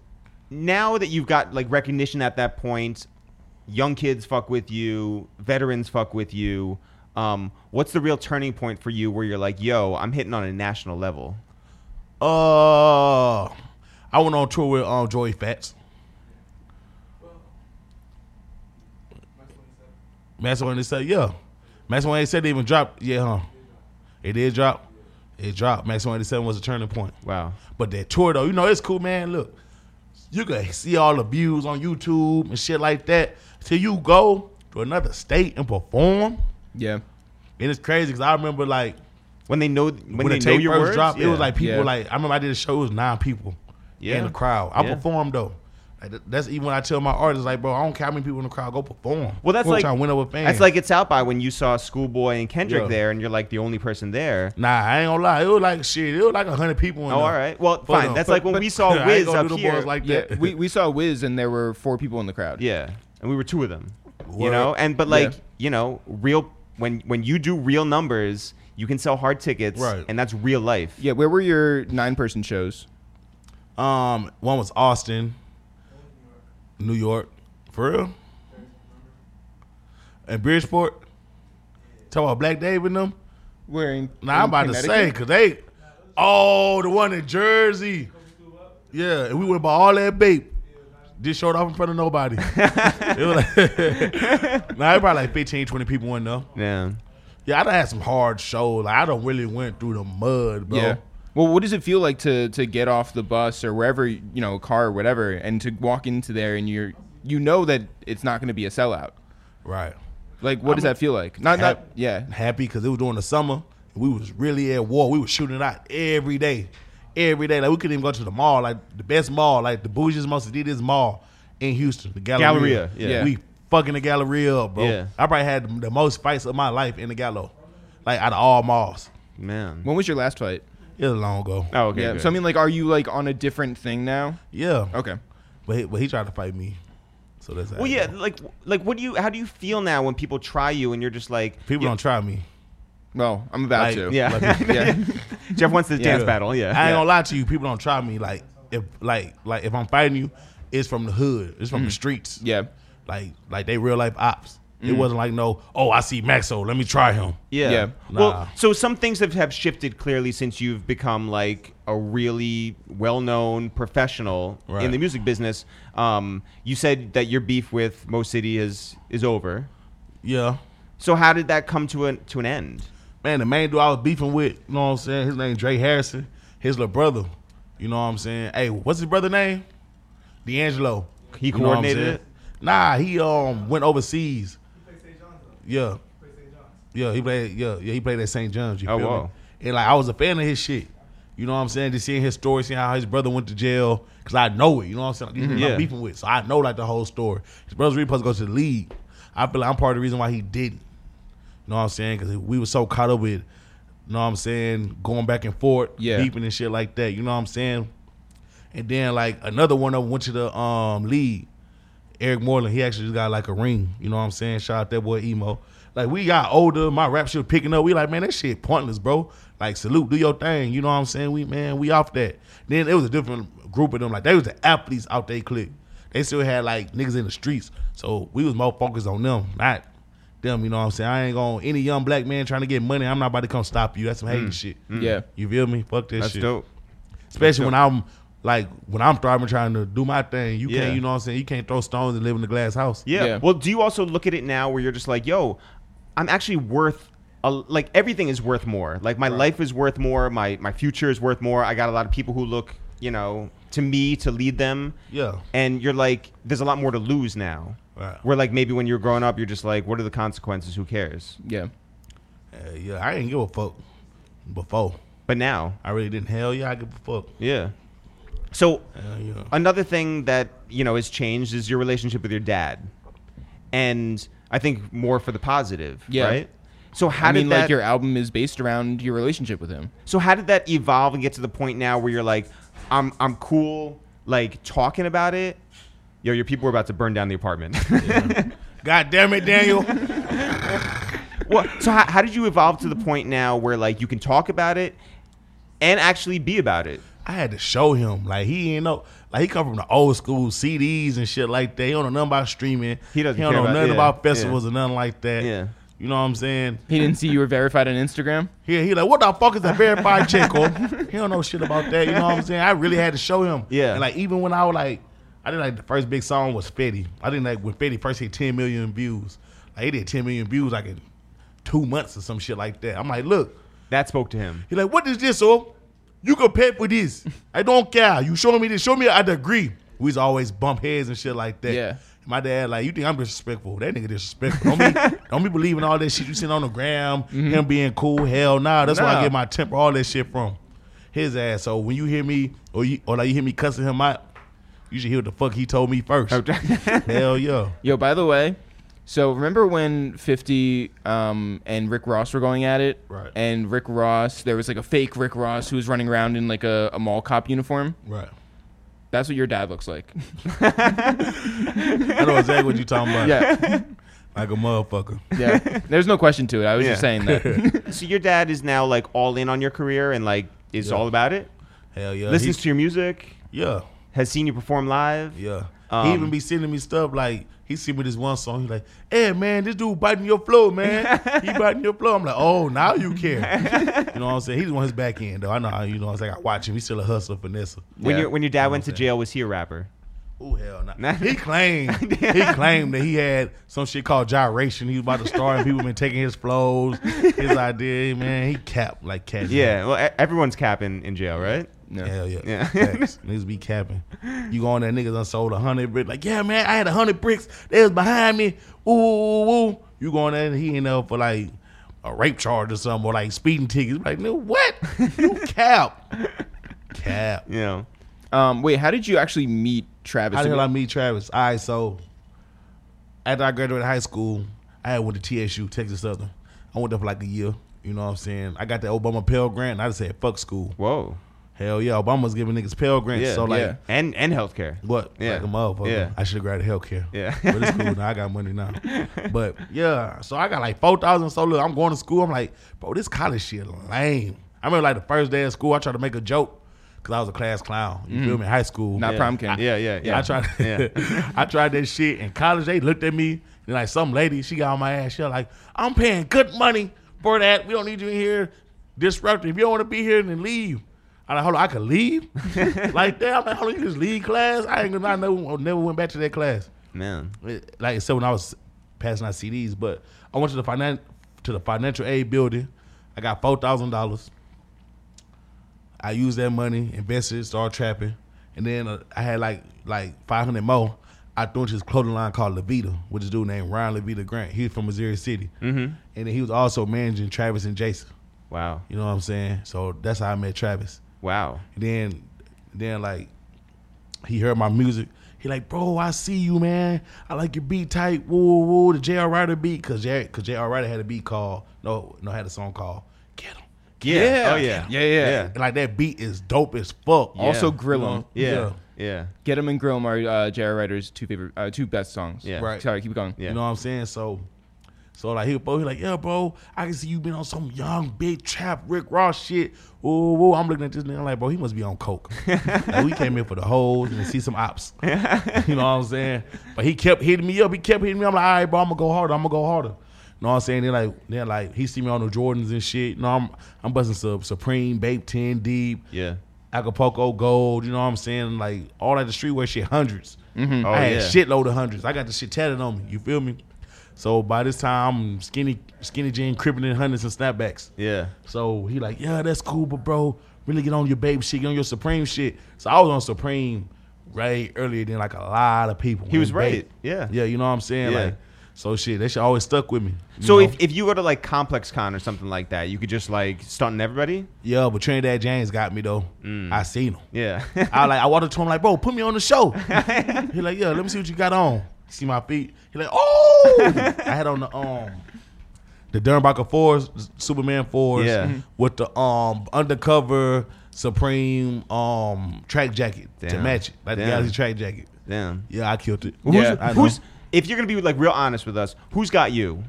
[SPEAKER 1] now that you've got like recognition at that point, young kids fuck with you, veterans fuck with you. Um, what's the real turning point for you where you're like, yo, I'm hitting on a national level?
[SPEAKER 3] Uh, I went on tour with um Joey Fats. Master Wayne said, yeah. Master Wayne said they even dropped, yeah, huh? It did drop. It dropped. Max 187 was a turning point.
[SPEAKER 1] Wow.
[SPEAKER 3] But that tour though, you know, it's cool, man. Look, you can see all the views on YouTube and shit like that. Till you go to another state and perform.
[SPEAKER 2] Yeah.
[SPEAKER 3] And it's crazy because I remember like
[SPEAKER 1] When they know when,
[SPEAKER 3] when,
[SPEAKER 1] they
[SPEAKER 3] the
[SPEAKER 1] know
[SPEAKER 3] tape
[SPEAKER 1] your
[SPEAKER 3] first
[SPEAKER 1] words,
[SPEAKER 3] dropped, it
[SPEAKER 1] yeah.
[SPEAKER 3] was like people
[SPEAKER 2] Yeah.
[SPEAKER 3] like I remember I did a show. It was nine people
[SPEAKER 1] Yeah.
[SPEAKER 3] in the crowd. I
[SPEAKER 1] Yeah.
[SPEAKER 3] performed though. Like, th- that's even when I tell my artists like, bro, I don't care how many people in the crowd go perform.
[SPEAKER 1] Well, that's
[SPEAKER 3] We're
[SPEAKER 1] like
[SPEAKER 3] trying to win over fans.
[SPEAKER 1] That's like it's out by when you saw Schoolboy and Kendrick
[SPEAKER 3] Yeah.
[SPEAKER 1] there, and you're like the only person there.
[SPEAKER 3] nah, I ain't gonna lie. It was like shit. It was like hundred people. In
[SPEAKER 1] Oh,
[SPEAKER 3] there.
[SPEAKER 1] all right. Well,
[SPEAKER 3] But,
[SPEAKER 1] fine.
[SPEAKER 3] uh,
[SPEAKER 1] That's
[SPEAKER 3] but-
[SPEAKER 1] like when
[SPEAKER 3] but-
[SPEAKER 1] we saw
[SPEAKER 3] (laughs) I ain't
[SPEAKER 1] Wiz
[SPEAKER 3] gonna
[SPEAKER 1] up
[SPEAKER 3] do the boys
[SPEAKER 1] here.
[SPEAKER 3] like
[SPEAKER 2] Yeah.
[SPEAKER 3] that.
[SPEAKER 2] We, we saw Wiz and there were four people in the crowd.
[SPEAKER 1] yeah, and we were two of them. You
[SPEAKER 3] Word.
[SPEAKER 1] know, and but like
[SPEAKER 2] Yeah.
[SPEAKER 1] you know, real when when you do real numbers, you can sell hard tickets,
[SPEAKER 3] Right.
[SPEAKER 1] and that's real life.
[SPEAKER 2] Yeah. Where were your nine person shows?
[SPEAKER 3] (laughs) Um, one was Austin, New York, for real, and Bridgeport. Talk about Black Dave and them.
[SPEAKER 2] Wearing.
[SPEAKER 3] Nah, I'm about to say because they, oh, the one in Jersey. Yeah, and we went by all that babe. Just showed off in front of nobody. it was like, (laughs) nah, it probably like 15, 20 people in there.
[SPEAKER 1] Yeah.
[SPEAKER 3] Yeah, I done had some hard shows. Like, I done really went through the mud, bro.
[SPEAKER 2] Yeah. Well, what does it feel like to to get off the bus or wherever you know, car or whatever, and to walk into there and you're you know that it's not going to be a sellout.
[SPEAKER 3] Right.
[SPEAKER 2] Like, what does that feel like? Not
[SPEAKER 3] hap-
[SPEAKER 2] not yeah.
[SPEAKER 3] Happy because it was during the summer. We was really at war. We was shooting it out every day. Every day. Like, we couldn't even go to the mall. Like, the best mall, like the bougiest, most elitist mall in Houston, the Galleria.
[SPEAKER 1] Galleria, yeah.
[SPEAKER 3] We fucking the Galleria up, bro.
[SPEAKER 1] Yeah.
[SPEAKER 3] I probably had the- the most fights of my life in the Gallo. Like, out of all malls.
[SPEAKER 1] Man.
[SPEAKER 2] When was your last fight?
[SPEAKER 3] It was long ago.
[SPEAKER 1] Oh, okay.
[SPEAKER 2] yeah.
[SPEAKER 1] good.
[SPEAKER 2] So I mean, like, are you like on a different thing now?
[SPEAKER 3] Yeah.
[SPEAKER 2] Okay.
[SPEAKER 3] But, he, but he tried to fight me. So that's how
[SPEAKER 1] well,
[SPEAKER 3] it
[SPEAKER 1] yeah.
[SPEAKER 3] go.
[SPEAKER 1] Like, like, what do you? How do you feel now when people try you and you're just like,
[SPEAKER 3] People don't try me.
[SPEAKER 2] Well, I'm about
[SPEAKER 3] Like,
[SPEAKER 2] to.
[SPEAKER 1] (laughs) yeah.
[SPEAKER 2] Yeah.
[SPEAKER 1] (laughs) Jeff wants the dance battle. Yeah.
[SPEAKER 3] I ain't
[SPEAKER 1] Yeah.
[SPEAKER 3] gonna lie to you. People don't try me. Like if like like if I'm fighting you, it's from the hood. It's
[SPEAKER 1] Mm.
[SPEAKER 3] from the streets.
[SPEAKER 2] yeah.
[SPEAKER 3] Like like they real life ops. It wasn't like no. Oh, I see Maxo. Let me try him.
[SPEAKER 1] Yeah.
[SPEAKER 2] Yeah.
[SPEAKER 1] Well,
[SPEAKER 3] Nah.
[SPEAKER 1] so some things have, have shifted clearly since you've become like a really well known professional in
[SPEAKER 3] Right.
[SPEAKER 1] the music business. Um, you said that your beef with Mo City is is over.
[SPEAKER 3] Yeah.
[SPEAKER 1] So how did that come to an to an end?
[SPEAKER 3] Man, the main dude I was beefing with, you know what I'm saying? His name Dre Harrison. His little brother. You know what I'm saying? Hey, what's his brother name? D'Angelo.
[SPEAKER 1] He
[SPEAKER 3] know what I'm
[SPEAKER 1] coordinated
[SPEAKER 3] saying?
[SPEAKER 1] it?
[SPEAKER 3] Nah, he um went overseas. Yeah. Yeah, he played. Yeah, yeah, he played at St. John's. You
[SPEAKER 1] Oh,
[SPEAKER 3] feel me?
[SPEAKER 1] wow.
[SPEAKER 3] And like I was a fan of his shit. You know what I'm saying? Just seeing his story, seeing how his brother went to jail, cause I know it. You know what I'm saying? These niggas
[SPEAKER 1] Mm-hmm. yeah.
[SPEAKER 3] I'm beefing with, so I know like the whole story. His brother's really supposed to go to the league. I feel like I'm part of the reason why he didn't. know what I'm saying? Because we were so caught up with, you know what I'm saying, going back and forth,
[SPEAKER 2] Yeah.
[SPEAKER 3] beeping and shit like that. You know what I'm saying? And then like another one of them went to the um league. Eric Moreland, he actually just got like a ring. You know what I'm saying? Shout out that boy Emo. Like we got older, my rap shit was picking up. We like, man, that shit pointless, bro. Like salute, do your thing. You know what I'm saying? We man, we off that. Then it was a different group of them. Like they was the athletes out they clique. They still had like niggas in the streets. So we was more focused on them, not them. You know what I'm saying? I ain't gonna any young black man trying to get money. I'm not about to come stop you. That's some hating shit.
[SPEAKER 2] Yeah.
[SPEAKER 3] You feel me? Fuck that
[SPEAKER 1] Mm. That's
[SPEAKER 3] shit
[SPEAKER 1] dope.
[SPEAKER 3] especially when I'm like when I'm thriving, trying to do my thing. You
[SPEAKER 1] Yeah.
[SPEAKER 3] can't, you know what I'm saying? You can't throw stones and live in a glass house.
[SPEAKER 1] Yeah.
[SPEAKER 2] Yeah.
[SPEAKER 1] Well, do you also look at it now where you're just like, yo, I'm actually worth. A, like everything is worth more. Like my life is worth more. My my future is worth more. I got a lot of people who look, you know, to me to lead them.
[SPEAKER 3] Yeah.
[SPEAKER 1] And you're like, there's a lot more to lose now.
[SPEAKER 3] Right.
[SPEAKER 1] Where like maybe when you're growing up, you're just like, what are the consequences? Who cares?
[SPEAKER 2] Yeah.
[SPEAKER 3] Uh, yeah, I didn't give a fuck before.
[SPEAKER 1] But now,
[SPEAKER 3] I really didn't. Hell yeah, I give a fuck.
[SPEAKER 1] yeah. So
[SPEAKER 3] Hell yeah.
[SPEAKER 1] another thing that you know has changed is your relationship with your dad, and I think more for the positive.
[SPEAKER 2] Yeah.
[SPEAKER 1] Right. So how
[SPEAKER 2] I
[SPEAKER 1] did
[SPEAKER 2] mean,
[SPEAKER 1] that?
[SPEAKER 2] like your album is based around your relationship with him.
[SPEAKER 1] So how did that evolve and get to the point now where you're like, I'm I'm cool, like talking about it. Yo, your people were about to burn down the apartment. (laughs)
[SPEAKER 3] God damn it, Daniel. (laughs)
[SPEAKER 1] well, so how, how did you evolve to the point now where like you can talk about it and actually be about it?
[SPEAKER 3] I had to show him. Like he ain't know. Like he come from the old school CDs and shit like that. He don't know nothing about streaming.
[SPEAKER 1] He doesn't
[SPEAKER 3] He don't
[SPEAKER 1] care
[SPEAKER 3] know
[SPEAKER 1] about-
[SPEAKER 3] nothing
[SPEAKER 1] yeah,
[SPEAKER 3] about festivals
[SPEAKER 1] yeah.
[SPEAKER 3] or nothing like that.
[SPEAKER 1] Yeah.
[SPEAKER 3] You know what I'm saying?
[SPEAKER 2] He didn't see you (laughs) were verified on Instagram.
[SPEAKER 3] Yeah, he like, what the fuck is a verified check? Or he don't know shit about that. You know what I'm saying? I really had to show him.
[SPEAKER 1] Yeah.
[SPEAKER 3] And like even when I was like, I think like the first big song was Fetty. I think like when Fetty first hit 10 million views, like he did 10 million views like in two months or some shit like that. I'm like, look,
[SPEAKER 1] That spoke to him.
[SPEAKER 3] he like, what is this? Oh, you can pay for this. I don't care. You show me this. Show me I agree. We was always bump heads and shit like that.
[SPEAKER 2] Yeah.
[SPEAKER 3] My dad like, you think I'm disrespectful? That nigga disrespectful. Don't be, don't be believing all that shit you seen on the gram. Him being cool. Hell nah. That's where
[SPEAKER 1] Nah.
[SPEAKER 3] I get my temper. All that shit from his ass. So when you hear me or you or like you hear me cussing him out, you should hear what the fuck he told me first. (laughs) Hell yeah.
[SPEAKER 2] Yo, by the way, so remember when 50 um, and Rick Ross were going at it?
[SPEAKER 3] Right.
[SPEAKER 2] And Rick Ross, there was like a fake Rick Ross who was running around in like a, a mall cop uniform.
[SPEAKER 3] Right.
[SPEAKER 2] That's what your dad looks like.
[SPEAKER 3] I know exactly what you talking about.
[SPEAKER 2] yeah.
[SPEAKER 3] Like a motherfucker.
[SPEAKER 2] Yeah. (laughs) There's no question to it. I was just
[SPEAKER 1] Yeah.
[SPEAKER 2] saying that.
[SPEAKER 1] so your dad is now like all in on your career and like is
[SPEAKER 3] Yeah. Uh,
[SPEAKER 1] all about it.
[SPEAKER 3] Hell yeah.
[SPEAKER 1] Listens
[SPEAKER 3] He-
[SPEAKER 1] to your music.
[SPEAKER 3] yeah.
[SPEAKER 1] Has seen you perform live.
[SPEAKER 3] Yeah.
[SPEAKER 1] Um,
[SPEAKER 3] he even be sending me stuff like he sent me this one song. He's like, "Hey man, this dude biting your flow, man.
[SPEAKER 1] (laughs)
[SPEAKER 3] he biting your flow." I'm like, "Oh, now you care." you know what I'm saying? He's on his back end though. I know. How, you know what I'm saying? I watch him. He's still a hustler, finesse.
[SPEAKER 1] When
[SPEAKER 2] Yeah.
[SPEAKER 1] your when your dad went to jail, was he a rapper?
[SPEAKER 3] Oh hell no! he claimed
[SPEAKER 1] (laughs)
[SPEAKER 3] he claimed that he had some shit called gyration. He was about to start, and people been taking his
[SPEAKER 1] (laughs)
[SPEAKER 3] flows, his idea. Man, he capped like cat.
[SPEAKER 1] Yeah. Well, e- everyone's capping in jail, right?
[SPEAKER 2] No.
[SPEAKER 3] Hell yeah.
[SPEAKER 1] Yeah.
[SPEAKER 3] Facts. niggas be capping. You go on there, niggas done sold a hundred bricks. Like, yeah, man, I had a hundred bricks. They was behind me. Ooh, ooh, ooh, ooh. You go on there and he ain't up for like a rape charge or something or like speeding tickets. Like, nigga, what? You cap. cap.
[SPEAKER 1] You know.
[SPEAKER 2] Um, wait, how did you actually meet Travis?
[SPEAKER 3] How the hell I meet Travis? All right, so after I graduated high school, I had went to TSU, Texas Southern. I went there for like a year. You know what I'm saying? I got the Obama Pell Grant and I just said, fuck school.
[SPEAKER 1] Whoa.
[SPEAKER 3] Hell yeah, Obama's giving niggas Pell Grants.
[SPEAKER 1] Yeah,
[SPEAKER 3] so like
[SPEAKER 2] yeah.
[SPEAKER 1] And and healthcare.
[SPEAKER 3] What?
[SPEAKER 1] Yeah.
[SPEAKER 3] Like a motherfucker.
[SPEAKER 1] Yeah.
[SPEAKER 3] I should have grabbed healthcare.
[SPEAKER 1] Yeah.
[SPEAKER 3] but it's cool now. I got
[SPEAKER 1] (laughs)
[SPEAKER 3] money now. But yeah, so I got like four thousand. So look, I'm going to school. I'm like, bro, this college shit lame. I remember like the first day of school, I tried to make a joke because I was a class clown. You
[SPEAKER 1] Mm.
[SPEAKER 3] feel me? High school,
[SPEAKER 2] Not
[SPEAKER 1] Yeah.
[SPEAKER 2] prom king.
[SPEAKER 1] Yeah, yeah, yeah.
[SPEAKER 3] I tried.
[SPEAKER 1] (laughs)
[SPEAKER 3] (laughs)
[SPEAKER 1] Yeah.
[SPEAKER 3] I tried that shit in college. They looked at me and like some lady, she got on my ass. She was like, "I'm paying good money for that. We don't need you in here disrupting. If you don't want to be here, then leave." I like, hold on, I could leave (laughs) like that. I'm like, hold on, you just leave class. I ain't gonna. I never, never went back to that class.
[SPEAKER 1] Man.
[SPEAKER 3] It- Like except when I was passing out CDs, but I went to the finan- to the financial aid building. I got four thousand dollars. I used that money, invested, started trapping, and then uh, I had like like five hundred more. I threw into this clothing line called Levita, which is a dude named Ryan Levita Grant. He's from Missouri City, mm-hmm. and then he was also managing Travis and Jason.
[SPEAKER 1] Wow.
[SPEAKER 3] You know what I'm saying? So that's how I met Travis.
[SPEAKER 1] Wow.
[SPEAKER 3] And then then like he heard my music. He like, bro, I see you, man. I like your beat tight. Woo, woo, woo. The J.R. Ryder beat, cause J. cause J.R. Ryder had a beat called no, no, had a song called Get Him.
[SPEAKER 1] Yeah.
[SPEAKER 2] Yeah.
[SPEAKER 1] Oh yeah.
[SPEAKER 2] Yeah, yeah.
[SPEAKER 3] And, like that beat is dope as fuck.
[SPEAKER 2] Also,
[SPEAKER 1] Yeah.
[SPEAKER 2] grill them.
[SPEAKER 1] Yeah.
[SPEAKER 3] Yeah.
[SPEAKER 1] Yeah. Yeah.
[SPEAKER 2] Get them and grill them are uh, J.R. Ryder's two favorite, uh, two best songs.
[SPEAKER 1] Yeah.
[SPEAKER 3] Right.
[SPEAKER 2] Sorry, keep going.
[SPEAKER 1] Yeah.
[SPEAKER 3] You know what I'm saying? So, so like he, bro, he like, yeah, bro, I can see you been on some young big trap Rick Ross shit. Whoa, whoa, I'm looking at this nigga I'm like, bro, he must be on coke. Like, we came in for the hoes and see some ops. you know what I'm saying? But he kept hitting me up. He kept hitting me. I'm like, all right, bro, I'm gonna go harder. I'm gonna go harder. You know what I'm saying? Then like, then like, he see me on the Jordans and shit. No, I'm, I'm busting some Supreme, Bape, Ten Deep,
[SPEAKER 1] Yeah.
[SPEAKER 3] Acapulco Gold, you know what I'm saying? Like all that the streetwear shit, 100s
[SPEAKER 1] Oh,
[SPEAKER 3] I had
[SPEAKER 1] yeah.
[SPEAKER 3] shitload of hundreds. I got the shit tatted on me. You feel me? So by this time, I'm skinny, skinny jean, crippin' in hundreds and snapbacks.
[SPEAKER 1] Yeah.
[SPEAKER 3] So he like, yeah, that's cool, but bro, really get on your babe shit, get on your Supreme shit. So I was on Supreme right earlier than like a lot of people.
[SPEAKER 1] He was
[SPEAKER 3] And
[SPEAKER 1] right.
[SPEAKER 3] Bape.
[SPEAKER 1] Yeah.
[SPEAKER 3] Yeah, you know what I'm saying?
[SPEAKER 1] Yeah.
[SPEAKER 3] Like, so shit, that shit always stuck with me. you
[SPEAKER 1] So
[SPEAKER 3] know?
[SPEAKER 1] if, if you go to like Complex Con or something like that, you could just like stunt on everybody.
[SPEAKER 3] yeah, but Trinidad James got me though.
[SPEAKER 1] Mm.
[SPEAKER 3] I seen him.
[SPEAKER 1] Yeah.
[SPEAKER 3] (laughs) I like I walked up to him like, bro, put me on
[SPEAKER 1] (laughs)
[SPEAKER 3] the show. he like, yeah, let me see what you got on. See my feet. He like, oh, I had on the um the Dernbacher fours, Superman fours,
[SPEAKER 1] Yeah.
[SPEAKER 3] with the um undercover Supreme um track jacket to
[SPEAKER 1] Damn.
[SPEAKER 3] match it, like the
[SPEAKER 1] Damn.
[SPEAKER 3] Galaxy track jacket.
[SPEAKER 1] (laughs) Damn.
[SPEAKER 3] Yeah, I killed it.
[SPEAKER 1] Who's,
[SPEAKER 2] Yeah,
[SPEAKER 3] I know.
[SPEAKER 1] who's if you're gonna be like real honest with us, who's got you?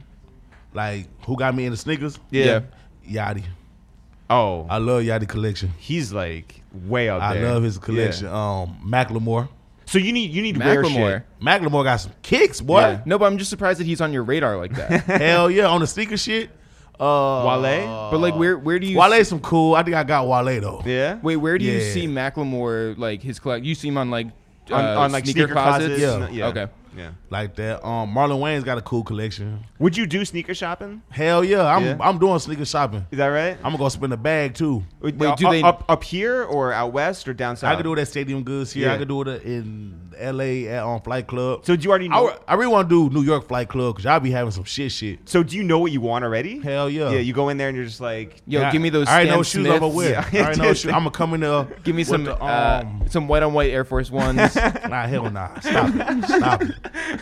[SPEAKER 3] like who got me in the sneakers?
[SPEAKER 1] Yeah.
[SPEAKER 3] Yachty.
[SPEAKER 1] Oh,
[SPEAKER 3] I love Yachty collection.
[SPEAKER 1] he's like way up
[SPEAKER 3] I
[SPEAKER 1] there.
[SPEAKER 3] love his
[SPEAKER 1] Yeah.
[SPEAKER 3] collection. Um, Macklemore.
[SPEAKER 1] So you need you need rare
[SPEAKER 2] Macklemore.
[SPEAKER 1] shit.
[SPEAKER 3] Macklemore got some kicks, boy.
[SPEAKER 1] Yeah.
[SPEAKER 2] No, but I'm just surprised that he's on your radar like
[SPEAKER 3] (laughs)
[SPEAKER 2] that.
[SPEAKER 3] Hell yeah, on the sneaker shit. Uh,
[SPEAKER 1] Wale?
[SPEAKER 2] but like, where where do you
[SPEAKER 3] Wale's some cool. I think I got Wale though.
[SPEAKER 1] Yeah.
[SPEAKER 2] Wait, where do you
[SPEAKER 3] Yeah.
[SPEAKER 2] see Macklemore like his collect? You see him on like uh,
[SPEAKER 1] on, on like sneaker, closets.
[SPEAKER 3] Yeah.
[SPEAKER 1] yeah.
[SPEAKER 2] Okay.
[SPEAKER 1] Yeah.
[SPEAKER 3] Like that. Um, Marlon Wayne's got a cool collection.
[SPEAKER 1] Would you do sneaker shopping?
[SPEAKER 3] Hell yeah, I'm
[SPEAKER 1] Yeah.
[SPEAKER 3] I'm doing sneaker shopping.
[SPEAKER 1] Is that right?
[SPEAKER 3] I'm gonna go spin a bag too.
[SPEAKER 1] Wait,
[SPEAKER 2] Wait, do
[SPEAKER 1] up,
[SPEAKER 2] they-
[SPEAKER 1] up up here or out west or down south?
[SPEAKER 3] I could do it at Stadium Goods here. I
[SPEAKER 1] Yeah.
[SPEAKER 3] could do it in L.A. at on Flight Club.
[SPEAKER 1] So do you already
[SPEAKER 3] I,
[SPEAKER 1] know?
[SPEAKER 3] re- I really want to do New York Flight Club because y'all be having some shit shit.
[SPEAKER 1] so do you know what you want already?
[SPEAKER 3] Hell yeah.
[SPEAKER 1] Yeah. You go in there and you're just like,
[SPEAKER 2] Yo,
[SPEAKER 3] Yeah,
[SPEAKER 2] give me those.
[SPEAKER 3] I already
[SPEAKER 2] Stan
[SPEAKER 3] know what shoes I'm gonna
[SPEAKER 2] Smiths.
[SPEAKER 3] wear. I already know what
[SPEAKER 1] Just-
[SPEAKER 3] shoes. I'm gonna come in there.
[SPEAKER 2] (laughs) Give me
[SPEAKER 3] with
[SPEAKER 2] some
[SPEAKER 3] the, um,
[SPEAKER 2] uh, some white on white Air Force
[SPEAKER 3] (laughs)
[SPEAKER 2] ones.
[SPEAKER 3] Nah, hell nah. Stop it. Stop it.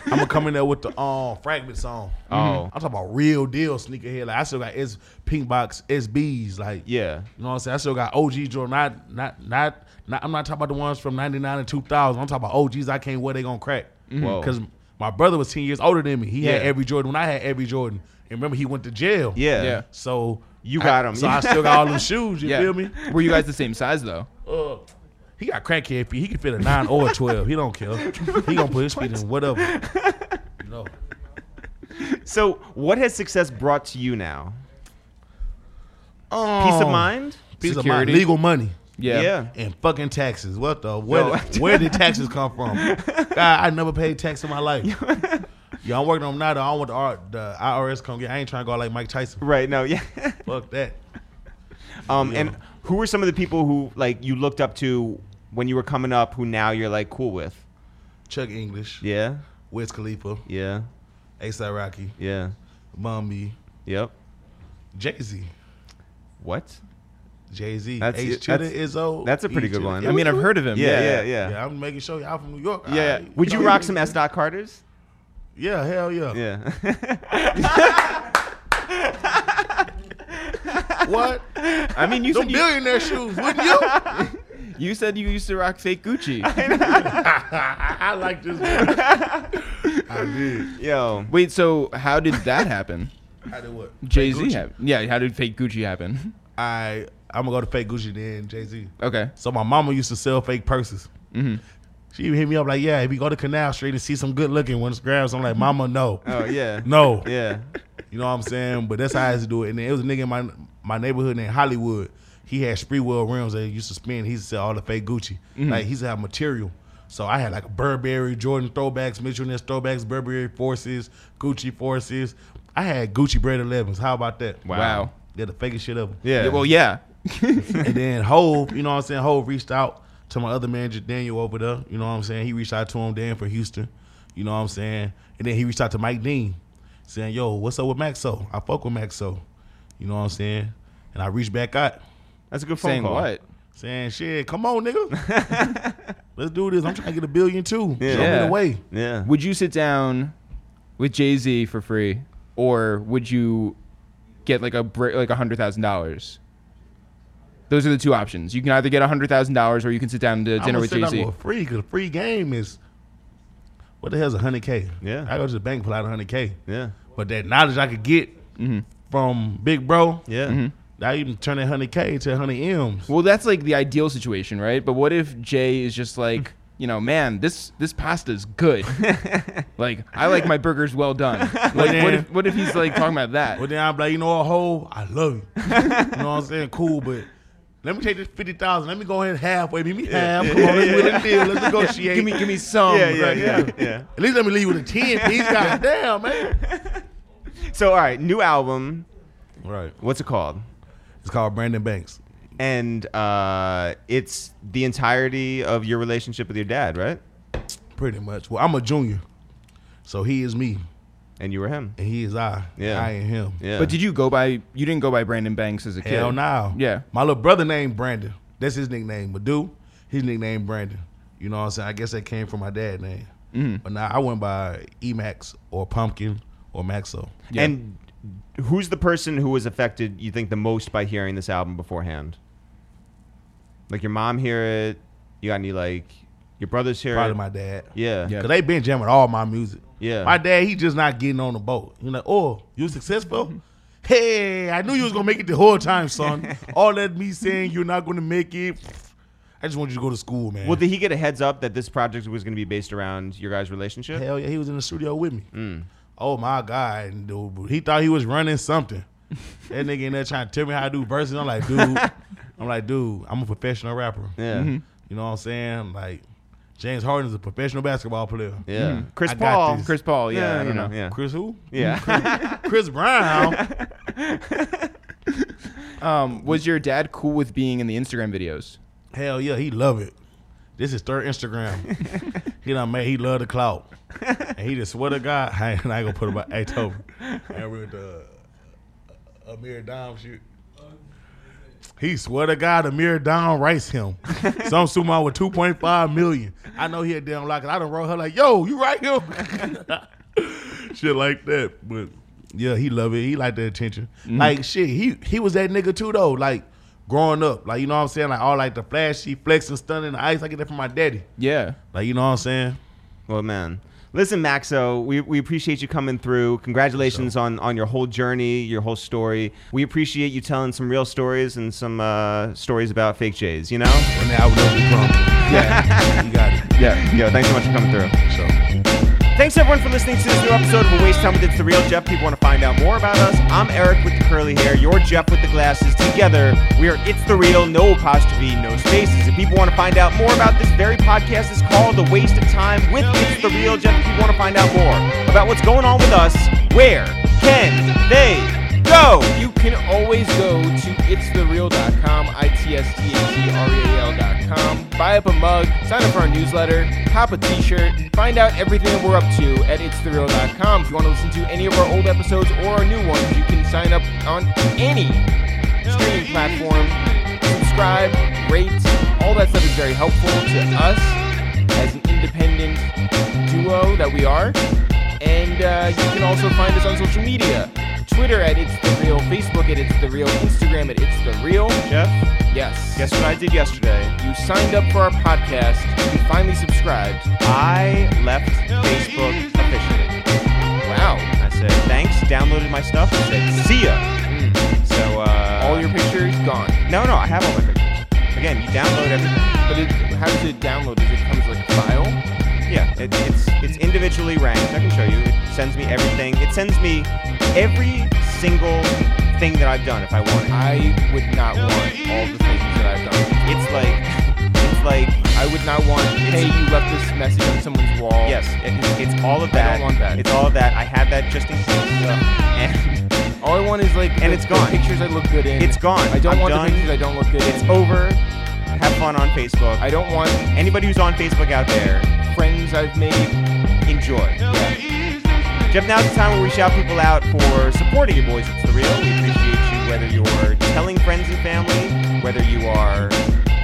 [SPEAKER 3] I'm gonna come in there with the um fragments on.
[SPEAKER 1] Oh.
[SPEAKER 3] I'm talking about real deal sneakerhead. Like I still got S pink box SBs. Like
[SPEAKER 1] yeah.
[SPEAKER 3] You know what I'm saying? I still got OG Jordan. Not not not not I'm not talking about the ones from ninety nine and two thousand. I'm talking about OGs I can't wear they gonna crack.
[SPEAKER 1] Mm-hmm. Whoa.
[SPEAKER 3] Because my brother was ten years older than me. He had
[SPEAKER 1] Yeah.
[SPEAKER 3] every Jordan when I had every Jordan. And remember he went to jail.
[SPEAKER 1] Yeah.
[SPEAKER 2] Yeah.
[SPEAKER 3] So
[SPEAKER 1] You
[SPEAKER 3] I-
[SPEAKER 1] got 'em.
[SPEAKER 3] So I still got
[SPEAKER 1] (laughs)
[SPEAKER 3] all them shoes, you
[SPEAKER 2] yeah.
[SPEAKER 3] feel me?
[SPEAKER 2] Were you guys the same size though?
[SPEAKER 3] Uh, he got crackhead feet. He can fit a nine or a twelve. He don't care. He gonna put his feet in whatever. You know.
[SPEAKER 1] So what has success brought to you now?
[SPEAKER 3] Um,
[SPEAKER 1] Peace of mind.
[SPEAKER 3] Peace of
[SPEAKER 2] Security.
[SPEAKER 3] mind. Legal money.
[SPEAKER 2] Yeah.
[SPEAKER 1] Oh. Yeah.
[SPEAKER 3] And fucking taxes. What the? Where,
[SPEAKER 1] Yo.
[SPEAKER 3] did, (laughs) where did taxes come from? God, I never paid tax in
[SPEAKER 1] (laughs)
[SPEAKER 3] my life. Yo, I'm working on now. though. I don't want the, R- the IRS come get. I ain't trying to go out like Mike Tyson.
[SPEAKER 1] Right. No. Yeah. (laughs)
[SPEAKER 3] Fuck that.
[SPEAKER 1] um. And who were some of the people who like you looked up to when you were coming up? Who now you're like cool with?
[SPEAKER 3] Chuck English,
[SPEAKER 1] Yeah.
[SPEAKER 3] Wiz Khalifa,
[SPEAKER 1] Yeah.
[SPEAKER 3] ASAP Rocky,
[SPEAKER 1] Yeah.
[SPEAKER 3] Mummy,
[SPEAKER 1] Yep.
[SPEAKER 3] Jay Z.
[SPEAKER 1] What?
[SPEAKER 3] Jay Z.
[SPEAKER 1] That's-
[SPEAKER 3] H.
[SPEAKER 1] that's-
[SPEAKER 3] Chuda, Izzo.
[SPEAKER 1] that's a pretty
[SPEAKER 3] E.
[SPEAKER 1] good
[SPEAKER 3] Chidda.
[SPEAKER 1] one.
[SPEAKER 2] I mean, I've heard of him.
[SPEAKER 1] Yeah. Yeah. Yeah.
[SPEAKER 3] Yeah, I'm making sure y'all from New York.
[SPEAKER 1] Yeah.
[SPEAKER 3] All right.
[SPEAKER 1] Would you
[SPEAKER 3] know,
[SPEAKER 1] rock some S. Dot Carters?
[SPEAKER 3] Yeah, hell yeah.
[SPEAKER 1] (laughs) Yeah.
[SPEAKER 3] (laughs) What?
[SPEAKER 2] I mean, you
[SPEAKER 3] Them
[SPEAKER 2] said you,
[SPEAKER 3] billionaire shoes, wouldn't you? (laughs)
[SPEAKER 2] you said you used to rock fake Gucci.
[SPEAKER 3] I, I like this one. I did.
[SPEAKER 1] Yo.
[SPEAKER 2] Wait, so how did that happen?
[SPEAKER 3] I did what?
[SPEAKER 2] Jay Z
[SPEAKER 3] Gucci.
[SPEAKER 2] happened. Yeah. How did fake Gucci happen? (laughs)
[SPEAKER 3] I I'm gonna go to fake Gucci then Jay Z.
[SPEAKER 2] Okay.
[SPEAKER 3] So my mama used to sell fake purses. She would hit me up like, yeah, if you go to Canal Street and see some good looking ones, grabs. I'm like, mama, no,
[SPEAKER 1] (laughs) Oh yeah.
[SPEAKER 3] no.
[SPEAKER 1] Yeah.
[SPEAKER 3] You know what I'm saying? But that's how I used to do it. And then it was a nigga in my my neighborhood named Hollywood. He had Spreewell rims that he used to spin. He used to sell all the fake Gucci. Like he used to have material. So I had like Burberry, Jordan throwbacks, Mitchell Ness throwbacks, Burberry forces, Gucci forces. I had Gucci bread 11s. How about that?
[SPEAKER 2] Wow. Wow.
[SPEAKER 3] They're the fakest shit ever.
[SPEAKER 1] Yeah.
[SPEAKER 2] Well, yeah. (laughs)
[SPEAKER 3] (laughs) And then Hove, you know what I'm saying? Hove reached out to my other manager, Daniel, over there. You know what I'm saying? He reached out to him, Dan, for Houston. You know what I'm saying? And then he reached out to Mike Dean, saying, yo, what's up with Maxo? I fuck with Maxo. You know what I'm saying? And I reached back out.
[SPEAKER 1] That's a good phone
[SPEAKER 2] Saying
[SPEAKER 1] call.
[SPEAKER 2] what?
[SPEAKER 3] saying, "Shit, come on, nigga,
[SPEAKER 1] (laughs)
[SPEAKER 3] let's do this. I'm trying to get a billion too.
[SPEAKER 1] Yeah.
[SPEAKER 3] Show me
[SPEAKER 2] Yeah.
[SPEAKER 3] the way."
[SPEAKER 1] Yeah.
[SPEAKER 2] Would you sit down with Jay Z for free, or would you get like a br- like a hundred thousand dollars? Those are the two options. You can either get a hundred thousand dollars, or you can sit down to dinner
[SPEAKER 3] I'ma
[SPEAKER 2] with
[SPEAKER 3] sit
[SPEAKER 2] Jay
[SPEAKER 3] down
[SPEAKER 2] Z.
[SPEAKER 3] with Free, because free game is what the hell's a hundred k?
[SPEAKER 1] Yeah.
[SPEAKER 3] I go to the bank pull out a hundred k.
[SPEAKER 1] Yeah.
[SPEAKER 3] But that knowledge I could get from Big Bro,
[SPEAKER 1] Mm-hmm. Yeah.
[SPEAKER 3] I even turn that hundred k to hundred m's.
[SPEAKER 2] Well, that's like the ideal situation, right? But what if Jay is just like, you know, man, this this pasta is good. like, I like my burgers well done. Like, what
[SPEAKER 3] then-
[SPEAKER 2] if what if he's like talking about that?
[SPEAKER 3] Well, then I'm like, you know what, hoe? I
[SPEAKER 2] (laughs)
[SPEAKER 3] love you. you know what I'm saying? Cool, but let me take this 50000 Let me go ahead halfway. Meet me half. Come on, let's win a
[SPEAKER 2] (laughs)
[SPEAKER 3] deal. Let's negotiate.
[SPEAKER 2] Give me give me some.
[SPEAKER 1] Yeah, yeah,
[SPEAKER 2] right?
[SPEAKER 1] yeah, Oh yeah.
[SPEAKER 3] At least let me leave with a 10
[SPEAKER 2] (laughs)
[SPEAKER 3] piece. God damn, man.
[SPEAKER 1] So, all right, new album.
[SPEAKER 3] Right.
[SPEAKER 1] What's it called?
[SPEAKER 3] It's called Brandon Banks.
[SPEAKER 1] And uh, it's the entirety of your relationship with your dad, right?
[SPEAKER 3] Pretty much. Well, I'm a junior. So he is me
[SPEAKER 1] And you were him.
[SPEAKER 3] and he is I.
[SPEAKER 1] Yeah.
[SPEAKER 3] I and him.
[SPEAKER 1] Yeah.
[SPEAKER 2] But did you go by? You didn't go by Brandon Banks as a kid.
[SPEAKER 3] Hell now.
[SPEAKER 2] Yeah.
[SPEAKER 3] My little brother named Brandon. That's his nickname. But dude, his nickname Brandon. You know what I'm saying? I guess that came from my dad name.
[SPEAKER 1] Mm-hmm.
[SPEAKER 3] But now I went by Emax or Pumpkin or Maxo.
[SPEAKER 2] Yeah.
[SPEAKER 1] And who's the person who was affected, you think, the most by hearing this album beforehand? Like your mom hear it, you got any like your brothers hear
[SPEAKER 3] Probably
[SPEAKER 1] it?
[SPEAKER 3] my dad.
[SPEAKER 1] yeah.
[SPEAKER 2] Yeah.
[SPEAKER 3] Cause they been jamming all my music.
[SPEAKER 1] Yeah.
[SPEAKER 3] My dad, he just not getting on the boat. You know, oh, you
[SPEAKER 1] Mm-hmm.
[SPEAKER 3] successful? Hey, I knew you was gonna make it the whole
[SPEAKER 1] (laughs)
[SPEAKER 3] time, son. all that me saying you're not gonna make it. I just want you to go to school, man.
[SPEAKER 1] Well, did he get a heads up that this project was going to be based around your guys' relationship?
[SPEAKER 3] Hell yeah, he was in the studio with me.
[SPEAKER 1] Mm.
[SPEAKER 3] Oh my god, and dude, he thought he was
[SPEAKER 1] (laughs)
[SPEAKER 3] running something. that nigga in there trying to tell me how to do verses. I'm like, dude, I'm like, dude, I'm a professional rapper.
[SPEAKER 1] Yeah.
[SPEAKER 2] Mm-hmm.
[SPEAKER 3] You know what I'm saying? Like, James Harden is a professional basketball player.
[SPEAKER 1] Yeah. Mm-hmm. Chris
[SPEAKER 3] I got
[SPEAKER 1] Paul.
[SPEAKER 3] this.
[SPEAKER 2] Chris Paul. Yeah, I
[SPEAKER 1] you
[SPEAKER 2] don't know.
[SPEAKER 1] Yeah.
[SPEAKER 3] Chris who?
[SPEAKER 1] Yeah.
[SPEAKER 3] (laughs)
[SPEAKER 1] (laughs)
[SPEAKER 3] Chris Brown.
[SPEAKER 2] Um, was your dad cool with being in the Instagram videos?
[SPEAKER 3] Hell yeah, he love it. This is third Instagram.
[SPEAKER 1] (laughs)
[SPEAKER 3] he done made he love the clout. And he just swear to God, (laughs) I ain't, I ain't gonna put about eight
[SPEAKER 1] (laughs)
[SPEAKER 3] over. And with the uh, Amir Dom shoot. He swear to God, Amir Dom writes him. Some sumo with 2.5 million. I know he a damn lot, 'cause I done wrote her like, yo, you write him? (laughs) shit like that. But yeah, he love it. He like the attention. Like shit, he he was that nigga too though. Like growing up. Like you know what I'm saying? Like all like the flashy flexing, stunning, the ice. I get that from my daddy.
[SPEAKER 2] Yeah.
[SPEAKER 3] Like you know what I'm saying?
[SPEAKER 1] Well, man. Listen, Maxo, we, we appreciate you coming through. Congratulations on, on your whole journey, your whole story. We appreciate you telling some real stories and some uh, stories about fake J's, you know?
[SPEAKER 3] And I would know you from.
[SPEAKER 2] Yeah.
[SPEAKER 3] (laughs) You got it.
[SPEAKER 2] yeah.
[SPEAKER 1] Yo, thanks so much for coming through.
[SPEAKER 3] So
[SPEAKER 1] Thanks everyone for listening to this new episode of A Waste Time with It's the Real Jeff. People want to find out more about us. I'm Eric with the curly hair. You're Jeff with the glasses. Together, we are It's the Real, no apostrophe, no spaces. If people want to find out more about this very podcast, it's called The Waste of Time with It's the Real Jeff. If you want to find out more about what's going on with us, where can they go?
[SPEAKER 2] You can always go to itsthereal.com, I-T-S-T-H-E-R-E-A-L.com, buy up a mug, sign up for our newsletter, cop a t-shirt, find out everything we're up to at itsthereal.com. If you want to listen to any of our old episodes or our new ones, you can sign up on any streaming platform, subscribe, rate, all that stuff is very helpful to us as an independent duo that we are. And uh, you can also find us on social media. Twitter at It's The Real, Facebook at It's The Real, Instagram at It's The Real.
[SPEAKER 1] Jeff,
[SPEAKER 2] Yes.
[SPEAKER 1] guess what I did yesterday?
[SPEAKER 2] You signed up for our podcast. You finally subscribed.
[SPEAKER 1] I left Facebook officially.
[SPEAKER 2] Wow.
[SPEAKER 1] I said thanks, downloaded my stuff, and said see ya. Hmm.
[SPEAKER 2] Mm.
[SPEAKER 1] So uh,
[SPEAKER 2] All your pictures gone.
[SPEAKER 1] No, no, I have all my pictures. Again, you download everything.
[SPEAKER 2] But it, how does it download? Does it come as like a file?
[SPEAKER 1] Yeah, it, it's it's individually ranked. I can show you. It sends me everything. It sends me every single thing that I've done if I want it.
[SPEAKER 2] I would not want all the things that I've done.
[SPEAKER 1] It's like it's like
[SPEAKER 2] I would not want, hey, you left this message on someone's wall.
[SPEAKER 1] yes, it, it's all of
[SPEAKER 2] I don't
[SPEAKER 1] that.
[SPEAKER 2] want that.
[SPEAKER 1] It's all of that. I have that just in case. And (laughs)
[SPEAKER 2] All I want is like
[SPEAKER 1] And
[SPEAKER 2] the-
[SPEAKER 1] it's
[SPEAKER 2] the
[SPEAKER 1] gone.
[SPEAKER 2] pictures I look good in.
[SPEAKER 1] It's gone.
[SPEAKER 2] I don't
[SPEAKER 1] I'm
[SPEAKER 2] want
[SPEAKER 1] done.
[SPEAKER 2] the pictures I don't look good
[SPEAKER 1] it's
[SPEAKER 2] in.
[SPEAKER 1] over. Have fun on Facebook.
[SPEAKER 2] I don't want
[SPEAKER 1] Anybody who's on Facebook out there,
[SPEAKER 2] friends I've made.
[SPEAKER 1] enjoy. Jeff, now's the time where we shout people out for supporting your boys. It's the real. We appreciate you, whether you're telling friends and family, whether you are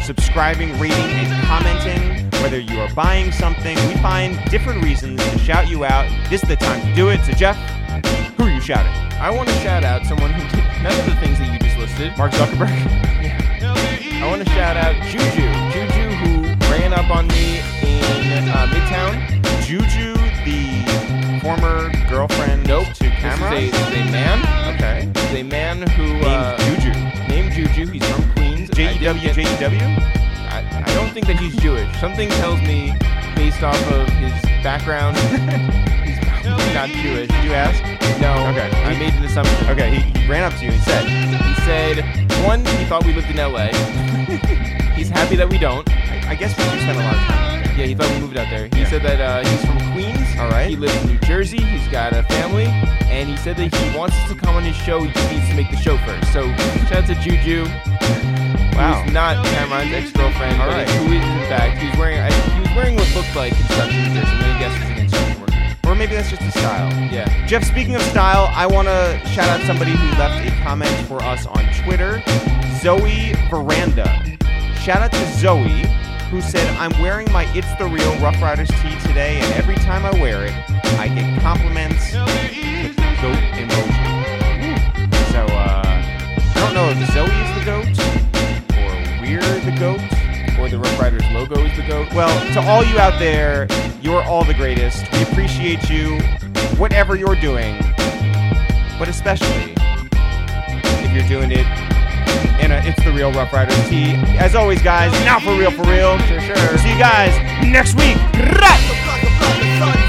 [SPEAKER 1] subscribing, rating, and commenting. Whether you are buying something, we find different reasons to shout you out. This is the time to do it. So, Jeff, who are you shouting?
[SPEAKER 2] I want to shout out someone who did none of the things that you just listed.
[SPEAKER 1] Mark Zuckerberg?
[SPEAKER 2] I want to shout out Juju. Juju, who ran up on me in uh, Midtown.
[SPEAKER 1] Juju, the former girlfriend
[SPEAKER 2] Nope.
[SPEAKER 1] to Cameron?
[SPEAKER 2] This is a, this is a man.
[SPEAKER 1] okay.
[SPEAKER 2] This is a man who uh,
[SPEAKER 1] Named Juju. E
[SPEAKER 2] named Juju. He's from Queens. I didn't
[SPEAKER 1] J-E-W,
[SPEAKER 2] get-
[SPEAKER 1] J-E-W?
[SPEAKER 2] I, I don't think that he's Jewish. Something tells me, based off of his background, (laughs) he's probably not Jewish.
[SPEAKER 1] Did you ask?
[SPEAKER 2] No.
[SPEAKER 1] Okay.
[SPEAKER 2] I made an assumption.
[SPEAKER 1] Okay, he, he ran up to you and said,
[SPEAKER 2] He said, one, he thought we lived
[SPEAKER 1] (laughs)
[SPEAKER 2] in LA. he's happy that we don't.
[SPEAKER 1] I, I guess we do spend a lot of time.
[SPEAKER 2] Yeah, he thought we moved out there. He
[SPEAKER 1] Yeah.
[SPEAKER 2] said that uh, he's from Queens.
[SPEAKER 1] All right.
[SPEAKER 2] He lives in New Jersey. He's got a family, and he said that he wants us to come on his show. He just needs to make the show first. So shout out to Juju.
[SPEAKER 1] Wow.
[SPEAKER 2] Who's not Cameron's ex-girlfriend,
[SPEAKER 1] All
[SPEAKER 2] but
[SPEAKER 1] right.
[SPEAKER 2] who is in fact? He's wearing. I, he was wearing what looked like construction gear. So I'm gonna guess he's an construction worker.
[SPEAKER 1] Or maybe that's just the style.
[SPEAKER 2] Yeah.
[SPEAKER 1] Jeff, speaking of style, I want to shout out somebody who left a comment for us on Twitter Zoe Veranda. Shout out to Zoe, who said, I'm wearing my It's the Real Rough Riders tee today, and every time I wear it, I get compliments with the goat emoji. So, uh, I don't know if Zoe is the goat or we're the goat.
[SPEAKER 2] Or the Rough Riders logo is the goat.
[SPEAKER 1] Well, to all you out there, you're all the greatest. We appreciate you, whatever you're doing, but especially if you're doing it in a It's the Real Rough Riders tee. As always, guys, now for real, for real.
[SPEAKER 2] Sure, sure.
[SPEAKER 1] See you guys next week. Right.
[SPEAKER 4] Block, block, block, block, block.